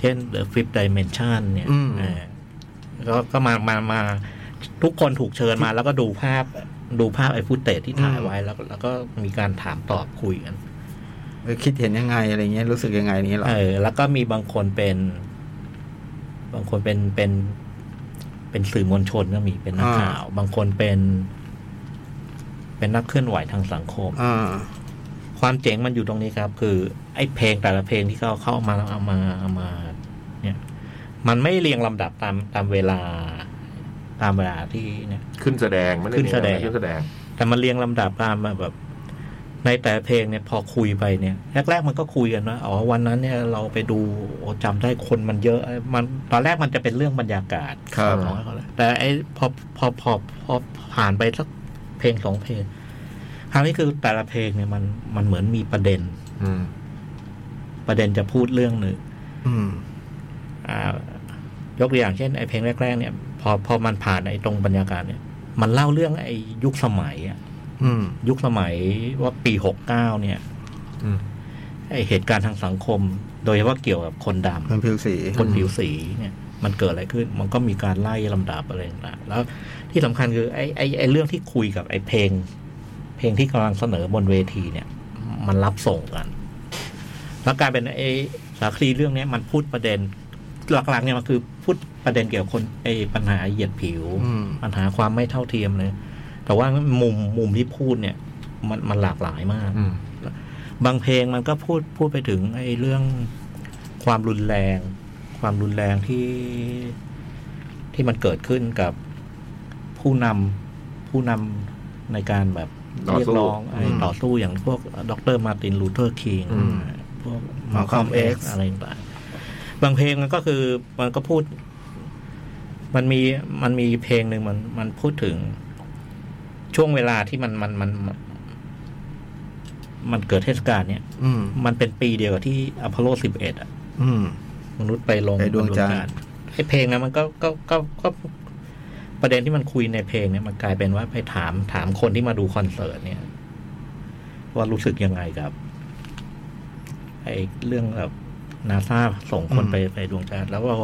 S4: เช่น The Fifth Dimension เนี่ย
S5: อืม
S4: เออก็ก็มามามาทุกคนถูกเชิญมา แล้วก็ดูภาพดูภาพไอ้ฟุตเตจที่ถ่ายไว้แล้วแล้วก็มีการถามตอบคุยกัน
S5: เออคิดเห็นยังไงอะไรเงี้ยรู้สึกยังไงอย่างเงี้ยเหรอ
S4: เออแล้วก็มีบางคนเป็น บางคนเป็นเป็นเป็นสื่อมวลชนก็มีเป็นนักข่าว บางคนเป็น เป็นนักเคลื่อนไหวทางสังคม
S5: อ่า
S4: ความเจ๋งมันอยู่ตรงนี้ครับ คือไอ้เพลงแต่ละเพลงที่เขาเข้ามาแล้วเอามาเอามา เนี่ย มันไม่เรียงลำดับตามตามเวลา ตามเวลาที่เนี่ย
S3: ขึ้นแสดงไม่ได้
S4: ขึ้นแสดง
S3: ขึ้นแสดง
S4: แต่มันเรียงลำดับตามแบบ ในแต่เพลงเนี่ยพอคุยไปเนี่ยแรกๆมันก็คุยกันว่าอ๋อวันนั้นเนี่ยเราไปดูโอ้จำได้คนมันเยอะมันตอนแรกมันจะเป็นเรื่องบรรยากาศ
S3: ครับ
S4: ของเขาแหละแต่ไอ้พอพอพอพอผ่านไปสักเพลงสองเพลงคราวนี้คือแต่ละเพลงเนี่ยมันมันเหมือนมีประเด็น
S3: อืม
S4: ประเด็นจะพูดเรื่องหนึ่ง
S1: อืม
S4: อ่ายกตัวอย่างเช่นไอเพลงแรก ๆ เนี่ย พอพอมันผ่านไอตรงบรรยากาศเนี่ย มันเล่าเรื่องไอยุคสมัยอะ
S1: อืม
S4: ยุคสมัยว่าปีหกเก้าเนี่ย
S3: อืม
S4: ไอเหตุการณ์ทางสังคม โดยเฉพาะเกี่ยวกับคนดำ
S1: มันผิวสี
S4: คนผิวสีเนี่ย มันเกิดอะไรขึ้น มันก็มีการไล่ลำดับอะไรต่างๆแล้วที่สำคัญคือไอไอไอเรื่องที่คุยกับไอเพลง เพลงที่กำลังเสนอบนเวทีเนี่ย มันรับส่งกัน แล้วกลายเป็นไอ้สารคดีเรื่องเนี้ยมันพูดประเด็น หลักๆเนี่ยมันคือพูดประเด็นเกี่ยวกับคนไอ้ปัญหาเหยียดผิว
S1: อืม
S4: ปัญหาความไม่เท่าเทียมเลย แต่ว่ามุมมุมที่พูดเนี่ย มันมันหลากหลายมาก
S3: อืม
S4: บางเพลงมันก็พูดพูดไปถึงไอ้เรื่องความรุนแรง ความรุนแรงที่ที่มันเกิดขึ้นกับผู้นำผู้นำในการแบบ
S3: ต่อสู้
S4: เรียกร้องไอ้
S3: อืม
S4: ต่อสู้อย่างพวกดรมาร์ตินลูเทอร์คิง
S3: อืม
S4: พวก
S1: Malcolm X
S4: อะไรต่างๆบางเพลงมันก็คือมันก็พูด มันมีมันมีเพลงหนึ่งมันมันพูดถึงช่วงเวลาที่มันมันมัน มันเกิดเทศกาลเนี่ย
S1: อืม
S4: มันเป็นปีเดียวกับที่อพอลโล 11 อ่ะ
S1: อืม
S4: มนุษย์ไปลง
S1: ไปดวงจันทร์
S4: ไอ้เพลงนะมันก็ก็ก็ก็ประเด็นที่มันคุยในเพลงเนี่ยมันกลายเป็นว่าไปถามถามคนที่มาดูคอนเสิร์ตเนี่ย ว่ารู้สึกยังไงกับไอ้เรื่องแบบนาซาส่งคนไปไปดวงจันทร์แล้วว่า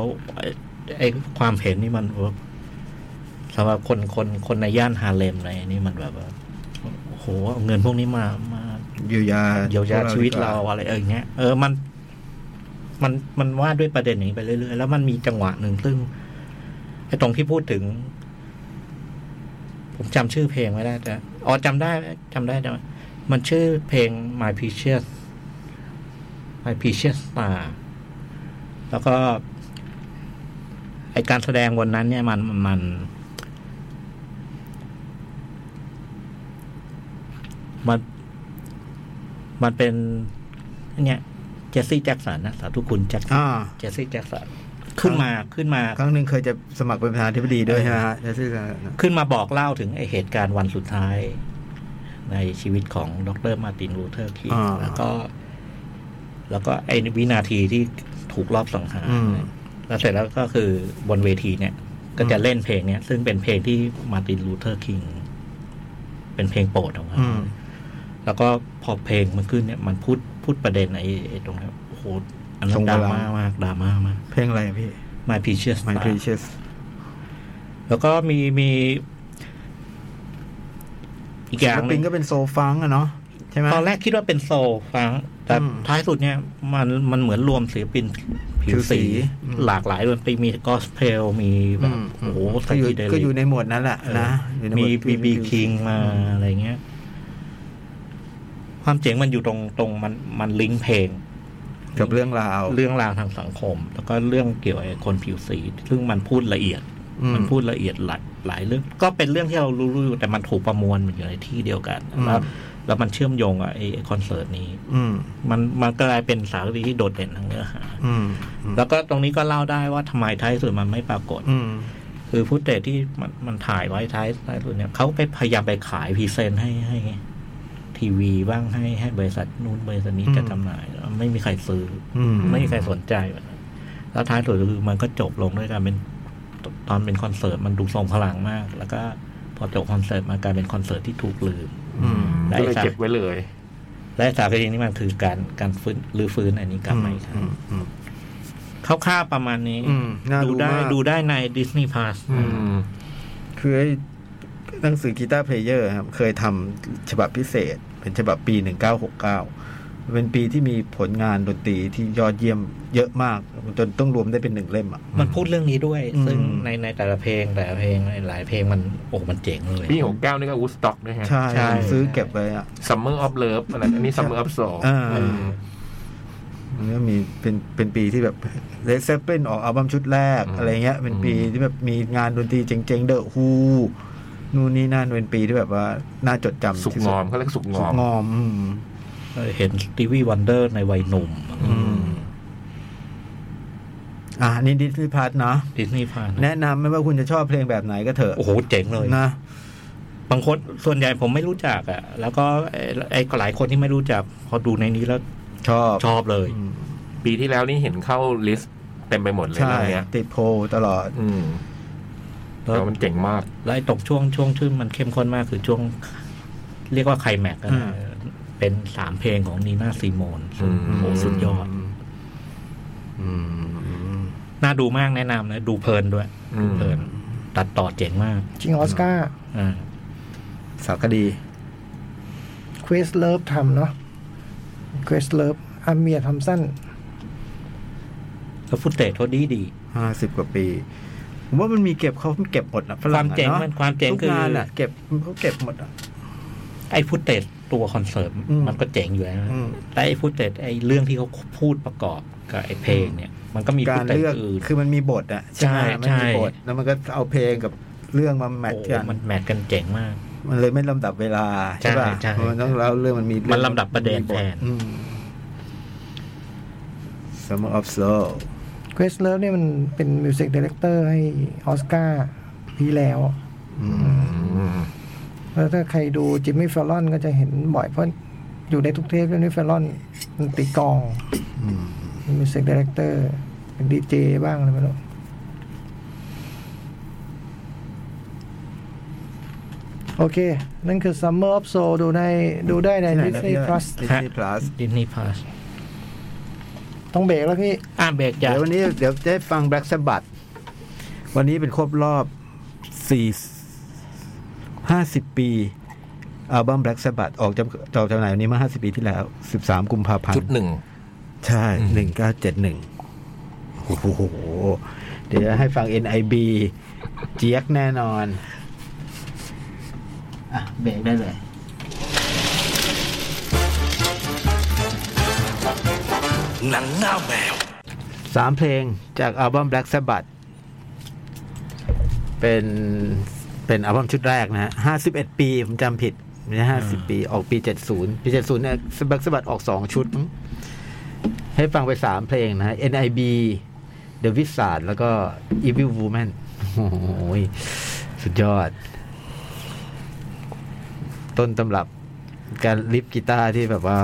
S4: ไอ้ไอ้ความเห็นนี่มันแบบสำหรับคนคนคนในย่านฮาเลมในนี่มันแบบว่าโอ้โหเอาเงินพวกนี้มามา
S1: เยียวยา
S4: เยียวยาชีวิตเรา
S1: พก
S4: อะไรเอออย่างเงี้ยเออมัน มันมันว่าด้วยประเด็นอย่างนี้ไปเรื่อยๆแล้วมันมีจังหวะหนึ่งซึ่งไอ้ตรงที่พูดถึง ผมจำชื่อเพลงไม่ได้แต่อ๋อจำได้จำได้จำได้มันชื่อเพลง My Precious My Precious Star แล้วก็ ไอการแสดงวันนั้น เนี่ยมันมันมัน มัน มันเป็นเนี่ยเจสซี่แจ็คสันนะสาธุคุณแจ็คสัน
S1: อ่า
S4: เจสซี่แจ็คสันขึ้นมาขึ้นมา
S1: ครั้งหนึ่งเคยจะสมัครเป็นประธานาธิบดีด้วยใช่ไหมฮะจะซื้อสาร
S4: ขึ้นมาบอกเล่าถึงไอเหตุการณ์วันสุดท้าย ในชีวิตของดรมาร์ตินลูเทอร์คิง
S1: อ่า
S4: แล้วก็ แล้วก็ไอวินาทีที่ถูกลอบสังหาร
S1: อืม
S4: แล้วเสร็จแล้วก็คือบนเวทีเนี่ย ก็จะเล่นเพลงเนี่ย ซึ่งเป็นเพลงที่มาร์ตินลูเทอร์คิงเป็นเพลงโปรดของเขา
S1: อืม
S4: แล้วก็พอเพลงมันขึ้นเนี่ยมันพูดพูดประเด็นไอ้ไอ้ตรงนี้โอ้โหอันนั้
S1: ทร
S4: น
S1: ง
S4: ด
S1: พ
S4: รา
S1: ลัง
S4: ม่ามากดราม่ามาก
S1: เพลงอะไรอะพี่
S4: My Precious
S1: My
S4: Star
S1: Precious
S4: แล้วก็มีมี อีกอ
S1: ศิ
S4: ย่าง
S1: ล
S4: ห
S1: ปิ
S4: นึ่
S1: น
S4: ง
S1: ก็เป็นโซฟังอะเนาะใช่ไหม
S4: ตอนแรกคิดว่าเป็นโซลฟังแต่
S1: อืม
S4: ท้ายสุดเนี่ย มันมันเหมือนรวมศิลปินผิ
S1: ผิ
S4: วสี
S1: วสีอืม
S4: หลากหลายดนตรีมีกอสเพลมีแบ
S1: อื
S4: บ
S1: ม
S4: โอ้โห
S1: ก็อยู่
S4: ไซเคเดลิ
S1: ก็อยู่ในหมวดนั้นแหละ
S4: เออ
S1: นะอยู่ในห
S4: มี
S1: วด
S4: บีบีคิงมาอะไรเงี้ย ความเจ๋งมันอยู่ตรงตรงมันมันลิงก์เพลง
S1: กับเรื่องราว
S4: เรื่องราวทางสังคม แล้วก็เรื่องเกี่ยวกับไอ้คนผิวสี ซึ่งมันพูดละเอียด
S1: อืม
S4: มันพูดละเอียดหลายหลายเรื่อง ก็เป็นเรื่องที่เรารู้ๆอยู่แต่มันถูกประมวลมันอยู่ในที่เดียวกัน
S1: อืม
S4: แล้วแล้วมันเชื่อมโยงกับไอ้ไอ้คอนเสิร์ตนี้
S1: อืม
S4: มันมันกลายเป็นสารคดีที่โดดเด่นทางเนื้อหา
S1: อืมอืม
S4: แล้วก็ตรงนี้ก็เล่าได้ว่าทำไมท้ายสุดมันไม่ปรากฏ
S1: อืม
S4: คือฟุตเตจที่มันมันถ่ายไว้ท้ายท้ายสุดเนี่ยเขาไปพยายามไปขายพรีเซนต์ให้ให้ ทีวีบ้างให้ให้บริษัทนู้นบริษัทนี้
S1: อืม
S4: จะจำหน่ายแล้วไม่มีใครซื้อ
S1: อืม
S4: อไม่มีใครสนใจแบบนั้นแล้วท้ายสุดคือมันก็จบลงด้วยการเป็นตตอนเป็นคอนเสิร์ตมันดูทรงพลังมาก แล้วก็พอจบคอนเสิร์ตมากลายเป็นคอนเสิร์ตที่ถูกลืม
S1: อืม
S4: ได้
S3: ก็เลย
S4: ครับ
S3: เก็บไว้เลย
S4: และสารคดีนี้มันคือการการฟื้นหรือฟื้นอันนี้กลับมาอีกครั้งคร่าวๆประมาณนี้
S1: อืมน่าดู
S4: ดูได้
S1: มาก
S4: ดูได้ใน Disney Plus
S1: คือไอ้หนังสือกีตาร์เพลเยอร์ครับเคยทำฉบับพิเศษ เป็นฉบับปี 1969 เป็นปีที่มีผลงานดนตรีที่ยอดเยี่ยมเยอะมาก จนต้องรวมได้เป็นหนึ่งเล่มอ่ะ
S4: มันพูดเรื่องนี้ด้วย
S1: อืม
S4: ซึ่งในในแต่ละเพลงแต่ละเพลงหลายๆเพลงมันโอ้โหมันเจ๋งเลย
S3: ปีหกเก้านี่ก็วูดสต็อกด้วยฮะ
S1: ใช่
S4: ใช่
S1: ผมซื้อเก็บไว้อ่ะ
S3: Summer of Love อันนั้นอันนี้ Summer of Soul
S1: อ่า
S3: อืม
S1: มันก็มีเป็นเป็นปีที่แบบเลเซเปิลออกอัลบั้มชุดแรก
S3: อืม
S1: อะไรเงี้ย เป็น
S3: อืม
S1: ปีที่แบบมีงานดนตรีเจ๋งๆเดอะฮู
S5: นู่นนี่นั่นเป็นปีที่แบบว่าน่าจดจำ
S3: สุก
S5: ที่
S3: ง
S5: ด
S3: อมเขาเรียกสุกง
S5: สุ
S3: อก ม
S5: งอมอืม
S4: เห็นสตีวีวันเดอร์ในวัยหนุ่ม
S5: อืมอ่ะนี่ดิสนีย์พาร์ทเนาะ
S4: ดิสนีย์พา
S5: แนะนำไม่ว่าคุณจะชอบเพลงแบบไหนก็เถอะ
S4: โอ้โหเจ๋งเลย
S5: นะ
S4: บางคนส่วนใหญ่ผมไม่รู้จักอ่ะ แล้วก็ไอ้ไอ้หลายคนที่ไม่รู้จัก พอดูในนี้แล้ว
S5: ชอบ
S4: ชอบเลย
S5: อืม
S3: ปีที่แล้วนี่เห็นเข้าลิสต์เต็มไปหมดเลย
S5: ใช่
S3: เรื่องเนี้ย
S5: ติดโพลตลอด
S3: อืม
S4: แล้ว
S3: แล้วมันเจ๋งมาก
S4: แล้วไอ้ตกช่วงช่วงชื่นมันเข้มข้นมากคือช่วง เรียกว่าไคลแม็กซ์อะ
S5: อืม
S4: เป็นสามเพลงของนีน่าซีโมน
S3: อืม
S4: โอ้โหสุดยอด
S5: อืม
S4: น่าดูมากแนะนำนะดูเพลินด้วย
S3: อืม
S4: เพลินตัดต่อเจ๋งมาก
S2: จริงออสการ์
S4: อ่า
S5: สารคดี
S2: เควสเลิฟทำเนาะเควสเลิฟอาเมียทำสั้น
S4: แล้วฟุตเตจเขาดีดี
S5: ห้าสิบกว่าปี ผมว่ามันมีเก็บเขาเก็บหมดนะ
S4: ค
S5: ฝรั่
S4: วาง ม
S5: อะ
S4: เจ๋ง
S5: เนาะ
S4: มันความเจ๋ง
S5: ทุก
S4: คือง
S5: านอ่ะ เก็บเขาเก็บหมดอ่ะ
S4: ไอ้ฟุตเตจตัวคอนเสิร์ต
S5: อืม
S4: มันก็เจ๋งอยู่แล้วนะ
S5: อืม
S4: แต่ไอ้ฟุตเตจไอ้เรื่องที่เขาพูดประกอบกับไอ้เพลงเนี่ย มันก็มีฟุ
S5: กา
S4: ต
S5: ร
S4: เตจ
S5: เลือก
S4: อื่น
S5: คือมันมีบทอ่ะไหม
S4: ใช่
S5: มันมี
S4: ใช่
S5: บทแล้วมันก็เอาเพลงกับเรื่องมาแมทช์
S4: โอ้
S5: กั
S4: โห
S5: น
S4: มันแมทกันเจ๋งมาก
S5: มันเลยไม่ลำดับเวลาใช่ป่ะ
S4: ใช่ใช่
S5: มันต้องเล่าเรื่องมันมี
S4: มันลำดับประเด็นแทน
S5: สมออฟโซ่
S2: เควสเลิฟเนี่ยมันเป็นมิวสิกดีเลกเตอร์ให้ออสการ์ปีแล้ว
S3: อืม
S2: แล้วถ้าใครดูจิมมี่เฟลลอนก็จะเห็นบ่อยเพราะอยู่ในทุกเทปจิมมี่เฟลลอนมันตีกลองเป็นมิวสิกดีเลกเตอร์ เป็นดีเจบ้างอะไรไม่รู้โอเค นั่นคือ Summer of Soul ดูในดูได้ใน Disney Plus
S5: ดิสนีย์พลัส
S4: ดิสนีย์พาส
S2: ต้องเบรกแล้วพี่
S4: อ่าเบรก
S5: เดี๋
S4: จ้ะ
S5: ยววันนี้เดี๋ยวได้ฟังแบล็กสบัดวันนี้เป็นครบรอบสี่ห้าสิบปีอัลบั้มแบล็กสบัดออกจำจอกจำหน่ายวันนี้เมาห้าสิบปีที่แล้วสิบสามกุมภาพัน
S3: ชุด
S5: ธ์
S3: หนึ่ง
S5: ใช่หนึ่งเก้าเจ็ดหนึ่งโอ้โห เดี๋ยวให้ฟัง NIB เจี๊ยกแน่นอน อ่ะ เบรกได้เลย
S9: หนังหน้าแมว
S5: สามเพลงจากอัลบั้ม Black Sabbath เป็นเป็นอัลบั้มชุดแรกนะฮะห้าสิบเอ็ดปี ผมจำผิดไม่ใช่ห้าสิบปี ออกปีเจ็ดศูนย์ปีเจ็ดศูนย์เนี่ย Black Sabbath ออกสองชุดมั้งให้ฟังไปสามเพลงนะฮะ NIB The Wizard แล้วก็ Evil Woman โอ้โหสุดยอด ต้นตำรับการลิฟกีตาร์ที่แบบว่า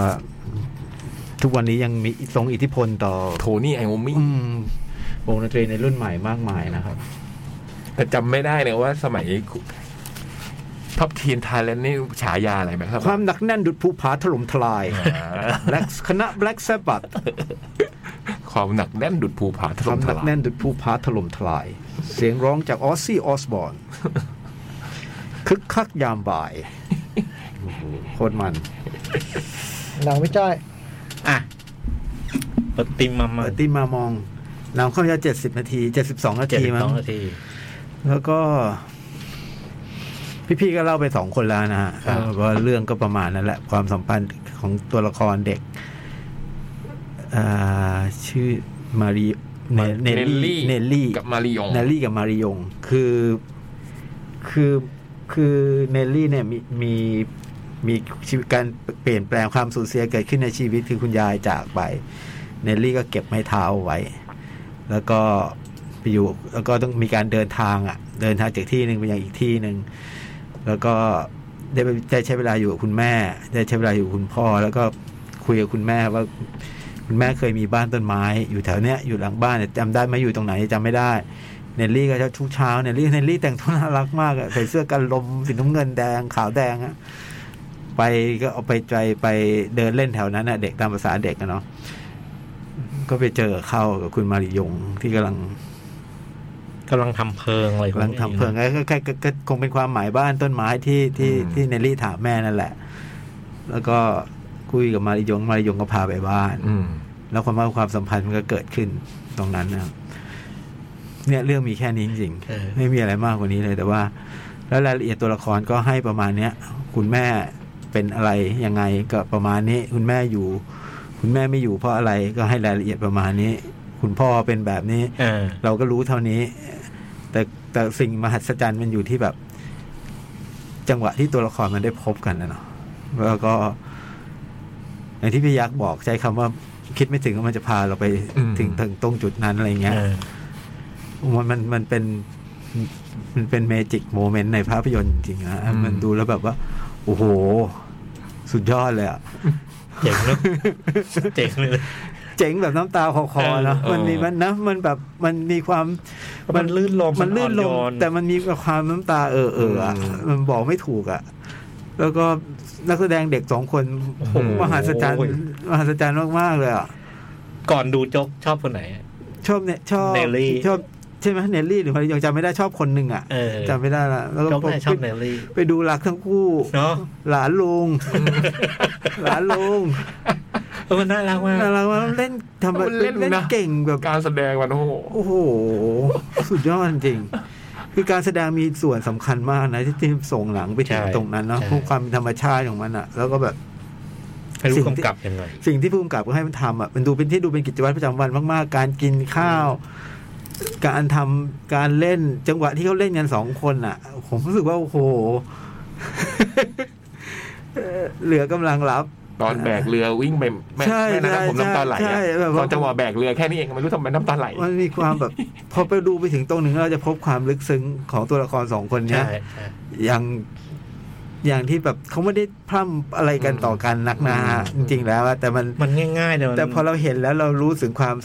S5: ทุกวันนี้ยังมีทรงอิทธิพลต่อ
S3: โทนี่ไอโอมิ
S5: อืมวงดนตรีในรุ่นใหม่มากมายนะครับ
S3: แต่จำไม่ได้เลยว่าสมัยท็อปทีนไทยแลนด์นี่ฉายาอะไรไหมครับ
S5: ความหนักแน่นดุดภูผาถล่มทลาย
S3: อ่า
S5: แล็กคณะ Black Sabbath
S3: ความหนักแน่นดุดภูผาถ
S5: ค
S3: ล่
S5: วาม ม
S3: ท
S5: หนัก
S3: ลาย
S5: แน่นดุดภูผาถล่มทลาย เสียงร้องจากออซซี่ออสบอน คึกคักยามบ่ายโอ้โหโคตรมัน
S2: หนังไม่จ้อย
S4: อ่ะปฏิมามา
S5: เปิดตีนมามองนำเข้ายาเจ็ดสิบนาทีเจ็ดสิบสองนา
S4: เจ็ด
S5: ที
S4: สิบ
S5: มั้
S4: สอง
S5: ง
S4: นาที
S5: แล้วก็ พี่ๆก็เล่าไปสองคนแล้วนะฮะ
S4: ครับ
S5: ว่าเรื่องก็ประมาณนั้นแหละ ความสัมพันธ์ของตัวละครเด็กอ่าชื่อมารีเนเนลลี่เนลลี่
S3: กับมาริยอง
S5: เนลลี่กับมาริยง คือคือคือเนลลี่เนี่ยมีมีมีชีวิตการเปลี่ยนแปลงความสูญเสียเกิดขึ้นในชีวิตคือคุณยายจากไป เนลลี่ก็เก็บไม้เท้าเอาไว้ แล้วก็ไปอยู่แล้วก็ต้องมีการเดินทางอ่ะ เดินทางจากที่หนึ่งไปยังอีกที่หนึ่งแล้วก็ได้ไปได้ใช้เวลาอยู่กับคุณแม่ ได้ใช้เวลาอยู่กับคุณพ่อ แล้วก็คุยกับคุณแม่ว่า คุณแม่เคยมีบ้านต้นไม้ อยู่แถวเนี้ยอยู่หลังบ้านแต่จำได้ไหมอยู่ตรงไหนจำไม่ได้เนลลี่ก็จะทุกเช้าเนลลี่เนลลี่แต่งตัวน่ารักมากอะใส่เสื้อกันลมสีน้ำเงินแดงขาวแดงอะไปก็เอาไปใจไปเดินเล่นแถวนั้นอะเด็กตามภาษาเด็กอะเนาะ ก็ไปเจอเข้ากับคุณมาริยงที่กำลัง
S4: กำลังทำเพลิงอะไร
S5: กำลังทำเพลิงก็ก็ก็ก็คงเป็นความหมายบ้านต้นไม้ที่ที่ที่เนลลี่ถามแม่นั่นแหละ แล้วก็คุยกับมาริยง มาริยงก็พาไปบ้าน
S3: อืม
S5: แล้วความว่าความสัมพันธ์มันก็เกิดขึ้นตรงนั้นนะครับเนี่ยเรื่องมีแค่นี้จริง
S4: เออ
S5: ๆไม่มีอะไรมากกว่านี้เลย แต่ว่า แล้วรายละเอียดตัวละครก็ให้ประมาณเนี้ย คุณแม่เป็นอะไรยังไงก็ประมาณนี้ คุณแม่อยู่ คุณแม่ไม่อยู่เพราะอะไรก็ให้รายละเอียดประมาณนี้ คุณพ่อเป็นแบบนี้
S4: เออ
S5: เราก็รู้เท่านี้ แต่แต่สิ่งมหัศจรรย์มันอยู่ที่แบบ จังหวะที่ตัวละครมันได้พบกันนะเนาะแล้วก็อย่างที่พี่ยักษ์บอกใช้คำว่า คิดไม่ถึงว่ามันจะพาเราไป
S3: อืม
S5: ถึงถึงตรงจุดนั้นอะไรเงี้ย
S4: เออ
S5: มันมันมันเป็นมันเป็นเมจิกโมเมนต์ในภาพยนตร์จริงๆนะ
S3: อืม
S5: มันดูแล้วแบบว่า โอ้โห สุดยอดเลยอะ
S4: เจ๋ง เลยเจ๋งเลย
S5: เจ๋งแบบน้ำตาคอๆเนอะ
S3: เออ
S5: มันมีมันนะมันแบบมันมีความ
S7: มันลื่นลม
S5: มันลื่นลม
S7: อ่อโย
S5: แต่มันมีความน้ำตาเออเอออะ
S7: อืม
S5: มันบอกไม่ถูกอะแล้วก็นักแสดงเด็กสองคนมหัศจรรย์มหัศจรรย์มากๆเลยอะ
S4: ก่อนดูโจ๊กชอบคนไหนอะ
S5: ชอบเนี่ยชอบ
S4: เนลลี่
S5: ชอบใช่ไหมเนลลี่หรือใครยังจำไม่ได้ชอบคนหนึ่งอะ
S4: เออ
S5: จำไม่ได้ละแล้วก็
S4: โจ๊กไหนชอบเนลลี่
S5: ไปดูรักทั้งคู่
S4: เนาะ
S5: หลานลุง หลานลุง
S4: เออมันน่ารักมาก
S5: น่ารักว่ากเล่นทำ
S3: มันเล่นนะ
S5: เล่นเก่งแบบ
S3: การแสดงวันโอ้โห
S5: โอ้โห สุดยอดจริ ง คือการแสดงมีส่วนสำคัญมากนะที่ที่ส่งหลังไปถึงตรงนั้นเนอะพวกความเป็นธรรมชาติของมันอะแล้วก็แบบ
S4: ไม่รู้
S5: สิ่งที่
S4: กำกับยังไง
S5: สิ่งที่ผู้กำกับก็ให้มันทำอ่ะมันดูเป็นที่ดูเป็นกิจวัตรประจำวันมาก ๆ การกินข้าว การทำการเล่นจังหวะที่เขาเล่นกันสองคนอ่ะ ผมรู้สึกว่า โอ้โห เอ่อเหลือกำลังรับ
S3: ตอนแบกเรือวิ่งไปแม่
S5: ใช่
S3: แม่น้ำ
S5: ใช่
S3: นะผมน้ำตาไหล
S5: ใช่
S3: อะ
S5: แบบว่า
S3: ตอนจังหวะแบกเรือแค่นี้เองไม่รู้ทำไมน้ำตาไหล
S5: มันมีความแบบ พอไปดูไปถึงตรงหนึ่งเราจะพบความลึกซึ้งของตัวละครสองคนเนี้ย
S4: ใช่ใช่
S5: อย่างอย่างที่แบบเขาไม่ได้พร่ำอะไรกันต่อกันนักนะฮะจริง ๆ แล้วอะแต่มัน
S4: มันง่ายๆเดี๋ยว
S5: แต่พอเราเห็นแล้วเรารู้ถึงความ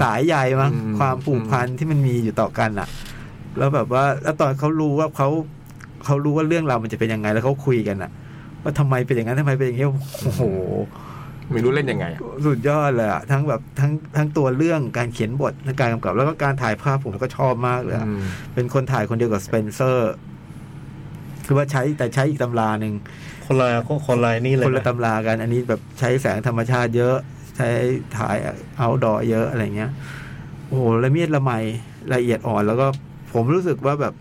S5: สายใยมั้ง
S3: อืม
S5: ความผูกพันที่มันมีอยู่ต่อกันอะแล้วแบบว่าแล้วตอนเขารู้ว่าเขาเขารู้ว่าเรื่องราวมันจะเป็นยังไงแล้วเขาคุยกันอะว่าทำไมเป็นอย่างนั้นทำไมเป็นอย่างนี้โอ้โห
S3: ไม่รู้เล่นยังไงอะ
S5: สุดยอดเลยอะทั้งแบบทั้งทั้งตัวเรื่องการเขียนบทและการกำกับ แล้วก็การถ่ายภาพผมก็ชอบมากเลยอะเป็นคนถ่ายคนเดียวกับสเปนเซอร์ คือว่าใช้แต่ใช้อีกตำราหนึ่ง
S4: คนละคนละนี่เลย
S5: คนละ
S4: นะ
S5: ตำรากัน อันนี้แบบใช้แสงธรรมชาติเยอะ ใช้ถ่ายเอาดอเยอะอะไรเงี้ย โอ้โหละเมียดละไมละเอียดอ่อนแล้วก็ผมรู้สึกว่าแบบ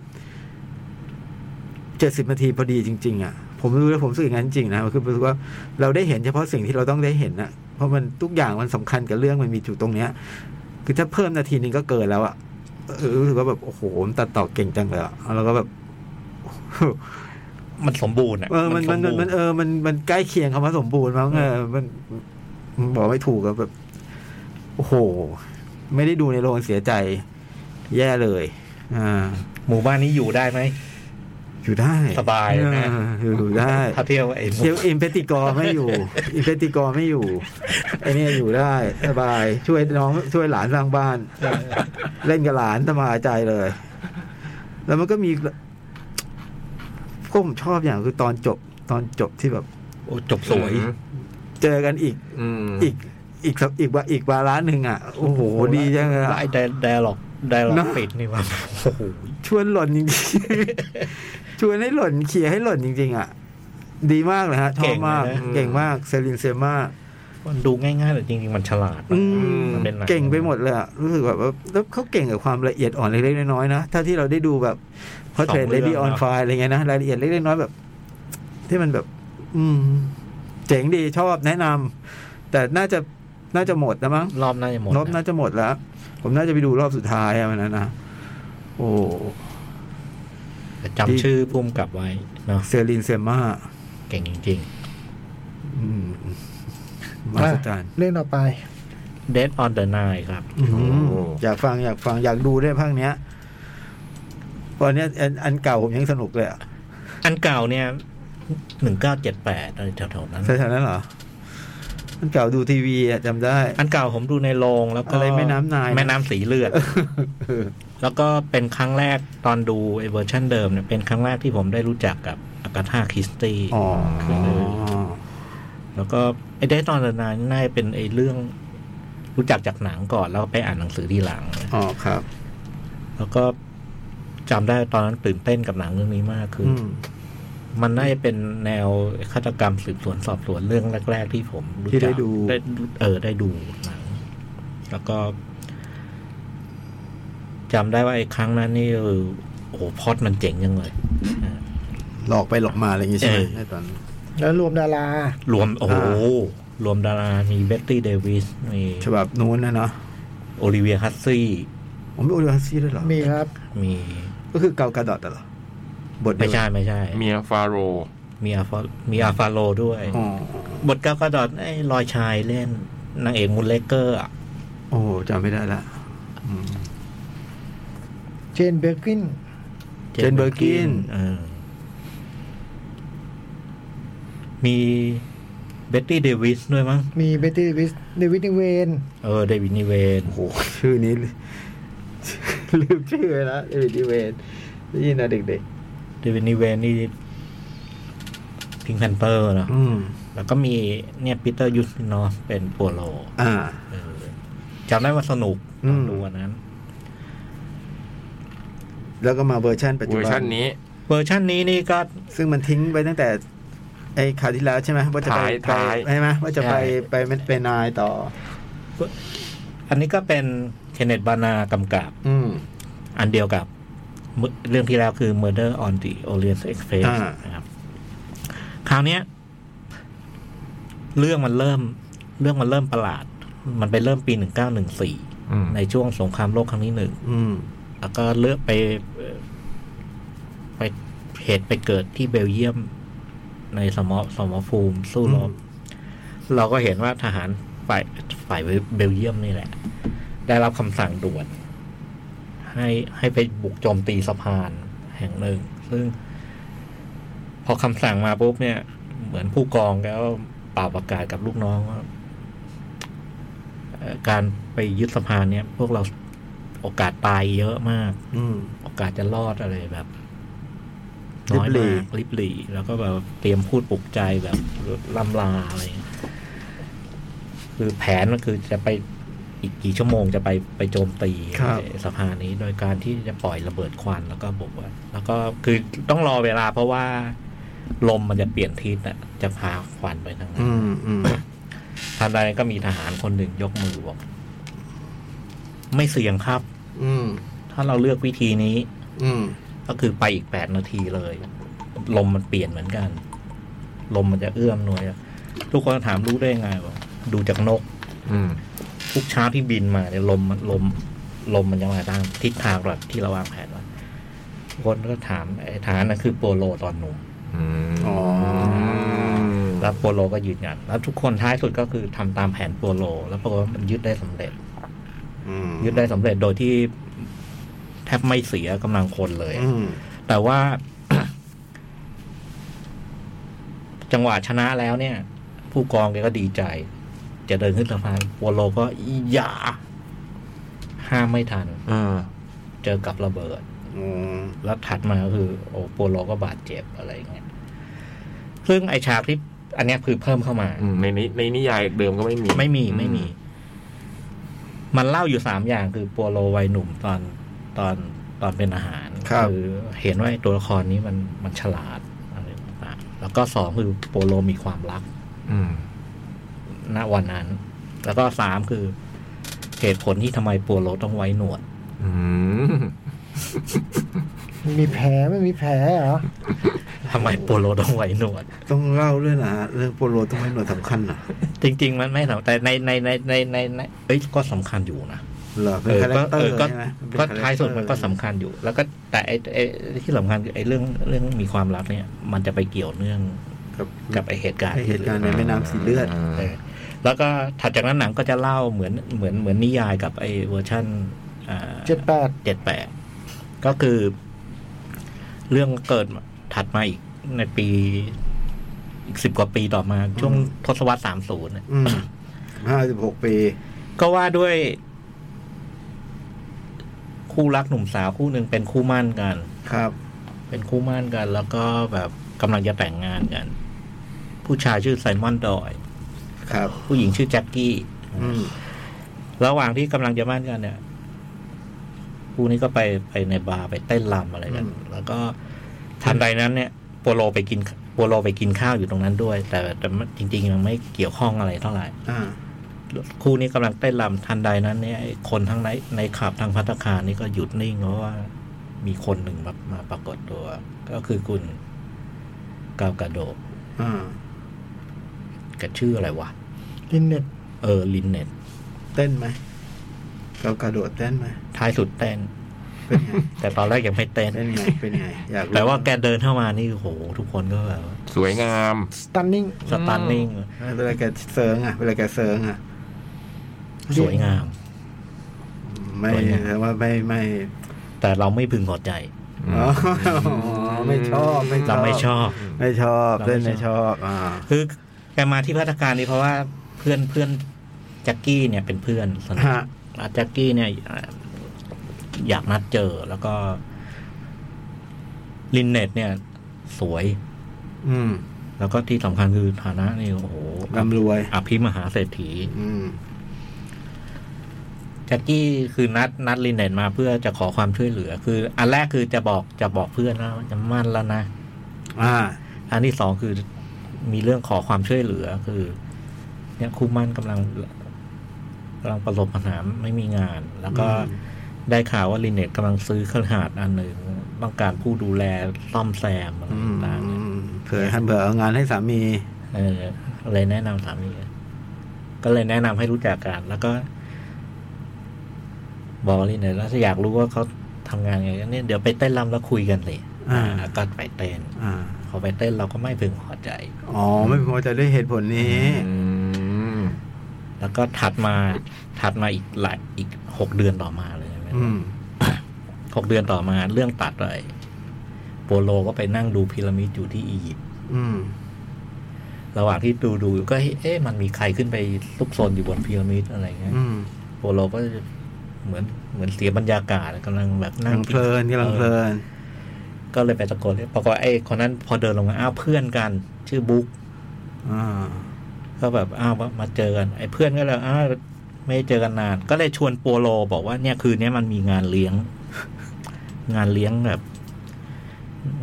S5: เจ็ดสิบ70 นาทีพอดีจริง ๆ อ่ะ ผมรู้แล้วผมรู้สึกอย่างนั้นจริงนะคือรู้สึกว่าเราได้เห็นเฉพาะสิ่งที่เราต้องได้เห็นนะเพราะมันทุกอย่างมันสำคัญกับเรื่องมันมีอยู่ตรงเนี้ย คือถ้าเพิ่มนาทีนึงก็เกินแล้วอ่ะเออรู้สึกว่าแบบโอ้โหมันตัดต่อเก่งจังเลยอ่ะแล้วก็แบบ
S4: มันสมบูรณ์อ่ะ
S5: เออ มัน มัน
S4: ส
S5: มัน
S4: บูร
S5: มัน
S4: ณ์
S5: เออ มัน มันใกล้เคียงคำว่าสมบูรณ์มั้งเออ มันมันบอกไม่ถูกอะแบบ โอ้โห ไม่ได้ดูในโรงเสียใจ แย่เลย อ่า
S4: หมู่บ้านนี้อยู่ได้ไหม
S5: อยู่ได้
S4: สบายนะ
S5: เอออยู่ได้
S4: ถ้าเที่ยวไอ้หมู่
S5: เที่ยวอิมเพติกอไม่อยู่ อิมเพติกอไม่อยู่ ไอเนี่ยอยู่ได้ สบาย ช่วยน้อง ช่วยหลานสร้างบ้าน เล่นกับหลานสบายใจเลย แล้วมันก็มีก็ผมชอบอย่างคือตอนจบ ตอนจบที่แบบ
S4: โอ้จบสวย
S5: เจอกันอีก
S3: อืม
S5: อีกอีกสักอีกวาอีกวาระหนึ่งอ่ะ โอ้โห ดีจังเลย
S4: แล้ว
S5: อะ
S4: ไอ้ไดไดร์ล็อกไดร์ล็อก
S5: เนอะ
S4: ปิดนี่ว่าโอ้โห
S5: ชวนหล่นจริงๆ ชวนให้หล่นเขี่ยให้หล่นจริง ๆ อ่ะ ดีมาก เลยฮะชอบมากเก่งมากเซรินเซมา
S4: มันดูง่ายๆแต่จริงๆมันฉลาดนะ
S5: อืม
S4: มันเป็นหนัง
S5: เก่งไปหมดเลยอะรู้สึกแบบว่าแล้วเขาเก่งกับความละเอียดอ่อนเล็กๆน้อยๆนะถ้าที่เราได้ดูแบบพอเทรดเลดี้ออนไฟอะไรเงี้ยนะรายละเอียดเล็กๆน้อยๆแบบ ที่มันแบบ อืม เจ๋งดีชอบแนะนำแต่น่าจะน่าจะหมดนะมั้ง
S4: รอบหน่าจะหมด
S5: นบน่าจะหมดแล้ว ผมน่าจะไปดูรอบสุดท้ายอะวันนั้นนะ โอ้
S4: แต่
S5: ดี
S4: จำชื่อพุ่มกลับไว้เนาะ
S5: เซรินเซม่า
S4: เก่งจริง
S5: อืมมหัศจรรย์
S2: เรื่องต่อไป
S4: ๆ Dead on the Nile ครับ
S5: อืมอยากฟังอยากฟังอยากดูด้วยภาคเนี้ยตอนเนี้ยอันอันเก่าผมยังสนุกเลยอะ
S4: อันเก่าเนี่ยหนึ่งเก้าเจ็ดแปดอะไรแถวๆนั้น
S5: แถวๆนั้นเหรอ อันเก่าดูทีวีอะจำได้
S4: อันเก่าผมดูในโรงแล้วก็
S5: อะไรแม่น้ำนายนะ
S4: แม่น้ำสีเลือด แล้วก็เป็นครั้งแรกตอนดูไอ้เวอร์ชันเดิมเนี่ยเป็นครั้งแรกที่ผมได้รู้จักกับอากาธาคริสตี้
S5: อ๋อ
S4: แล้วก็ไอ้ได้ตอนเดินนานน่าจะเป็นไอ้เรื่องรู้จักจากหนังก่อนแล้วไปอ่านหนังสือทีหลัง
S5: อ๋อครับ
S4: แล้วก็จำได้ตอนนั้นตื่นเต้นกับหนังเรื่องนี้มากคือ
S5: อื
S4: อ
S5: ม
S4: มันน่าจะเป็นแนวฆาตกรรมสืบสวนสอบสวนเรื่องแรก ๆ ที่ผมรู้จัก
S5: ที่ได้ดู
S4: ได้เออได้ดูหนังแล้วก็จำได้ว่าไอ้ครั้งนั้นนี่เออโอ้โหพล็อดมันเจ๋งจังเลย
S5: หลอกไปหลอกมาอะไรอย่างงี้ใช่ไหม
S4: เออ
S5: ในตอนนั้น
S2: แล้วรวมดาราร
S4: วมโอ้โห
S5: อ่
S4: รวมดารา มีเบตตี้เดวิสมี
S5: ฉบับนู้นนะเนาะ
S4: โอลิเวียฮัตซี่
S5: ผมไม่โอริฮัสซี่ด้วยเหรอ
S2: มีครับ
S4: มี
S5: ก็คือเกากาดอดอะเหรอ
S1: บทเดี
S4: ไม่
S1: ยวกั
S4: ใช่
S1: น
S4: ไม่ใช่
S3: เมียฟาโรห์
S4: มีอาฟามีอาฟาโลด้วย
S1: อ๋อบ
S4: ทเก้ากระดอนไอ้ลอยชายเล่นนางเอกมูลเลกเกอร์อะ
S1: โอ้โหจำไม่ได้ละอืม
S2: เจนเบอร์กิน
S1: เจนเบอร์กิน
S4: เออมีเบ็ตตี้เดวิสด้วยมั้ง
S2: มีเบตตี้วิสเดวิดนิเวน
S4: เออเดวิดนิเวน
S5: โอ้โหชื่อนี้ ลืมชื่อเลยนะเดวิดดีเวนได้ยินนะเด็ก
S4: เดวิดนิเวนนี่พิงแพนเปอร์เนอะ
S5: ๆ อืม
S4: แล้วก็มีเนี่ยปีเตอร์ยูสตินอสเป็นปัวโล
S1: อ่า
S4: เออจำได้ว่าสนุก
S5: อืม
S4: ดูอันนั้น
S1: แล้วก็มาเวอร์ชันปัจ
S3: เว
S1: จุ
S3: อร์
S1: บั
S3: ชั
S1: น
S3: นนี้
S4: เวอร์ชันนี้นี่ก็
S1: ซึ่งมันทิ้งไปตั้งแต่ ไอ้คราวที่แล้วใช่ไหมว่าจะไป
S3: ท้าย
S1: ไป
S3: ท้าย
S1: ใช่ไหมว่าจะไป
S4: ใช่
S1: ไปไปไปนายต่อ
S4: อันนี้ก็เป็นเคนเนตบานากำกับ
S1: อืม
S4: อันเดียวกับเมื่อเรื่องที่แล้วคือ Murder on the Orient Express
S1: อ่า
S4: นะครับ คราวเนี้ย เรื่องมันเริ่ม เรื่องมันเริ่มประหลาด มันไปเริ่มปีหนึ่งเก้าหนึ่งสี่
S3: อืม
S4: ในช่วงสงครามโลกครั้งที่หนึ่ง
S1: อืม
S4: แล้วก็เลือกไปเอ่อไปเหตุไปเกิดที่เบลเยียม ในสมอสมอภูมิสู้รบเราก็เห็นว่าทหารฝ่ายฝ่ายเบลเยียมนี่แหละ ได้รับคำสั่งด่วน ให้ให้ไปบุกโจมตีสะพานแห่งหนึ่ง ซึ่ง พอคำสั่งมาปุ๊บเนี่ย เหมือนผู้กองแล้วเป่าประกาศกับลูกน้องว่าเอ่อการไปยึดสะพานเนี่ย พวกเราโอกาสตายเยอะมาก
S1: อืม
S4: โอกาสจะรอดอะไรแบบ น้อย
S1: ลิบหรี่
S4: มากลิบหลี แล้วก็แบบเตรียมพูดปลุกใจแบบลำลาอะไรอย่างเงี้ยคือแผนก็คือจะไปอีกกี่ชั่วโมงจะไปไปโจมตี
S1: ครับ
S4: สภานนี้โดยการที่จะปล่อยระเบิดควันแล้วก็บอกว่า แล้วก็คือต้องรอเวลาเพราะว่า ลมมันจะเปลี่ยนทิศอ่ะ จะพาควันไปทางนั้น
S1: อืมอืม
S4: ทันใดนั้นก็มีทหารคนหนึ่งยกมือบอกไม่เสี่ยงครับ
S1: อืม
S4: ถ้าเราเลือกวิธีนี้
S1: อืม
S4: ก็คือไปอีกแปดนาทีเลย ลมมันเปลี่ยนเหมือนกัน ลมมันจะเอื้อมหน่วยอะทุกคนถามรู้ได้ยังไงวะดูจากนก
S3: อืม
S4: ทุกเช้าที่บินมาเนี่ยลมมันลม ลมมันจะมาตามทิศทางแบบที่เราวางแผนไว้ทุกคนก็ถามไอ้ฐานนั่นคือโปโลตอนหนุ่ม
S3: อืม
S1: อ๋อ
S4: แล้วโปโลก็ยืนยันแล้วทุกคนท้ายสุดก็คือทำตามแผนโปโล แล้วปรากฏว่ามันยึดได้สำเร็จ
S1: อืม
S4: ยึดได้สำเร็จโดยที่แทบไม่เสียกำลังคนเลย
S1: อืม
S4: แต่ว่า จังหวะชนะแล้วเนี่ย ผู้กองแกก็ดีใจ จะเดินขึ้นสะพานวอลโลก็อย่าห้ามไม่ทัน
S3: เออ
S4: เจอกับระเบิด
S1: อืม
S4: แล้วถัดมาก็คือ โอ้โปโลก็บาดเจ็บอะไรอย่างเงี้ยซึ่งไอฉากที่อันเนี้ยคือเพิ่มเข้ามา
S3: อืมในนี้ในนิยายเดิมก็ไม่มี
S4: ไม่มีไม่มี มันเล่าอยู่สามอย่างคือโปโลวัยหนุ่มตอนตอนตอนเป็นอาหารคือเห็นว่าไอ้ตัวละครนี้มันมันฉลาดอะไรต่างๆแล้วก็สองคือโปโลมีความรัก
S3: อืม
S4: ณวันนั้น แล้วก็สามคือเหตุผลที่ทำไมโปโลต้องไว้หนวด
S3: อืม
S2: มีแผลไม่มีแผลเหรอ
S4: ทำไมโปโลต้องไว้หนวด
S1: ต้องเล่าด้วยนะเรื่องโปโลต้องให้หน่วยสำคัญนะ
S4: จริง ๆ มันไม่สำคัญแต่ในในในในในในเอ้ยก็สำคัญอยู่นะ
S1: เหรอเป็น
S4: เออ
S1: คาแร
S4: ก็
S1: คเตอ
S4: เอ
S1: ร์
S4: อก็
S1: ใช่ไหมมันเป็น
S4: ก็
S1: คแรคเตอร์
S4: ท้ายสุดมันก็สำคัญอยู่ แล้วก็แต่ไอ้ไอ้ไอ้ที่สำคัญคือไอ้เรื่องเรื่องมีความรักเนี่ย มันจะไปเกี่ยวเนื่อง
S1: กับ
S4: กับไอ้เหตุการณ์
S1: ไอ้เหตุการณ์ในแม่น้ำสีเลือด
S4: เออแล้วก็ถัดจากนั้นหนังก็จะเล่าเหมือนเหมือนเหมือนนิยายกับไอ้เวอร์ชัน
S2: เจ็ดแปด
S4: เจ็ดแปดก็คือ เรื่องเกิดถัดมาอีกในปี อีกสิบกว่าปีต่อมา ช่วง
S1: อืม
S4: ทศวรรษสามศูนย์
S1: อืมห้าสิบหกปี
S4: ก็ว่าด้วย คู่รักหนุ่มสาวคู่หนึ่งเป็นคู่หมั่นกัน
S1: ครับ
S4: เป็นคู่หมั่นกัน แล้วก็แบบกำลังจะแต่งงานกัน ผู้ชายชื่อไซมอนดอย
S1: ครับ
S4: ผู้หญิงชื่อแจ็คกี้
S1: อืม
S4: ระหว่างที่กำลังจะหมั่นกันเนี่ย คู่นี้ก็ไปไปในบาร์ไปเต้นรำอะไรกัน แล้วก็ทันใดนั้นเนี่ยโปโลไปกินโปโลไปกินข้าวอยู่ตรงนั้นด้วย แต่แต่จริงๆยังไม่เกี่ยวข้องอะไรเท่าไหร่
S1: อ่า
S4: คู่นี้กำลังเต้นรำทันใดนั้นเนี่ยไอ้คนทั้งในในขับทางพัตตาคารนี่ก็หยุดนิ่งเพราะว่ามีคนหนึ่งมามาปรากฏตัว ก็คือคุณกาวกาโดะ
S1: อ่า
S4: แกชื่ออะไรวะ
S2: ลินเน็ต
S4: เออลินเน็ต
S1: เต้นไหมเรากระโดดเต้นไหม
S4: ท้ายสุดเต้น
S5: เป็นไง
S4: แต่ตอนแรกยังไม่เต้น
S5: เป็นไงเป็นไงอยากรู้
S4: แต่ว่าแกเดินเข้ามานี่โหทุกคนก็แบบ
S3: สวยงาม
S2: สตันนิ่ง
S4: สตันนิ่ง
S5: เวลาแกเซิร์งอ่ะเวลาแกเซิร์งอ่ะ
S4: สวยงาม
S5: ไม่
S4: สวยงาม
S5: แต่ว่าไม่ไม่
S4: แต่เราไม่พึงพอใจ
S5: อ๋อไม่ชอบไม่ชอบ
S4: เราไม่ชอบ
S5: ไม่ชอบ
S4: เราไม่ชอบ
S5: เล่นไม่ชอบอ่า
S4: คือแกมาที่พัฒการนี้เพราะว่าเพื่อนเพื่อนแจ็กกี้เนี่ยเป็นเพื่อนสนิท
S5: ฮะ
S4: อาแจ็กกี้เนี่ยอยากนัดเจอแล้วก็ลินเน็ตเนี่ย สวย
S5: อืม
S4: แล้วก็ที่สำคัญคือฐานะนี่โอ้โห
S5: ร่ำรวย
S4: อภิมหาเศรษฐี
S5: อืม
S4: แจ็กกี้คือนัดนัดลินเน็ตมาเพื่อจะขอความช่วยเหลือ คือ อันแรกคือจะบอกจะบอกเพื่อนว่าจะมั่นแล้วนะ
S5: อ่า
S4: อันที่สองคือมีเรื่องขอความช่วยเหลือ คือ เนี่ยคู่มั่นกำลังกำลังประสบปัญหาไม่มีงาน แล้วก็
S5: อืม
S4: ได้ข่าวว่าลินเน็ตกำลังซื้อเครื่องหาดอันหนึ่งต้องการผู้ดูแลซ่อมแซมอะไร
S5: อืม
S4: ต่างๆเนี่ย
S5: เผื่อให้เผื่อเอางานให้สามี
S4: เออเลยแนะนำสามีก็เลยแนะนำให้รู้จักกัน แล้วก็ บอกลินเน็ตแล้วถ้าอยากรู้ว่าเขาทำงานไงก็เนี่ยเดี๋ยวไปเต้นรำแล้วคุยกันสิ
S5: อ่า
S4: แล้วก็ไปเต้น
S5: อ่า
S4: พอไปเต้นเราก็ไม่พึงพอใจ
S5: อ๋อ ไม่พอใจด้วยเหตุผลนี้
S3: อืม
S4: แล้วก็ถัดมาถัดมาอีกหลายอีกหกเดือนต่อมาเลยใช่ไหม
S5: อืม
S4: หกเดือนต่อมาเรื่องตัดเลยโปโลก็ไปนั่งดูพีระมิดอยู่ที่อียิปต์
S5: อืม
S4: ระหว่างที่ดูดูอยู่ก็เอ๊ะเอ๊ะมันมีใครขึ้นไปซุกซนอยู่บนพีระมิดอะไรเงี้ย
S5: อืม
S4: โปโลก็เหมือนเหมือนเสียบรรยากาศกำลังแบบนั่
S5: กำลั
S4: ง
S5: งเพลินกำลังเพลิน
S4: ก็เลยไปตะโกนเรียกปรากฏไอ้คนนั้นพอเดินลงมาอ้าวเพื่อนกัน ชื่อบุ๊ก
S5: อ่า
S4: ก็แบบอ้าวมาเจอกันไอ้เพื่อนก็เลยอ้าวไม่ได้เจอกันนาน ก็เลยชวนโปโลบอกว่าเนี่ยคืนนี้มันมีงานเลี้ยง งานเลี้ยงแบบ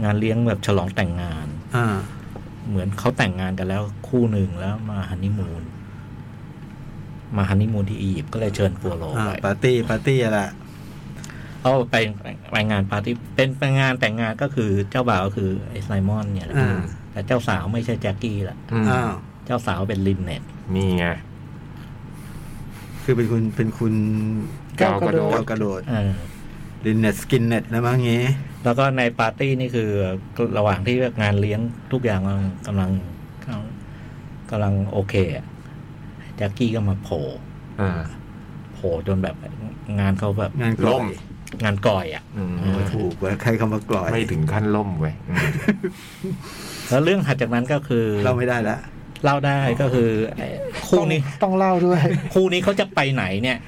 S4: งานเลี้ยงแบบฉลองแต่งงาน
S5: อ่า
S4: เหมือนเขาแต่งงานกันแล้วคู่หนึ่งแล้วมาฮันนีมูนมาฮันนีมูนที่อียิปต์ก็เลยเชิญโปโล
S5: อ่า
S4: ไป
S5: ปาร์ตี้ ปาร์ตี้อะไรละ
S4: เอาไปไปงานปาร์ตี้เป็นเป็นงานแต่งงานก็คือเจ้าบ่าวก็คือไอ้ไซมอนเนี่ยแหละ
S5: อ่า
S4: แต่เจ้าสาวไม่ใช่แจ็คกี้ละ
S3: อืม
S5: อ้าว
S4: เจ้าสาวเป็นลินเน็ต
S3: นี่ไง
S5: คือเป็นคุณ เป็นคุณ
S3: ก้าวกระโดด
S5: ก้าวกระโดด
S4: เออ
S5: ลินเน็ตสกินเน็ตนะมั้งงี้
S4: แล้วก็ในปาร์ตี้นี่คือระหว่างที่งานเลี้ยงทุกอย่างมันกำลังกำลังโอเคอะแจ็คกี้ก็มาโผล่
S3: อ่า
S4: โผล่จนแบบงานเขาแบบ
S5: งานกล
S3: ล่
S5: ม
S3: ม
S4: งานก่อยอ่ะ
S3: อืม
S4: เออ
S5: ถูกเว้ยใครคำว่ากลอย
S3: ไม่ถึงขั้นล่มเว้ยอืม
S4: แล้วเรื่องถัดจากนั้นก็คือ
S5: เราไม่ได้ละ
S4: เล่าได้ก็คือไอ้คู่นี้
S2: ต้องเล่าด้วย
S4: คู่นี้เขาจะไปไหนเนี่ย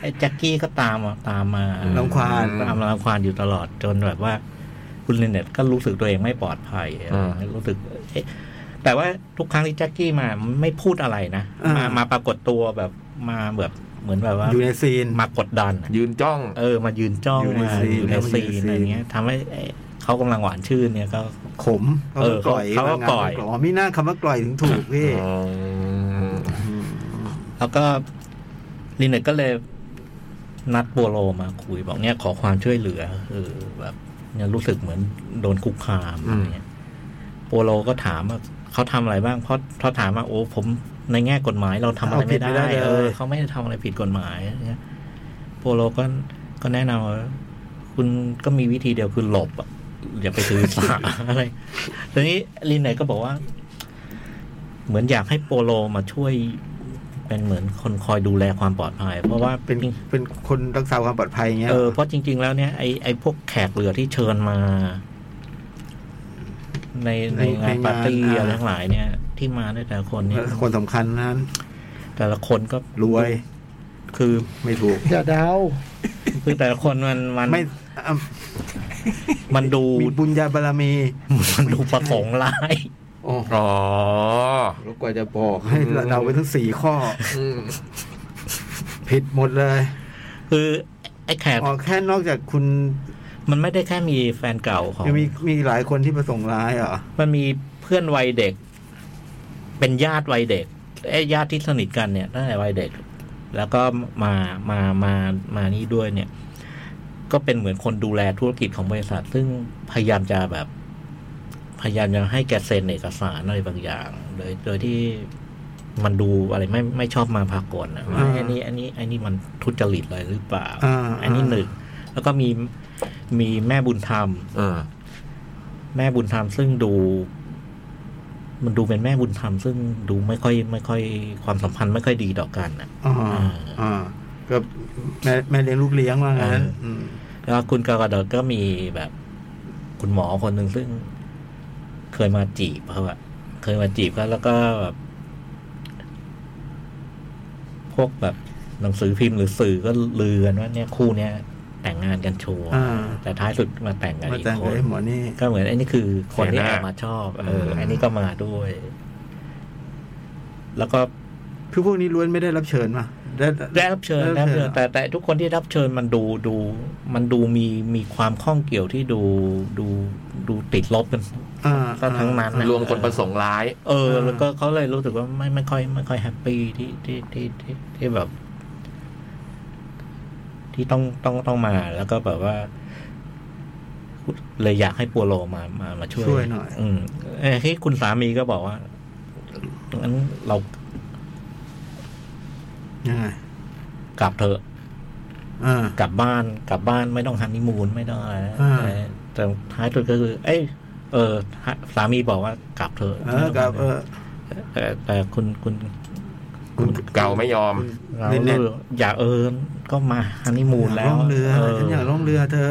S4: ไอ้แจ็คกี้ก็ตามอะตามมา
S5: รังควาน
S4: ตามรังควานอยู่ตลอดจนแบบว่า คุณเลนเน็ตก็รู้สึกตัวเองไม่ปลอดภัยรู้สึกเอ๊ะแต่ว่าทุกครั้งที่แจ็คกี้มาไม่พูดอะไรนะ
S5: อ่าม
S4: มามาปรากฏตัวแบบมาแบบเหมือนแบบว่า
S5: อยู่ในซีน
S4: มากดดันอะ
S3: ยืนจ้อง
S4: เออ มายืนจ้อง
S5: อยู่ใน
S4: มา
S5: ซีน
S4: อยู่ใน
S5: แล้วมัน
S4: ซี
S5: อยู่
S4: นอะ
S5: ในซีน
S4: ไรเงี้ยทำให้เอ๊ะเขากำลังหวานชื่นเนี่ยก็
S5: ขม
S4: เออ
S5: เขากล่อย
S4: เขาก็
S5: ว่งน
S4: กล่อย
S5: มันอ๋อมีหน้าคำว่ากล่อยถึงถูกพี่
S3: อืม
S4: แล้วก็ลินเน็ตก็เลยนัดโปโลมาคุยบอกเนี่ยขอความช่วยเหลือคือแบบเนี่ยรู้สึกเหมือนโดนคุกคามอะไรเงี้ยโปโลก็ถามว่าเขาทำอะไรบ้างเพราะเขาถามว่าโอ้ผมในแง่กฎหมายเราทำอะไร
S5: เอาผิ
S4: ไม่
S5: ด
S4: ได้
S5: ไม่ได้เลย
S4: เออเขาไม่ได้ทำอะไรผิดกฎหมายอะไรเงี้ยโปโลก็ก็แนะนำว่าคุณก็มีวิธีเดียวคือหลบอะอย่าไปถือสา อะไรทีนี้ลินเน็ตก็บอกว่า เหมือนอยากให้โปโลมาช่วยเป็นเหมือนคนคอยดูแลความปลอดภัย เพราะว่า
S5: เป็น
S4: จริง
S5: เป็นคนรักษาความปลอดภัยอย่างเงี้ย
S4: เออเพราะจริง ๆ แล้วเนี่ยไอไอพวกแขกเรือที่เชิญมา ในในงานปาร์ตี้อะไรทั้งหลายเนี่ย ที่มาด้วยแต่ละคนเนี่ย
S5: คนสำคัญนั้น
S4: แต่ละคนก็
S5: รวย
S4: คือ
S5: ไม่ถูก
S2: อย่าเดา
S4: คือแต่ละคนมันมัน
S5: ไม่อ่ะ
S4: มันดู
S5: มีบุญญาบารมี
S4: มันดูประสงค์ร้าย
S5: โอ้
S3: อ๋อ
S5: แล้วกว่าจะบอกให้เราไปทั้งสี่ ข้ออผิดหมดเลย
S4: คือไอแขก
S5: อ๋อแค่นอกจากคุณ
S4: มันไม่ได้แค่มีแฟนเก่าของ
S5: ยังมีมีหลายคนที่ประสงค์ร้ายเหรอ
S4: มันมีเพื่อนวัยเด็ก เป็นญาติวัยเด็กไอ้ยญาติที่สนิทกันเนี่ยตั้งแต่วัยเด็ก แล้วก็มามามามานี่ด้วยเนี่ย ก็เป็นเหมือนคนดูแลธุรกิจของบริษัท ซึ่งพยายามจะแบบ พยายามจะให้แกเซ็นเอกสารอะไรบางอย่าง โดยโดยที่มันดูอะไรไม่ไม่ชอบมาพากลนะว่าไอันนี้อันนี้อันนี้มันทุจริตอะไรหรือเปล่า
S5: อ่า
S4: อันนี้หนึ่ง แล้วก็มีมีแม่บุญธรรม
S3: เออ
S4: แม่บุญธรรมซึ่งดู มันดูเป็นแม่บุญธรรมซึ่งดูไม่ค่อย ไม่ค่อยความสัมพันธ์ไม่ค่อยดีต่อกันนะ
S5: อ่าอ่าก็แม่แม่เลี้ยงลูกเลี้ยงว่างั้
S4: เอ
S5: น
S4: ออื
S5: ม
S4: แล้วคุณกากาดอดก็มีแบบคุณหมอคนหนึ่งซึ่ง เคยมาจีบเขาอะเคยมาจีบเขาแล้วก็แบบพวกแบบหนังสือพิมพ์หรือสื่อก็ลือกันว่าเนี่ยคู่เนี้ยแต่งงานกันโชว์
S5: อ่า
S4: แต่ท้ายสุดมาแต่งกัน
S5: มา
S4: อีก
S5: แต่ง
S4: ค
S5: กับ
S4: น
S5: ไอ้หมอนี่
S4: ก็เหมือนไอ้นี่คือคนที่
S3: เห็นหน้า
S4: แอบมาชอบเออ
S5: เอออั
S4: อันนี้ก็มาด้วย แล้วก็
S5: คือพวกนี้ล้วนไม่ได้รับเชิญมาได้
S4: ได้รับเชิญได้รับเชิญแต่แต่ทุกคนที่รับเชิญมันดูดู มันดูมีมีความข้องเกี่ยวที่ดูดูดูติดลบกัน
S5: อ่า
S4: ก็ทั้งนั้นนะ
S3: รวมคนประสงค์ร้าย
S4: เออ แล้วก็เขาเลยรู้สึกว่าไม่ไม่ค่อยไม่ค่อยแฮปปี้ที่ที่ที่ที่ที่แบบ ที่ต้องต้องต้องมา แล้วก็แบบว่า เลยอยากให้ปัวโลมามามาช่วย
S5: ช่วยหน่อย
S4: อืมไอ้ที่คุณสามีก็บอกว่างั้นเรา
S5: ยังไง
S4: กลับเถอะ
S5: อ่า
S4: กลับบ้านกลับบ้านไม่ต้องฮันนีมูนไม่ต้องอะไรนะ
S5: อ่า
S4: แต่แต่ท้ายสุดก็คือ เอ้ยเออสามีบอกว่ากลับเถอะ
S5: เออกับเออ
S4: แต่แต่คุณคุณ
S5: คุณ
S3: เก่าไม่ยอม
S4: เรา
S5: เน็ตเน็ต
S4: อยากเออก็มาฮันนีมูน
S5: อยาก
S4: แล้ว
S5: ล่องเรือ
S4: เออ
S5: ฉันอยากล่องเรือเธอ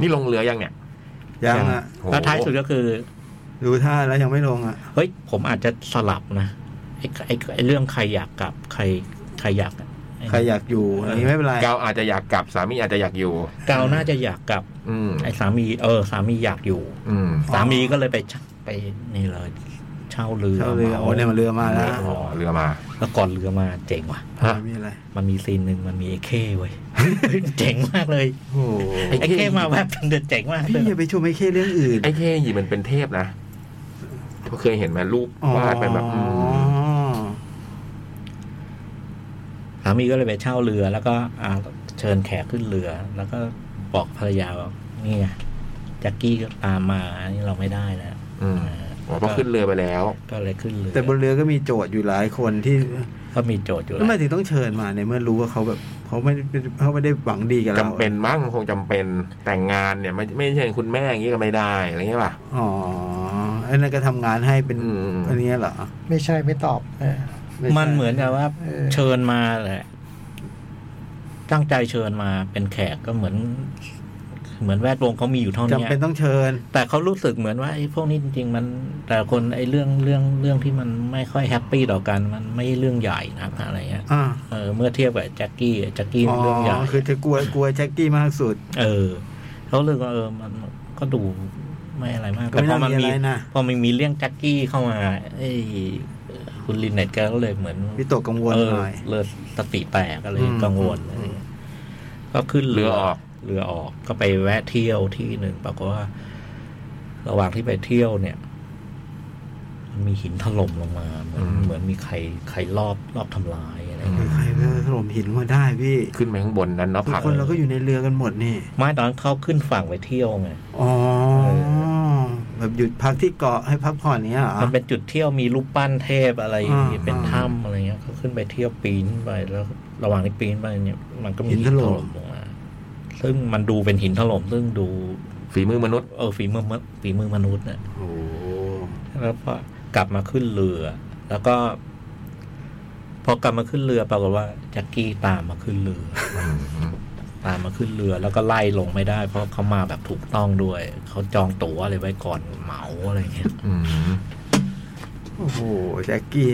S3: นี่ลงเรือยังเนี่ย
S5: ยังอ่ะ
S3: โอ้โห
S4: แล้วท้ายสุดก็คือ
S5: ดูท่าแล้วยังไม่ลงอ่ะ
S4: เฮ้ย ผมอาจจะสลับนะไอ้ไอ้ไอ้เรื่องใครอยากกลับใครใครอยากไ
S5: ใครอยากอยู่อันนี้ไม่เป็นไร
S3: เกาอาจจะอยากกลับสามีอาจจะอยากอยู่
S4: เกาน่าจะอยากกลับ
S3: อืม
S4: ไอ้สามี เออ สามีอยากอยู่
S3: อืม
S4: สามีก็เลยไปเช่าไปนี่เลย เช่าเรือ
S5: เช่าเรือ
S4: หม
S5: โอ้เนี่ยมันเรือมาแล้ว
S3: อ๋อเรือมา
S4: แล้วก่อนเรือมาเจ๋งว่ะ
S3: ฮะ
S5: มีอะไร
S4: มันมีซีนหนึ่งมันมีไอ้เข้เว้ย เจ๋งมากเลย
S5: โอ้โห
S4: ไอ้เข้มาแวบนึงเดินเจ๋งมากเล
S5: พี่
S4: ย
S5: อย่าไปชมไอ้เข้เรื่องอื่น
S3: ไอ้เท่หยีมันเป็นเทพนะเคยเห็นไหมรูปวาดเป็นแบบ
S5: อ๋อ
S4: สามีก็เลยไปเช่าเรือ แล้วก็อ่าเชิญแขกขึ้นเรือ แล้วก็บอกภรรยาว่านี่ไงแจ็คกี้ก็ตามมาอันนี้เราไม่ได้นะ
S3: อืม
S4: อ่า
S3: อ๋อเพราะขึ้นเรือไปแล้ว
S4: ก็เลยขึ้นเรือ
S5: แต่บนเรือก็มีโจทย์อยู่หลายคนที่
S4: ก็มีโจทย์อยู่
S5: ทำไม
S4: แล้ว
S5: ถึงต้องเชิญมาในเมื่อรู้ว่าเขาแบบเขาไม่ได้เขาไม่ได้หวังดีกับ
S3: จำ
S5: เรา
S3: เป็นมั้งคงจำเป็นแต่งงานเนี่ย ไม่ไม่ใช่คุณแม่อย่างนี้ก็ไม่ได้อะไรเงี้ยป่ะ
S5: อ๋อไอ้นั่นก็ทำงานให้เป็น
S3: อืม
S5: อันเนี้ยเหรอ
S2: ไม่ใช่ไม่ตอบเออ
S5: ไใช่
S4: มันเหมือนกับว่า
S2: เออ
S4: เชิญมาแหละตั้งใจเชิญมาเป็นแขกก็เหมือน เหมือนแวดวงเขามีอยู่เท่า
S5: จำ
S4: นี้
S5: เป็นต้องเชิญ
S4: แต่เขารู้สึกเหมือนว่าไอ้พวกนี้จริงๆมัน แต่ละคนไอ้เรื่องเรื่องเรื่องที่มันไม่ค่อยแฮปปี้ต่อกัน มันไม่ใช่เรื่องใหญ่นะอะไรเงี้ย
S5: อ่า
S4: เออเมื่อเทียบกับแจ็คกี้อะแจ็คกี้
S5: อ๋
S4: มันเรื่องใหญ่
S5: อคือจะกลัวกลัวแจ็คกี้มากสุด
S4: เออเขาเลยว่าเออมันก็ดูไม่อะไรมาก
S5: ก็
S4: แต่พ
S5: ไม่
S4: อ
S5: น่า
S4: มัน
S5: มี
S4: มี
S5: อะไรนะ
S4: พอมันมีเรื่องแจ็คกี้เข้ามาไอ้คุณลินเน็ตแกก็เลยเหมือน
S5: วิตกกังวล
S4: เออ
S5: หน่อย
S4: เลยสติแตกก็เลย
S5: อืม
S4: กังวลอะไรเงี้ยก็ขึ้น
S3: เรื
S4: เรืออ
S3: ออก
S4: เรือออกก็ไปแวะเที่ยวที่หนึ่งปรากฏว่า ระหว่างที่ไปเที่ยวเนี่ย มันมีหินถล่มลงมาเหมือ
S3: อื
S4: น
S3: ม
S4: เหมือนมีใครใครรอบรอบทำลายอะไร
S3: อืม
S5: ใครก็ถล่มหินมาได้พี่
S3: ขึ้นไปข้างบนนั้นเนาะ
S5: ทุก
S3: ผัก
S5: คนเราก็อยู่ในเรือกันหมดนี่
S4: ไม่ตอนนั้นเขาขึ้นฝั่งไปเที่ยวไง
S5: อ๋อ แบบหยุดพักที่เกาะให้พักผ่อนเนี้ยเหรอ
S4: มันเป็นจุดเที่ยวมีรูปปั้นเทพอะไรอย่างเงี้ย
S5: อ่า
S4: เป็น
S5: อ่า
S4: ถ้ำอะไรเงี้ยเขาขึ้นไปเที่ยวปีนขึ้นไปแล้ว ระหว่างที่ปีนไปเนี่ย มันก็มี
S5: หินถล่ม
S4: ลงมาซึ่งมันดูเป็นหินถล่มซึ่งดู
S3: ฝีมือมนุษย์
S4: เออฝีมือมนุษย์ฝีมือมนุษย์เนี่ย
S5: โอ้
S4: แล้วพอกลับมาขึ้นเรือ แล้วก็ พอกลับมาขึ้นเรือปรากฏว่าแจ็คกี้ตามมาขึ้นเรือ ตามมาขึ้นเรือ แล้วก็ไล่ลงไม่ได้ เพราะเขามาแบบถูกต้องด้วย เขาจองตั๋วอะไรไว้ก่อนเหมาอะไรเงี้ย
S3: อืม
S5: โอ้โห แจ็คกี้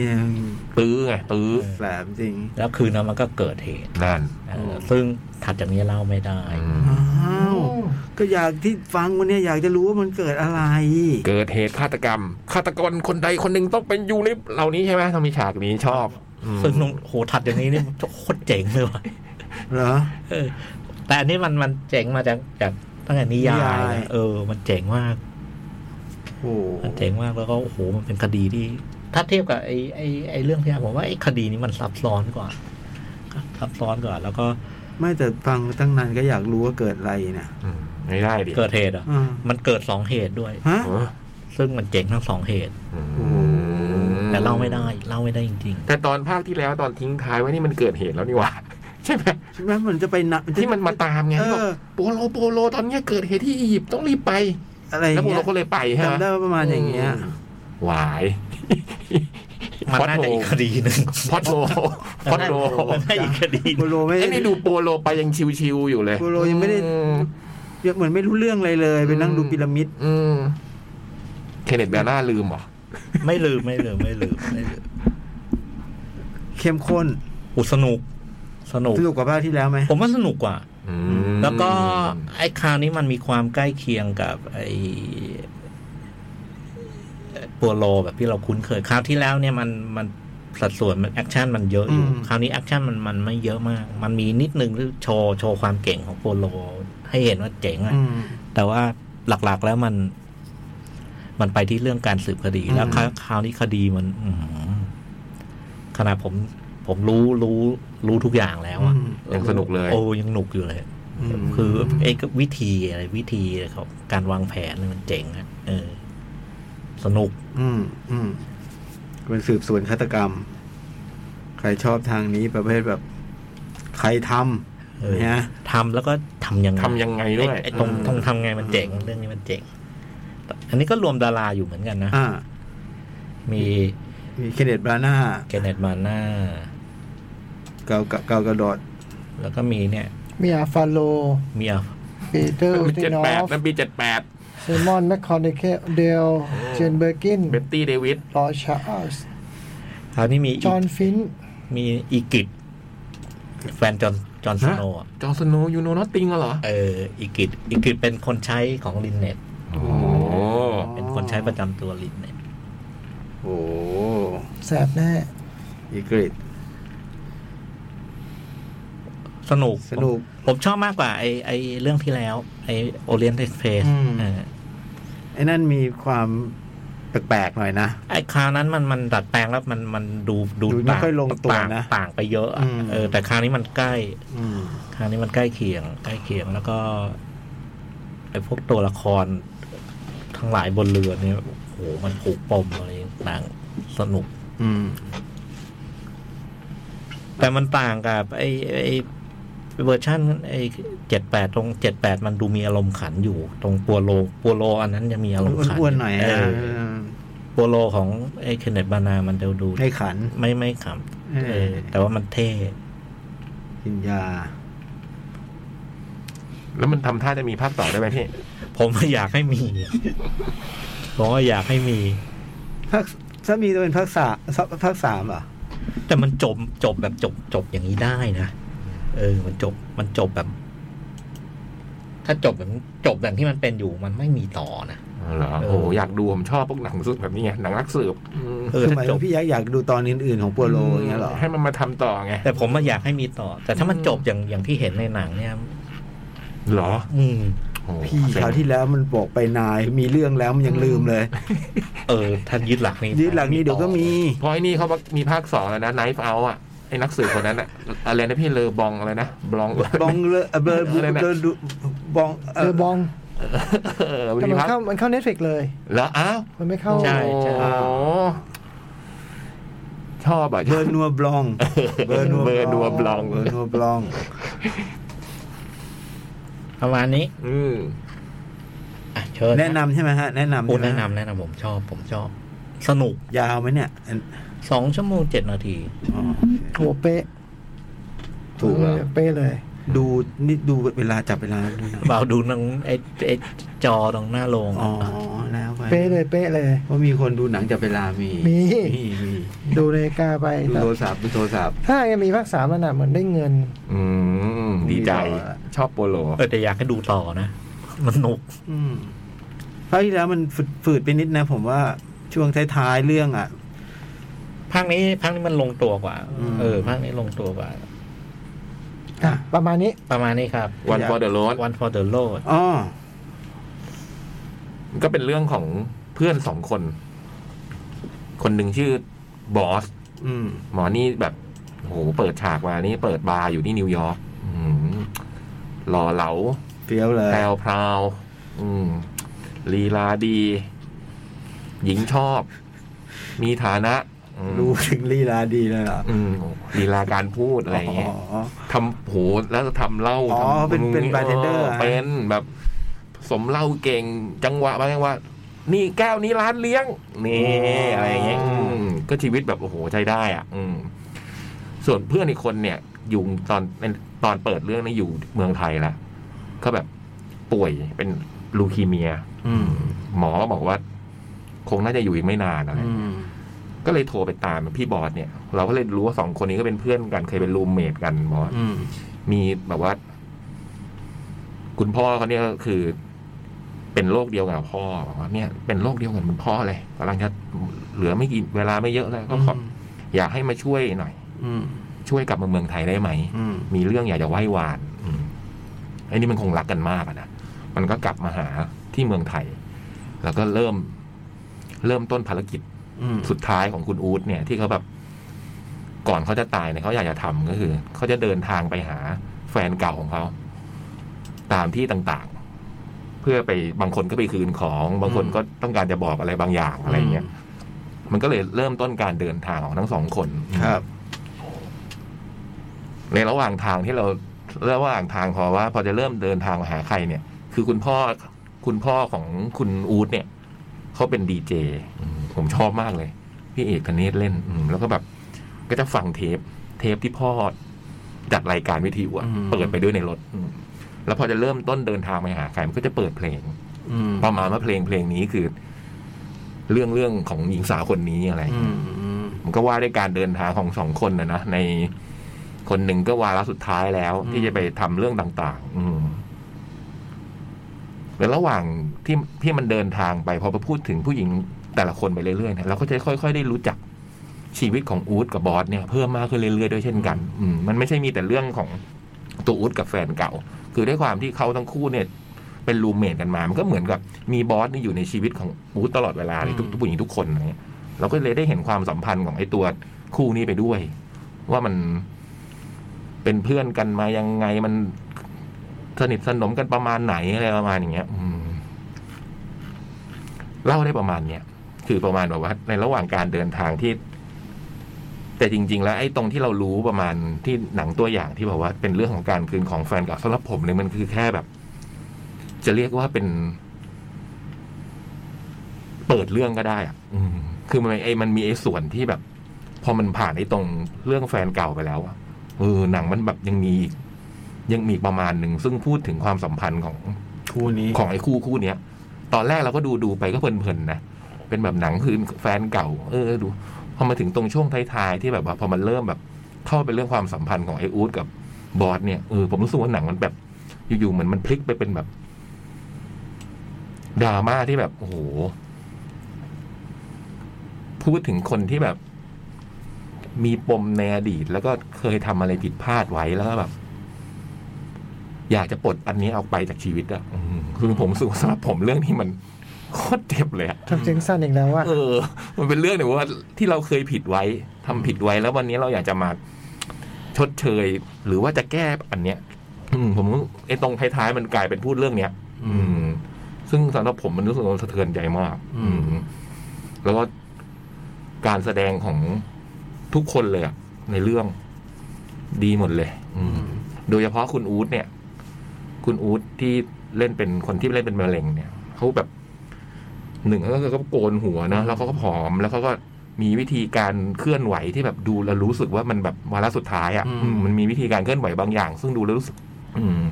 S3: ตื้อไงตื้อ
S5: แสบจริง
S4: แล้วคืนนั้นมันก็เกิดเหตุ
S3: นั่น
S4: เออซึ่งถัดจากนี้เล่าไม่ได้
S3: อืม
S5: อ้าว ก็อยากที่ฟังวันเนี้ยอยากจะรู้ว่ามันเกิดอะไร
S3: เกิดเหตุฆาตกรรมฆาตกรคนใดคนหนึ่งต้องเป็นอยู่ในเหล่านี้ใช่ไหมต้องมีฉากนี้ชอบอืม
S4: ซึ่งโหถัดจากนี้นี่ โคตรเจ๋งเลยว่ะ
S5: เหรอ
S4: เออ แต่อันนี้มันมันเจ๋งมาจากจากตั้งแต่นิยา
S5: นิยาย ย
S4: นะเออ มันเจ๋งมาก
S5: โอ้
S4: มันเจ๋งมากแล้วก็โอ้โหมันเป็นคดีที่ ถ้าเทียบกับไอ้ไอ้ไอ้เรื่องที่ผมว่าไอ้คดีนี้มันซับซ้อนกว่าซับซ้อนกว่าแล้วก็
S5: ไม่แต่ฟังตั้งนานก็อยากรู้ว่าเกิดอะไรเนี่ย
S3: อืมไม่ได้ดิ
S4: เกิดเหตุอ่ะ
S5: อ่า
S4: มันเกิดสองเหตุด้วย
S5: ฮะ
S3: เออ
S4: ซึ่งมันเจ๋งทั้งสองเหตุ
S3: อืม
S4: แต่เล่าไม่ได้เล่าไม่ได้จริง
S3: แต่ตอนภาคที่แล้วตอนทิ้งท้ายไว้นี่มันเกิดเหตุแล้วนี่หว่า ใช่ไหม
S5: ใช่ไหมมันจะไปนะจะ
S3: ที่มันมาตามไงที่บอก
S5: เออ
S3: โปโลโปโลตอนเนี้ยเกิดเหตุที่อียิปต์ต้องรีบไป
S5: อะไรอย่า
S3: แล้ว
S5: ง
S3: โป
S5: เงี้
S3: โล
S5: ย
S3: ก็เลยไปฮะ
S5: จำได้ว่าประมาณอย่างเงี้ย
S3: มหวาย
S4: มันน่าจะอีกคดีหนึ่ง
S3: พอดโล พอดโล
S4: มันน่าอีกคดีห
S5: โป
S4: นึ่ง
S5: โลไม่
S3: ไอ้นี่ดูโปโลไปยังชิวๆอยู่เลย
S5: โปโลยังไม่ได้
S3: อืม
S5: เหมือนไม่รู้เรื่องอะไรเลย ไปนั่งดูพีระมิด
S3: อืมเคนเนตแบร่าลืมเหรอ
S4: ไม่ลืมไม่ลืมไม่ลืมไม่ลืม
S5: เข้มข้น
S4: อุยสนุก สนุก
S5: สนุกกว่าภาคที่แล้วไหม
S4: ผมว่าสนุกกว่า
S3: อืม
S4: แล้วก็ไอ้คราวนี้มันมีความใกล้เคียงกับไอ้ปัวโลแบบที่เราคุ้นเคย คราวที่แล้วเนี่ยมันมันสัดส่วนมันแอคชั่นมันเยอะอยู่
S5: อืม
S4: คราวนี้แอคชั่นมันมันไม่เยอะมาก มันมีนิดนึงที่โชว์โชว์ความเก่งของปัวโล ให้เห็นว่าเจ๋งอะ
S5: อืม
S4: แต่ว่าหลักๆแล้วมัน มันไปที่เรื่องการสืบคดี
S5: อืม
S4: แล้วคราวคราวนี้คดีมัน อือหือขนาดผม ผมรู้รู้รู้ทุกอย่างแล้วอะ
S3: ยังสนุกเลย
S4: โอ้ยังหนุกอยู่เลย คือไอ้ก็วิธีอะไรวิธีเขาการวางแผนเนี่ยมันเจ๋งอะเออ สนุก
S5: อืมอืมเป็นสืบสวนฆาตกรรม ใครชอบทางนี้ประเภทแบบ ใครท
S4: เออ
S5: ำนะ
S4: ทำแล้วก็ทำยังไง
S3: ทำยังไงด้วย
S4: ไอ้ไอ้ตรงตรงทำไงมันเจ๋ง เรื่องนี้มันเจ๋ง อันนี้ก็รวมดาราอยู่เหมือนกันนะ
S5: อ่า
S4: มี
S5: มีเคนเนตบราน่า
S4: เกเนตมาน่า
S5: เกากะเกากระดอด
S4: แล้วก็มีเนี่ย
S2: มีอาฟาโล
S4: มีอะ
S2: ปีเต อร์
S3: ปี
S2: ติ
S3: เจ็ด
S2: นอ
S3: แปด
S2: ฟ
S3: นั่นปีเจ็ดแปด
S2: เซมอนแมคคอนเดลเจนเบอร์กิน
S3: เบตตี้เดวิด
S2: รอชาร์ลส
S4: คราวนี้มีอีก
S2: จอห์นฟินช์
S4: มีอีกิดแฟนจอห์นจอห์นสโนว์อะ
S3: จอห์นสโนยูโนนอตติงเหรอ
S4: เอออีกิดอีกิดเป็นคนใช้ของลินเน็ต
S3: โอ้
S4: เป็นคนใช้ประจำตัวลินเน็ต
S5: โอ้โห
S2: แสบแน่
S5: อีกฤษ
S4: สนุก
S5: สนุก
S4: ผมผมชอบมากกว่าไอไอเรื่องที่แล้ว ไอโอเลียนเอ็กเพรส
S5: อืม ไอ้นั่นมีความแปลกๆหน่อยนะ
S4: ไอคราวนั้นมันมันดัดแปลงแล้วมันมันดูดู
S5: ดูไม่
S4: ต่าง
S5: ค่อยลงตัว
S4: ต่าง
S5: นะ
S4: ต่างไปเยอะอะ
S5: อืม
S4: เออแต่คราวนี้มันใกล้
S5: อืม
S4: คราวนี้มันใกล้เคียง ใกล้เคียงแล้วก็ไอ้พวกตัวละครทั้งหลายบนเรือเนี่ยโอ้โหมันผูกปมอะไรต่างสนุก
S5: อืม
S4: แต่มันต่างกับ ไอ้ไอ้เวอร์ชั่นไอ้เจ็ดแปดตรงเจ็ดแปดมันดูมีอารมณ์ขันอยู่ ตรงปัวโลปัวโลอันนั้นจะมีอารมณ์ขัน
S5: อ้วนๆหน่อย
S4: เ
S5: นะ
S4: ปัวโลของไอ้เคนเนตบานามันเดาดู
S5: ให้ขัน
S4: ไม่ไม่ข
S5: เออ
S4: ำเออ แต่ว่ามันเท่
S5: กินยา
S3: แล้วมันทำท่าจะมีภาคต่อได้ไหมพี่
S4: ผมอยากให้ มีผมว่าอยากให้มี
S5: ภาคถ้ามีจะเป็นภาคสามภาคสามเหรอ่ะ
S4: แต่มันจบจบแบบจบจบอย่างนี้ได้นะ เออ มันจบมันจบแบบ ถ้าจบแบบจบแบบที่มันเป็นอยู่มันไม่มีต่อนะ
S3: เหรอ โอ้โหอยากดูผมชอบพวกหนังสืบแบบนี้ไง หนังรักสืบ
S4: เออ
S5: คือ
S4: ถ้า
S5: หมาย
S4: จบ
S5: ว่าพี่ยักษ์อยากดูตอนอื่น ๆ ของปัวโลอย่างเงี้ยเหรอ
S3: ให้มันมาทำต่อไง
S4: แต่ผมมันอยากให้มีต่อ แต่ถ้ามันจบอย่างอย่างที่เห็นในหนังเนี่ย
S3: เหรอ
S4: อืม
S3: โอ้โห
S5: พี่คราวที่แล้วมันบอกไปนายมีเรื่องแล้วมันยังลืมเลย
S4: เออ ถ้ายึดหลักนี้
S5: ยึดหลังนี้เดี๋ยวก็มี
S3: เพราะไอ้นี่เขามีภาคสองแล้วนะไนฟ์เอาอ่ะ ไอ้นักสืบคนนั้นอะอะไรนะพี่เลอบองอะไรนะบลอง
S5: บ องเลอะเบอร์
S3: เออนั่นแหละ
S5: เบอร์ดูบอง
S2: เดอบอง
S3: เออ
S2: แต่
S3: มี
S2: มัน
S3: ภาค
S2: เข้ามันเข้าเน็ตฟลิกเลย
S3: แล้วอ้าว
S2: มันไม่เข้า
S4: ใช่ใช่
S3: โอ้โหชอบอ่ะ
S5: เบอร์นัวบลอง
S3: เบอร์นัวเบอร์นัวบลอง
S5: เบอร์นัวบลอง
S4: ประมาณนี้
S3: อืม
S4: อ่ะเชิญ
S5: แนะนำใช่ไหมฮะ แนะนำ
S4: โอ้
S5: ใช่ไหม
S4: แนะนำแนะนำผมชอบผมชอบ สนุก
S5: ยาวไหมเนี่ยอัน
S4: สองชั่วโมงเจ็ดนาที
S5: อ๋อ
S2: โหัวเป๊ะ
S5: ถูกแล้ว
S2: เป๊ะเลย
S5: ดูนี่ดูเวลาจับเวลาด้วยนะ
S4: เบาดูหนังไอ้ไอ้จอตรงหน้าโรง
S5: อ๋อแล้วไป
S2: เป๊ะเลยเป๊ะเลย
S5: เพราะมีคนดูหนังจับเวลามี
S2: มี
S5: มีมี
S2: ดูนาฬิกาไป
S5: ดู
S2: แต่
S5: โทรศัพท์ดูโทรศัพท์
S2: ถ้ายังมีภาคสามมันน่ะเหมือนได้เงิน
S3: อืมดีใจ
S5: มีต่อละ
S3: ชอบโปโล
S4: เออแต่อยากให้ดูต่อนะมันหนุก
S5: อืมภาคที่แล้วมันฝืดฝืดไปนิดนะ ผมว่าช่วงท้ายๆเรื่องอ่ะ
S4: ภาคนี้ภาคนี้มันลงตัวกว่า
S5: อืม
S4: เออภาคนี้ลงตัวกว่า
S2: อ่ะ ประมาณนี้
S4: ประมาณนี้ครับ
S3: วันฟอร์เดอ o ร d
S4: One for the Road
S5: อ๋อ
S3: ก็เป็นเรื่องของเพื่อนสองคน คนหนึ่งชื่อบอส
S5: อืม
S3: หมอนี่แบบโหเปิดฉากมานี่เปิดบาร์อยู่ที่นิวยอร์กอืมหล่อเหลา
S5: เฟี้ยวเลย
S3: แพรวพราวอืมลีลาดี หญิงชอบ มีฐานะ อืม
S5: รู้ถึงลีลาดีเลยล่ะ
S3: อืมลีลาการพูดอะไรอย่างเงี้ย
S5: อ๋อ
S3: ทำโหแล้วทำเหล้า
S5: อ๋อ
S3: ทำ
S5: เป็นเป็น bartender
S3: ออเป็นแบบผสมเหล้าเก่งจังหวะบางจังหวะนี่แก้วนี้ร้านเลี้ยงนี่อะไรอย่างเงี้ยอืมก็ชีวิตแบบโอ้โหใช้ได้อ่ะ อืม ส่วนเพื่อนอีกคนเนี่ยอยู่ตอนตอนเปิดเรื่องนี่อยู่เมืองไทยละก็แบบป่วยเป็นลูคีเมีย
S5: อืม
S3: หมอก็บอกว่า คงน่าจะอยู่อีกไม่นานอะไร
S5: อืม
S3: ก็เลยโทรไปตามพี่บอสเนี่ย เราก็เลยรู้ว่าสองคนนี้ก็เป็นเพื่อนกันเคยเป็นรูมเมทกันบอส
S5: อืม
S3: มีแบบว่า คุณพ่อเขาเนี่ยก็คือ เป็นโรคเดียวกับพ่อบอกว่าเนี่ยเป็นโรคเดียวกับคุณพ่อเลยกำลังจะเหลือไม่กี่เวลาไม่เยอะแล้วก็ขออยากให้มาช่วยหน่อย
S5: อืม
S3: ช่วยกลับมาเมืองไทยได้ไหม
S5: อืม
S3: มีเรื่องอยากจะไหว้วานอืมไอ้นี่มันคงรักกันมากอะนะ มันก็กลับมาหาที่เมืองไทย แล้วก็เริ่ม เริ่มต้นภารกิจ
S5: อืม
S3: สุดท้ายของคุณอู๊ดเนี่ยที่เขาแบบ ก่อนเขาจะตายเนี่ยเขาอยากจะทำก็คือเขาจะเดินทางไปหาแฟนเก่าของเขา ตามที่ต่างๆ เพื่อไปบางคนก็ไปคืนของบางคนก็ต้องการจะบอกอะไรบางอย่างอะไรอย่างเงี้ยมันก็เลยเริ่มต้นการเดินทางของทั้งสองคน
S5: ครับ
S3: ในระหว่างทางที่เราระหว่างทางพอว่า พอจะเริ่มเดินทางมาหาใครเนี่ย คือคุณพ่อคุณพ่อของคุณอูดเนี่ยเขาเป็นดีเจอืมผมชอบมากเลย พี่เอกธเนศเล่นอืมแล้วก็แบบ ก็จะฟังเทป เทปที่พ่อจัดรายการวิทยุอะ
S5: อืม
S3: เปิดไปด้วยในรถอืมแล้วพอจะเริ่มต้นเดินทางไปหาใครมันก็จะเปิดเพลง
S5: อืม
S3: ประมาณว่าเพลงเพลงนี้คือ เรื่องเรื่องของหญิงสาวคนนี้อะไรอย่าง
S5: อื
S3: เงี้ย
S5: มอืม
S3: มันก็ว่าด้วยการเดินทางของสองคนนะนะในคนหนึ่งก็วาระสุดท้ายแล้ว
S5: อืม
S3: ที่จะไปทำเรื่องต่าง ๆ อืมแต่ระหว่างที่ที่มันเดินทางไปพอไปพูดถึงผู้หญิงแต่ละคนไปเรื่อยๆเนี่ยเราก็จะค่อยๆได้รู้จักชีวิตของอูดกับบอสเนี่ย เพิ่มมากขึ้นเรื่อยๆด้วยเช่นกันอืมมันไม่ใช่มีแต่เรื่องของตัวอูดกับแฟนเก่า คือด้วยความที่เขาทั้งคู่เนี่ย เป็นรูมเมทกันมา มันก็เหมือนกับมีบอสนี่อยู่ในชีวิตของอูดตลอดเวลาเลยทุกผู้หญิงทุกคนอะไรเงี้ย เราก็เลยได้เห็นความสัมพันธ์ของไอ้ตัวคู่นี้ไปด้วย ว่ามันเป็นเพื่อนกันมายังไงมันสนิทสนมกันประมาณไหนอะไรประมาณอย่างเงี้ย อืมเล่าได้ประมาณเนี้ยคือประมาณแบบว่า ในระหว่างการเดินทางที่ แต่จริง ๆ แล้วไอ้ตรงที่เรารู้ประมาณที่หนังตัวอย่างที่บอกว่าเป็นเรื่องของการคืนของแฟนเกับสำหรับผมเนี่ยมันคือแค่แบบ จะเรียกว่าเป็น เปิดเรื่องก็ได้อะอืมคือมันไอ้มันมีไอ้ส่วนที่แบบ พอมันผ่านไอ้ตรงเรื่องแฟนเก่าไปแล้วอะเออหนังมันแบบยังมีอีกยังมีอีกประมาณหนึ่งซึ่งพูดถึงความสัมพันธ์ของ
S5: คู่นี้
S3: ของไอ้คู่คู่เนี้ย ตอนแรกเราก็ดูดูไปก็เพลินๆนะ เป็นแบบหนังคืนแฟนเก่า เออดู พอมาถึงตรงช่วงท้ายๆที่แบบว่าพอมันเริ่มแบบเข้าไปเรื่องความสัมพันธ์ของไอ้อูดกับบอสเนี่ยเออผมรู้สึกว่าหนังมันแบบ อยู่ๆเหมือนมันพลิกไปเป็นแบบดราม่าที่แบบโอ้โหพูดถึงคนที่แบบ มีปมในอดีต แล้วก็เคยทำอะไรผิดพลาดไว้แล้วก็แบบ อยากจะปลดอันนี้ออกไปจากชีวิตอะอืมคือผมรู้สึกว่าสำหรับผมเรื่องนี้มันโคตรเจ็บเลยอะ
S2: ทำเสียงสั้นอีกแล้วว่า
S3: เออ มันเป็นเรื่องหนึ่งว่าที่เราเคยผิดไว้ทำผิดไว้แล้ววันนี้เราอยากจะมาชดเชย หรือว่าจะแก้อันเนี้ย อืมผมไอ้ตรงท้ายๆมันกลายเป็นพูดเรื่องเนี้ย อืม ซึ่งสำหรับผมมันรู้สึกว่ามันสะเทือนใจมาก อืม แล้วก็การแสดงของทุกคนเลยอะในเรื่องดีหมดเลย อืม โดยเฉพาะคุณอู๊ดเนี่ย คุณอู๊ดที่เล่นเป็นคนที่เล่นเป็นมะเร็งเนี่ยเขาแบบ หนึ่งก็คือเขาโกนหัวนะแล้วเขาก็ผอมแล้วเขาก็มีวิธีการเคลื่อนไหวที่แบบดูแล้วรู้สึกว่ามันแบบวาระสุดท้ายอะ่ะ
S5: อืม
S3: อืมมันมีวิธีการเคลื่อนไหวบางอย่าง ซึ่งดูแล้วรู้สึก อืม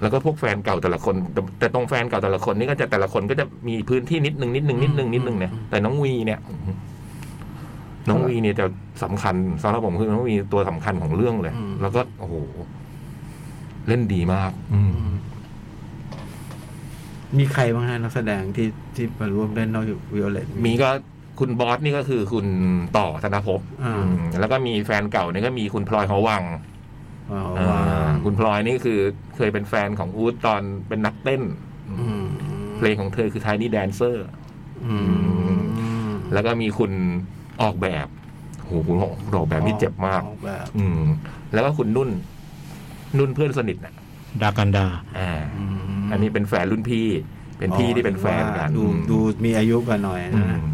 S3: แล้วก็พวกแฟนเก่าแต่ละคน แต่แต่ตรงแฟนเก่าแต่ละคนนี่ก็จะแต่ละคนก็จะมีพื้นที่นิดนึงนิดนึงนิดนึงนิดนึงเนี่ยแต่น้องวีเนี่ย น้องวีเนี่ยจะสำคัญสำหรับผมคือน้องวีตัวสำคัญของเรื่องเลย
S5: อืม
S3: แล้วก็โอ้โหเล่นดีมาก อืม
S5: มีใครบ้างฮะนักแสดงที่ที่มาร่วมเล่นนอกจากวิโอเลต
S3: มีก็คุณบอสนี่ก็คือคุณต่อธนภพ
S5: อ่า
S3: อืมแล้วก็มีแฟนเก่านี่ก็มีคุณพลอยหอวัง
S5: อ๋อ
S3: อ่
S5: ว่า
S3: าคุณพลอยนี่คือเคยเป็นแฟนของอูดตอนเป็นนักเต้น
S5: อืม
S3: เพลงของเธอคือ Tiny Dancer
S5: อืม
S3: แล้วก็มีคุณออกแบบโหคุณออกแบบนี่เจ็บมาก
S5: ออแบบ
S3: อืม แล้วก็คุณนุ่น นุ่นเพื่อนสนิทนะ
S4: ดากันดา
S3: อ่า
S5: ม
S3: อันนี้เป็นแฟนรุ่นพี่ เป็นพี่ที่เป็นแฟนกัน
S5: ดูดูมีอายุกันหน่อย
S3: อื
S5: นะ
S3: ม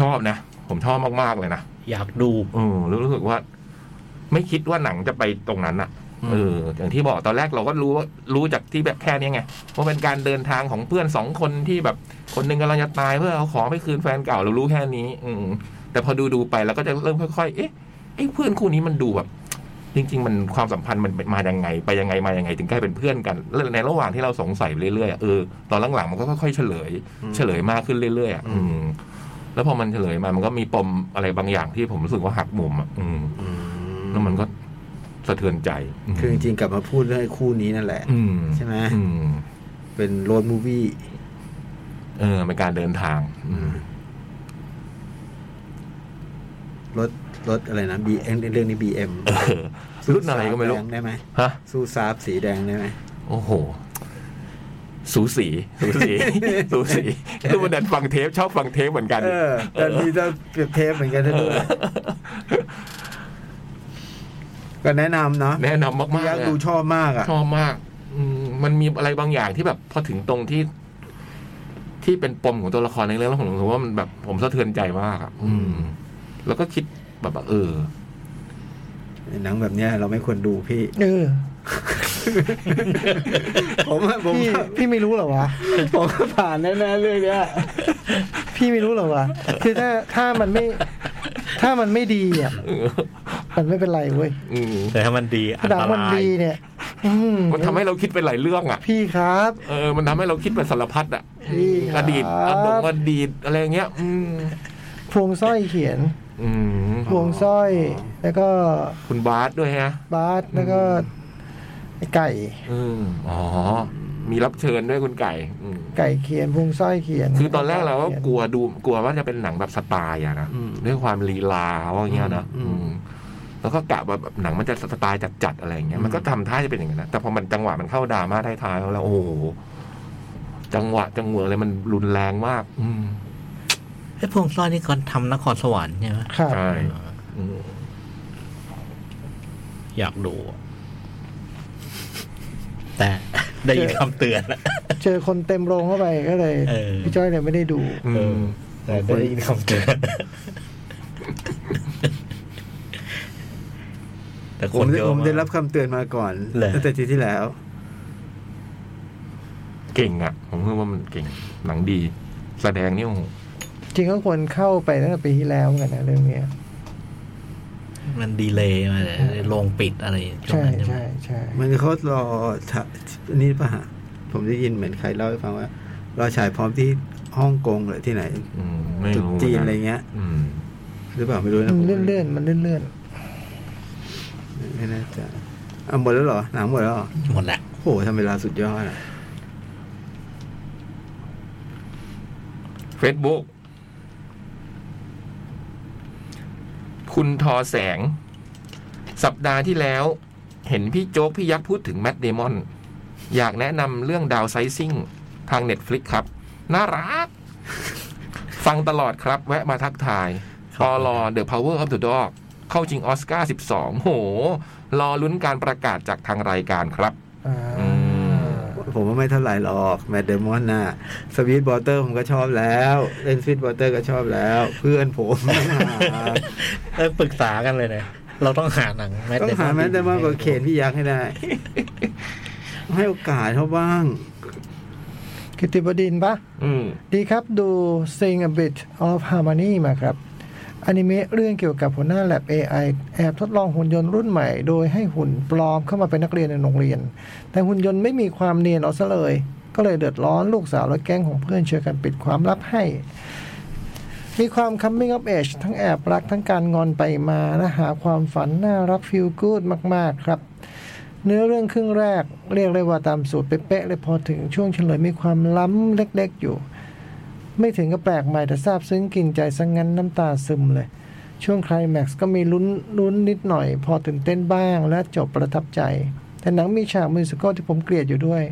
S3: ชอบนะ ผมชอบมาก ๆ เลยนะ
S4: อยากดู
S3: เออแล้วรู้สึกว่า ไม่คิดว่าหนังจะไปตรงนั้นอะเออ อย่างที่บอกตอนแรกเราก็รู้ว่ารู้จากที่แบบแค่เนี้ยไงว่าเป็นการเดินทางของเพื่อนสองคนที่แบบคนหนึ่งกำลังจะตายเพื่อเอาของไปคืนแฟนเก่าเรารู้แค่นี้ อืมแต่พอดูดูๆไปเราก็จะเริ่มค่อยๆเอ๊ะไอ้เพื่อนคู่นี้มันดูแบบ จริง ๆ มันความสัมพันธ์มันมายังไง ไปยังไงมายังไง ถึงกลายเป็นเพื่อนกันแล้วในระหว่างที่เราสงสัยไปเรื่อยๆอะเออตอนหลังๆมันก็ค่อยๆเฉลย เฉลยมากขึ้นเรื่อยๆอะอืม แล้วพอมันเฉลยมามันก็มีปมอะไรบางอย่างที่ผมรู้สึกว่าหักมุมอ่ะอืมแล้วมันก็สะเทือนใจ
S5: คือจริงๆกลับมาพูดเรื่องไอ้คู่นี้นั่นแหละ
S3: อืม
S5: ใช่ไหม
S3: อืม
S5: เป็นโรดมูวี่
S3: เออเป็นการเดินทาง อืม
S5: รถรถอะไรนะบีเอ็มเรื่องนี้บีเอ็ม
S3: เออรุ่นอะไรก็ไม่รู้
S5: ได้ไหม
S3: ฮะ
S5: สู้ซาบสีแดงได้ไหม
S3: โอ้โห สูสี สูสี สูสี คือวันนั้นฟังเทปชอบฟังเทปเหมือนกัน
S5: เออแต่นี่จะเปรียบเทปเหมือนกันซะด้วยก็แนะนำเนาะ
S3: แนะนำมาก
S5: พี่
S3: ๆ
S5: ยัก
S3: เล
S5: ษ์
S3: ย
S5: ดู
S3: อะ
S5: ชอบมากอ่ะ
S3: ชอบมาก อืมมันมีอะไรบางอย่างที่แบบพอถึงตรงที่ ที่เป็นปมของตัวละครในเรื่องแล้วผมรู้สึกว่ามันแบบผมสะเทือนใจมากอะอืม แล้วก็คิดแบบว่าเออ
S5: หนังแบบเนี้ยเราไม่ควรดูพี่
S2: เออ
S5: ผมอะผม
S2: พี่
S5: ว่า
S2: พี่ไม่รู้เหรอวะ
S5: ผมว่าผ่านแน่ๆเรื่องเนี้ย
S2: พี่ไม่รู้เหรอวะ คือถ้าถ้ามันไม่ ถ้ามันไม่ดีอ่ะมันไม่เป็นไรเว้ย
S3: อืม
S4: แต่ถ้ามันดีอั
S2: ถ้าน ดัง
S4: ต
S2: มัน
S4: ราย
S2: ดีเนี่ย อื
S3: มันทำให้เราคิดไปหลายเรื่องอ่ะ
S2: พี่ครับ
S3: เออ มันทำให้เราคิดไปสารพัดอ่ะ
S2: พี่ครั
S3: อบ ดีตอดงอดีตอะไรอย่างเงี้ย อืม
S2: พวงสร้อยเขียน
S3: อืม
S2: พวงสร้อย แล้วก็
S3: คุณบาสด้วยฮะ
S2: บาสแล้วก็ไอ้ไก่
S3: อืมอ๋อ มีรับเชิญด้วยคุณไก่ อืม
S2: ไก่เขียนพวงสร้อยเขียน
S3: คือตอนแรกเราก็กลัวดูกลัวว่าจะเป็นหนังแบบสไตล์อะนะด้วยความลีลาว่าอย่างเงี้ยนะอืมแล้วก็กะว่าแบบหนังมันจะสไตล์จัดๆอะไรอย่างเงี้ยมันก็ทำท่าจะเป็นอย่างนั้นนะแต่พอมันจังหวะมันเข้าดราม่าท้ายๆแล้วโอ้โหจังหวะจังหวะอะไรมันรุนแรงมาก อืม
S4: ไอ้ยพวงสร้อยนี่ก่อนทำนครสวรรค์ใช่ไหม
S2: ครับ
S3: ใช่อืม
S4: อยากดูอะแต่ ได้ยินคำเตือนแล้ว
S2: เจอคนเต็มโรงเข้าไปก็เลย
S4: เออ
S2: พี่จ้อยเลยไม่ได้ดู
S3: อืม
S4: แต่ได้ยินคำเตือน แต่ค
S5: ผม
S4: น
S5: ได้
S4: เยอะ
S5: ผมได้
S4: มา
S5: รั
S4: ก
S5: บคำเตือนมาก่อน
S4: เหรอ
S5: ตั้งแต่ทีที่แล้ว
S3: เก่งอ่ะ ผมคิดว่ามันเก่ง หนังดี แสดงนี่โอ้โห
S2: จริงก็ควรเข้าไปตั้งแต่ปีที่แล้วเหมือนกันนะเรื่องเนี้ย
S4: มันดีเลยมาเลยโรงปิดอะไรช่วง
S2: ใช่
S4: นั้นใช่ไหม
S2: ใช่ใช่
S5: มันเขารอถนี่ป่ะฮะผมได้ยินเหมือนใครเล่าให้ฟังว่า รอฉายพร้อมที่ฮ่องกงหรือที่ไหน
S3: อืมไม่
S5: จุด
S3: รู้
S5: จีนอะไร
S3: เงี้ย
S5: เงี้ย
S3: อืม
S5: หรือเปล่าไม่รู้
S2: มั
S5: นะผม
S2: นเลื่อนๆ มันเลื่อน
S5: ไม่แน่ใจอ่ะหมดแล้วเหรอหนังหมดแล้วเหรอ
S4: หมดละ
S5: โหทำเวลาสุดยอดอ่ะ
S3: Facebook คุณทอแสง สัปดาห์ที่แล้ว เห็นพี่โจ๊ก พี่ยักษ์พูดถึงแม t เดมอน อยากแนะนำเรื่องดาวไซซิ่งทาง Netflix ครับ น่ารัก ฟังตลอดครับ แวะมาทักทายปอลอ The Power of the Dog เข้าจริงออสการ์ 12 โห รอลุ้นการประกาศจากทางรายการครับ
S2: ๆอ่า
S3: อืม
S5: ผมว่าไม่เท่าไหร่หรอกแมดเดมอนน่ะสวีทบอเตอร์ผมก็ชอบแล้วเล่นสวีทบอเตอร์ก็ชอบแล้ว เพื่อนผม
S4: เออปรึกษากันเลยนะเราต้องหาหนัง Matt
S5: ต้องหา
S4: Damon
S5: แมดเดมอนกับเคนพี่ยักษ์ให้ได้ ให้โอกาสเขาบ้าง
S2: กิตติบดินปะ
S3: อืม
S2: ดีครับดู Sing a Bit of Harmony มาครับอนิเมะเรื่องเกี่ยวกับหัวหน้า Lab AI แอบทดลองหุ่นยนต์รุ่นใหม่ โดยให้หุ่นปลอมเข้ามาเป็นนักเรียนในโรงเรียน แต่หุ่นยนต์ไม่มีความเนียนเอาซะเลย ก็เลยเดือดร้อนลูกสาวและแก๊งของเพื่อนช่วยกันปิดความลับให้ มีความ coming of age ทั้งแอบรักทั้งการงอนไปมาและหาความฝันน่ารัก feel good มาก ๆ ครับ เนื้อเรื่องครึ่งแรก เรียกได้ว่าตามสูตรเป๊ะๆเลยพอถึงช่วงเฉลยมีความล้ำเล็กๆอยู่ ไม่ถึงกับแปลกใหม่แต่ซาบซึ้งกินใจสังงั้นน้ำตาซึมเลย ช่วงไคลแม็กซ์ก็มีลุ้นลุ้นนิดหน่อย พอตื่นเต้นบ้างและจบประทับใจ แต่หนังมีฉากมิวสิควลที่ผมเกลียดอยู่ด้วย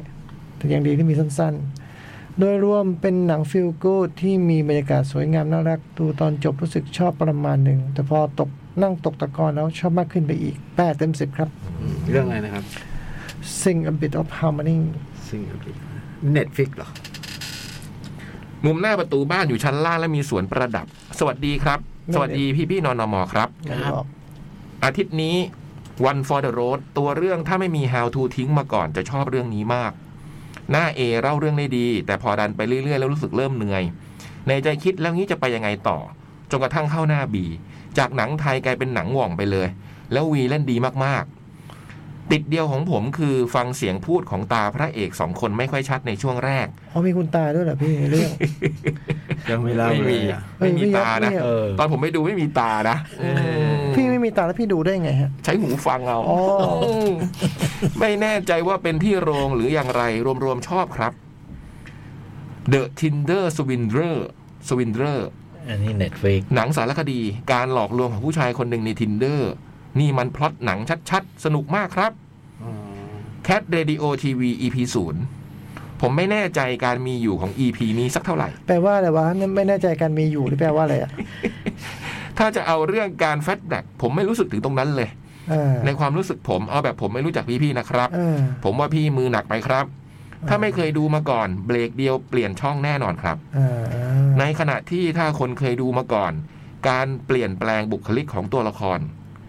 S2: แต่ยังดีที่มีสั้นๆ โดยรวมเป็นหนังฟิลกูดที่มีบรรยากาศสวยงามน่ารัก ดูตอนจบรู้สึกชอบประมาณหนึ่ง แต่พอตกนั่งตกตะกอนแล้วชอบมากขึ้นไปอีกแปดเต็มสิบครับ
S5: เรื่องอะไรนะครับ
S2: Sing a bit of harmony
S5: ซึ่งเน็ตฟิกเหรอ
S3: มุมหน้าประตูบ้านอยู่ชั้นล่างและมีสวนประดับ สวัสดีครับ สวัสดีพี่พี่ๆนอนนมครับ
S2: อย่างที่บอก
S3: อาทิตย์นี้ One for the road ตัวเรื่องถ้าไม่มี How to ทิ้งมาก่อนจะชอบเรื่องนี้มาก หน้าเอเล่าเรื่องได้ดี แต่พอดันไปเรื่อยๆ แล้วรู้สึกเริ่มเหนื่อย ในใจคิดแล้วงี้จะไปยังไงต่อ จนกระทั่งเข้าหน้าบี จากหนังไทยกลายเป็นหนังหว่องไปเลย แล้ววีเล่นดีมากๆ ติดเดียวของผมคือฟังเสียงพูดของตาพระเอกสองคนไม่ค่อยชัดในช่วงแรก
S2: อ๋อมีคุณตาด้วยเหรอพี่ในเรื่อง
S5: ยังไม่เล่า
S3: ไม่
S5: เล
S3: มี
S5: ยอะ
S3: ไม่มีตานะ
S2: เอ
S5: เออ
S3: ตอนผมไปดูไม่มีตานะ
S2: พี่ไม่มีตาแล้วพี่ดูได้ไงฮะ
S3: ใช้หูฟังเอา
S2: อ๋อ
S3: มไม่แน่ใจว่าเป็นที่โรงหรืออย่างไร รวมๆชอบครับ The Tinder Swindler Swindler
S4: อันนี้เน็ตฟ i ิก
S3: หนังสารคดี การหลอกลวงของผู้ชายคนหนึ่งใน Tinder นี่มันพล็อตหนังชัดๆ สนุกมากครับ Cat Radio TV EP 0ผมไม่แน่ใจการมีอยู่ของ EP นี้สักเท่าไหร่
S2: แปลว่าอะไรวะไม่แน่ใจการมีอยู่หรือแปลว่าอะไรอ่ะ
S3: ถ้าจะเอาเรื่องการแฟตแบกผมไม่รู้สึกถึงตรงนั้นเลย
S2: เออ
S3: ในความรู้สึกผมเอาแบบผมไม่รู้จักพี่ๆนะครับ
S2: เออ
S3: ผมว่าพี่มือหนักไปครับ ถ้าไม่เคยดูมาก่อน เบรกเดียวเปลี่ยนช่องแน่นอนครับ
S2: เออ
S3: ในขณะที่ถ้าคนเคยดูมาก่อน การเปลี่ยนแปลงบุคลิกของตัวละคร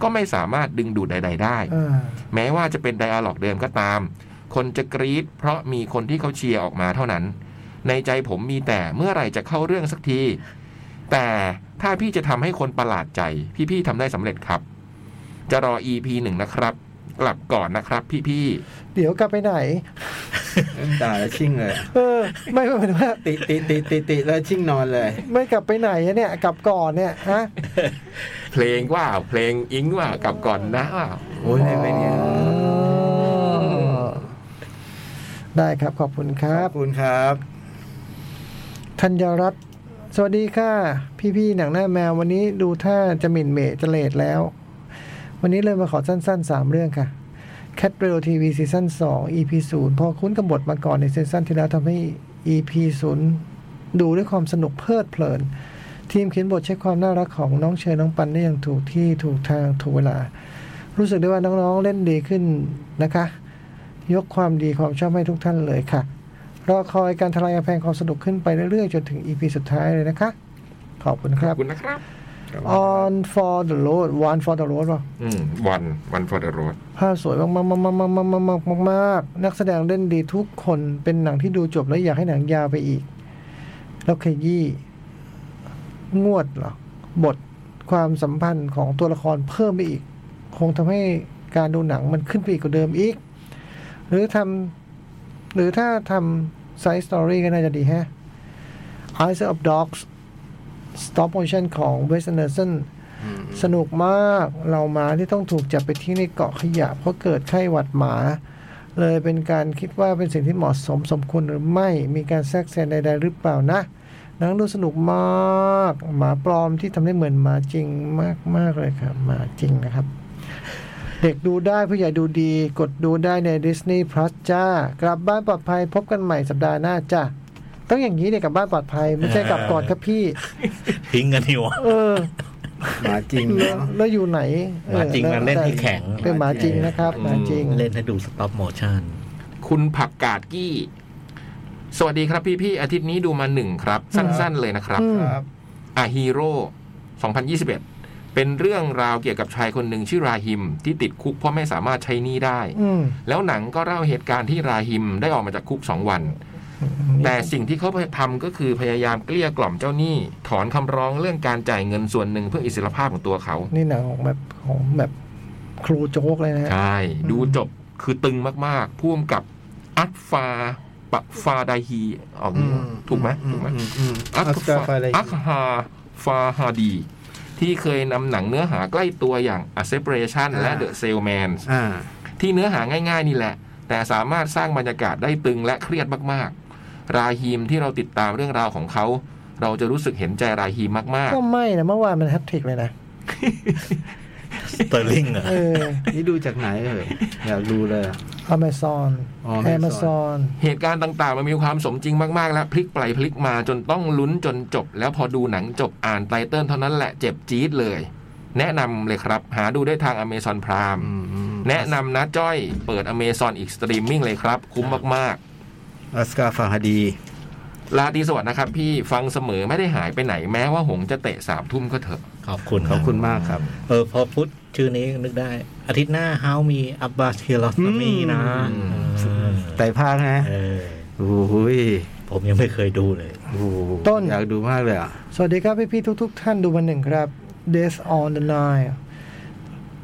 S3: ก็ไม่สามารถดึงดูดใด ๆ ได้
S2: เออ
S3: แม้ว่าจะเป็นไดอะล็อกเดิมก็ตาม คนจะกรี๊ดเพราะมีคนที่เขาเชียร์ออกมาเท่านั้น ในใจผมมีแต่เมื่อไหร่จะเข้าเรื่องสักที แต่ถ้าพี่จะทำให้คนประหลาดใจ พี่ๆทำได้สำเร็จครับ จะรอ EP หนึ่งนะครับ กลับก่อนนะครับ พี่
S2: เดี๋ยวกลับไปไหน
S5: ด่าแล้วชิ่งเลย
S2: เออ ไม่ไม่หมายถึงว่า
S5: ติติติติติแล้วชิ่งนอนเลย
S2: ไม่กลับไปไหนอะเนี่ยกลับก่อนเนี่ยฮะ
S3: ๆ เพลงว่าเพลงอิงว่ากลับก่อนนะว่า
S5: โอ้ยเลยไปเนี่ย
S2: ได้ครับขอบคุณครั
S5: ข
S2: บ
S5: อบคุณครับ
S2: ธัญรัตน์สวัสดีค่ะ พี่ๆหนังหน้าแมววันนี้ดูท่าจะหมิ่นเหมจะเลดแล้ว วันนี้เลยมาขอสั้นๆสามเรื่องค่ะ Cat r a i l TV ซีซั่น2 EP 0พอคุ้นกับบทมาก่อนในซีซั่นที่แล้วทำให้ EP 0ดูด้วยความสนุกเพลิดเพลิน ทีมเขียนบทใช้ความน่ารักของน้องเชยน้องปันได้อย่างถูกที่ถูกทางถูกเวลา รู้สึกได้ว่าน้องๆเล่นดีขึ้นนะคะ ยกความดีความชอบให้ทุกท่านเลยค่ะ รอคอยการทลายกำแพงความสนุกขึ้นไปเรื่อยๆ จนถึง EP สุดท้ายเลยนะคะ ขอบคุณค
S3: ข
S2: รั
S3: อบ บคุณนะครับ
S2: On for the road One for the road ว่ะ
S3: อืมวันวันฟอร์ดโรด
S2: ภาพสวยมากๆๆๆๆๆๆๆนักแสดงเล่นดีทุกคนเป็นหนังที่ดูจบแล้วอยากให้หนังยาวไปอีก แล้วขยี้งวดเหรอบทความสัมพันธ์ของตัวละครเพิ่มไปอีก คงทำให้การดูหนังมันขึ้นไปอีกกว่าเดิมอีก หรือทำหรือถ้าทำไซส์สตอรี่ก็น่าจะดีแฮะ Eyes of Dogs Stop Motion ของ Wes Anderson สนุกมากเราหมาที่ต้องถูกจับไปทิ้งในเกาะขยะเพราะเกิดไข้หวัดหมา เลยเป็นการคิดว่าเป็นสิ่งที่เหมาะสมสมควรหรือไม่มีการแทรกแซงใด ๆ หรือเปล่านะหนังดูสนุกมาก หมาปลอมที่ทำได้เหมือนหมาจริงมาก ๆ เลยครับหมาจริงนะครับ เด็กดูได้ผู้ใหญ่ดูดี กดดูได้ใน Disney Plus จ้ากลับบ้านปลอดภัยพบกันใหม่สัปดาห์หน้าจ้าต้องอย่างนี้เนี่ยกลับบ้านปลอดภัยไม่ใช่กลับก่อนครับพี่
S4: ทิ้งกันอยู่วะ
S2: เออ
S5: หมาจริง
S2: แล้
S5: เนาะ
S2: วแล้วอยู่ไหน
S4: หมาจริง
S2: ออ
S4: มันเล่นที่แข็ง
S2: เป็นหมาจริงนะครับหมาจริง
S4: เล่นให้ดูสต็อปโมชั่น
S3: คุณผักกาดกี้ สวัสดีครับพี่ๆอาทิตย์นี้ดูมาหนึ่งครับ สั้นๆเลยนะครับ
S2: อืม
S5: ครับ
S3: อาฮีโร่2021 เป็นเรื่องราวเกี่ยวกับชายคนหนึ่งชื่อราฮิม ที่ติดคุกเพราะไม่สามารถใช้หนี้ได้
S2: อืม
S3: แล้วหนังก็เล่าเหตุการณ์ที่ราฮิมได้ออกมาจากคุกสองวัน แต่สิ่งที่เขาทำก็คือพยายามเกลี้ยกล่อมเจ้าหนี้ ถอนคำร้องเรื่องการจ่ายเงินส่วนหนึ่งเพื่ออิสรภาพของตัวเขา
S2: นี่หนังของแบบของแบบครูโจ๊กเลยนะฮะ
S3: ใช่ ดูจบคือตึงมากๆพ่วมกับอัตฟาปะฟาไดฮีออกนี้
S5: อืม
S3: ถูกไหมถูกไหม
S5: อืมอืมอั
S3: อั
S5: พ
S3: ค
S5: กา
S3: ฟา
S5: ไฟอะไร
S3: อัคฮาฟาฮาดี ที่เคยนำหนังเนื้อหาใกล้ตัวอย่าง a s e p r a t i o n
S5: อ่า
S3: และ The Salesman
S5: อ่า
S3: ที่เนื้อหาง่ายๆ นี่แหละ แต่สามารถสร้างบรรยากาศได้ตึงและเครียดมากๆ ราฮีมที่เราติดตามเรื่องราวของเขา เราจะรู้สึกเห็นใจราฮีมมาก
S2: ก็ไม่นะเมื่อวานมันแฮตทริกเลยนะ
S4: สเตอร์ลิงเหรอ
S2: เออ
S5: นี่ดูจากไหนเอ่ยอยากดูเลยอะ
S2: อเมซอน
S5: อ๋อ
S2: แอ
S5: Amazon
S2: มซอน
S3: ๆ เหตุการณ์ต่างๆ มันมีความสมจริงมากๆ และพลิกไปพลิกมาจนต้องลุ้นจนจบ แล้วพอดูหนังจบอ่านไตเติลเท่านั้นแหละเจ็บจี๊ดเลย แนะนำเลยครับ หาดูได้ทาง Amazon Prime
S5: อืมอืม
S3: แนะนำนะจ้อย เปิด Amazon อีกสตรีมมิ่งเลยครับ คุ้มมาก
S5: อัสกาฟาฮาดี
S3: ๆ ลาตรีสวัสดิ์นะครับพี่ฟังเสมอไม่ได้หายไปไหนแม้ว่าหงส์จะเตะสามทุ่มก็เถอะ
S4: ขอบคุณ
S5: ขอบคุณมากครับ
S4: เออพอพูดชื่อนี้นึกได้ อาทิตย์หน้าเฮามีอับบาเทลอสมีนะ
S3: อืม
S4: เออ
S5: แต่ภาคนะ
S4: เออ
S5: โอ้โหย
S4: ผมยังไม่เคยดูเลย
S5: โอ้โห
S2: ต้น
S5: อยากดูมากเลยอ่ะ
S2: สวัสดีครับพี่พี่ๆทุก ๆ ท่านดูวันหนึ่งครับ Days on the Nile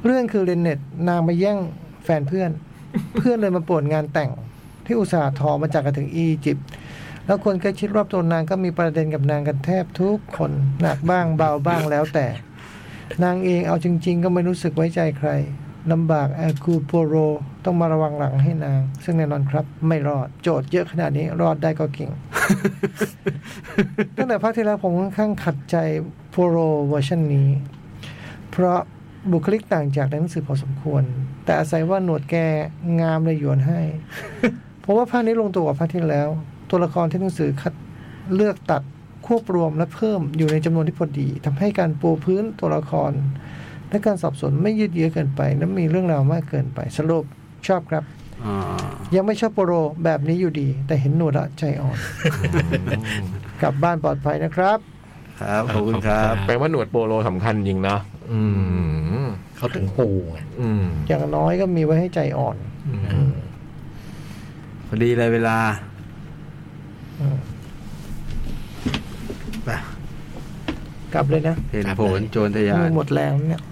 S2: เรื่องคือเรนเน็ตนางมาแย่งแฟนเพื่อน เพื่อนเลยมาปวดงานแต่งที่อุตสาห์ทอมาจากกันถึงอียิปต์แล้วคนใกล้ชิดรอบตัวนางก็มีประเด็นกับนางกันแทบทุกคนหนักบ้างเบาบ้างแล้วแต่ นางเองเอาจริง ๆ ก็ไม่รู้สึกไว้ใจใครลำบากแอคูโปโร ต้องมาระวังหลังให้นาง ซึ่งแน่นอนครับ ไม่รอดโจทย์เยอะขนาดนี้รอดได้ก็เก่ง ตั้งแต่ภาคที่แล้วผมค่อนข้างขัดใจโปโรเวอร์ชันนี้ เพราะบุคลิกต่างจากในหนังสือพอสมควร แต่อาศัยว่าหนวดแกงามเลยหยวนให้ เพราะว่าภาคนี้ลงตัวกว่าภาคที่แล้ว ตัวละครที่หนังสือคัดเลือกตัดควบรวมและเพิ่มอยู่ในจำนวนที่พอดีทำให้การปูพื้นตัวละคร และการสอบสวนไม่ยืดเยื้อเกินไป และมีเรื่องราวมากเกินไปสรุปชอบครับ
S5: อ่า
S2: ยังไม่ชอบโปโรแบบนี้อยู่ดี แต่เห็นหนวดละใจอ่อน กลับบ้านปลอดภัยนะครับ
S5: ครับขอบคุณครับ
S3: แปลว่าหนวดโปโลสำคัญจริงเนาะอืม
S4: เขาถึงปูไง
S3: อืม
S2: อย่างน้อยก็มีไว้ให้ใจอ่อน
S5: พอดีเลยเวลา
S2: อืม
S5: ไป
S2: กลับเลยนะ
S5: เห็นผลโจรทยา
S2: มื
S5: น
S2: อหมดแรงแล้วเนี่ย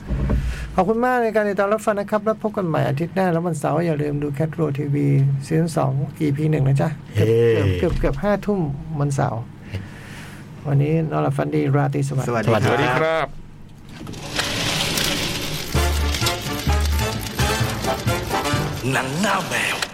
S2: ขอบคุณมากในการติดตามรับฟังนะครับ แล้วพบกันใหม่อาทิตย์หน้า แล้ววันเสาร์อย่าลืมดูแคทโรทีวีซีซั่นสอง EP หนึ่งนะจ๊ะ
S4: เฮ้
S2: เกือบเกือบเกือบห้าทุ่มวันเสาร์วันนี้นอนหลับฝันดีราตรีสวัสดิ์
S5: สวัส
S3: ส
S5: ดี
S3: วัส
S5: ค
S3: ดี
S5: รับ
S3: ครับ
S9: หนังหน้าแมว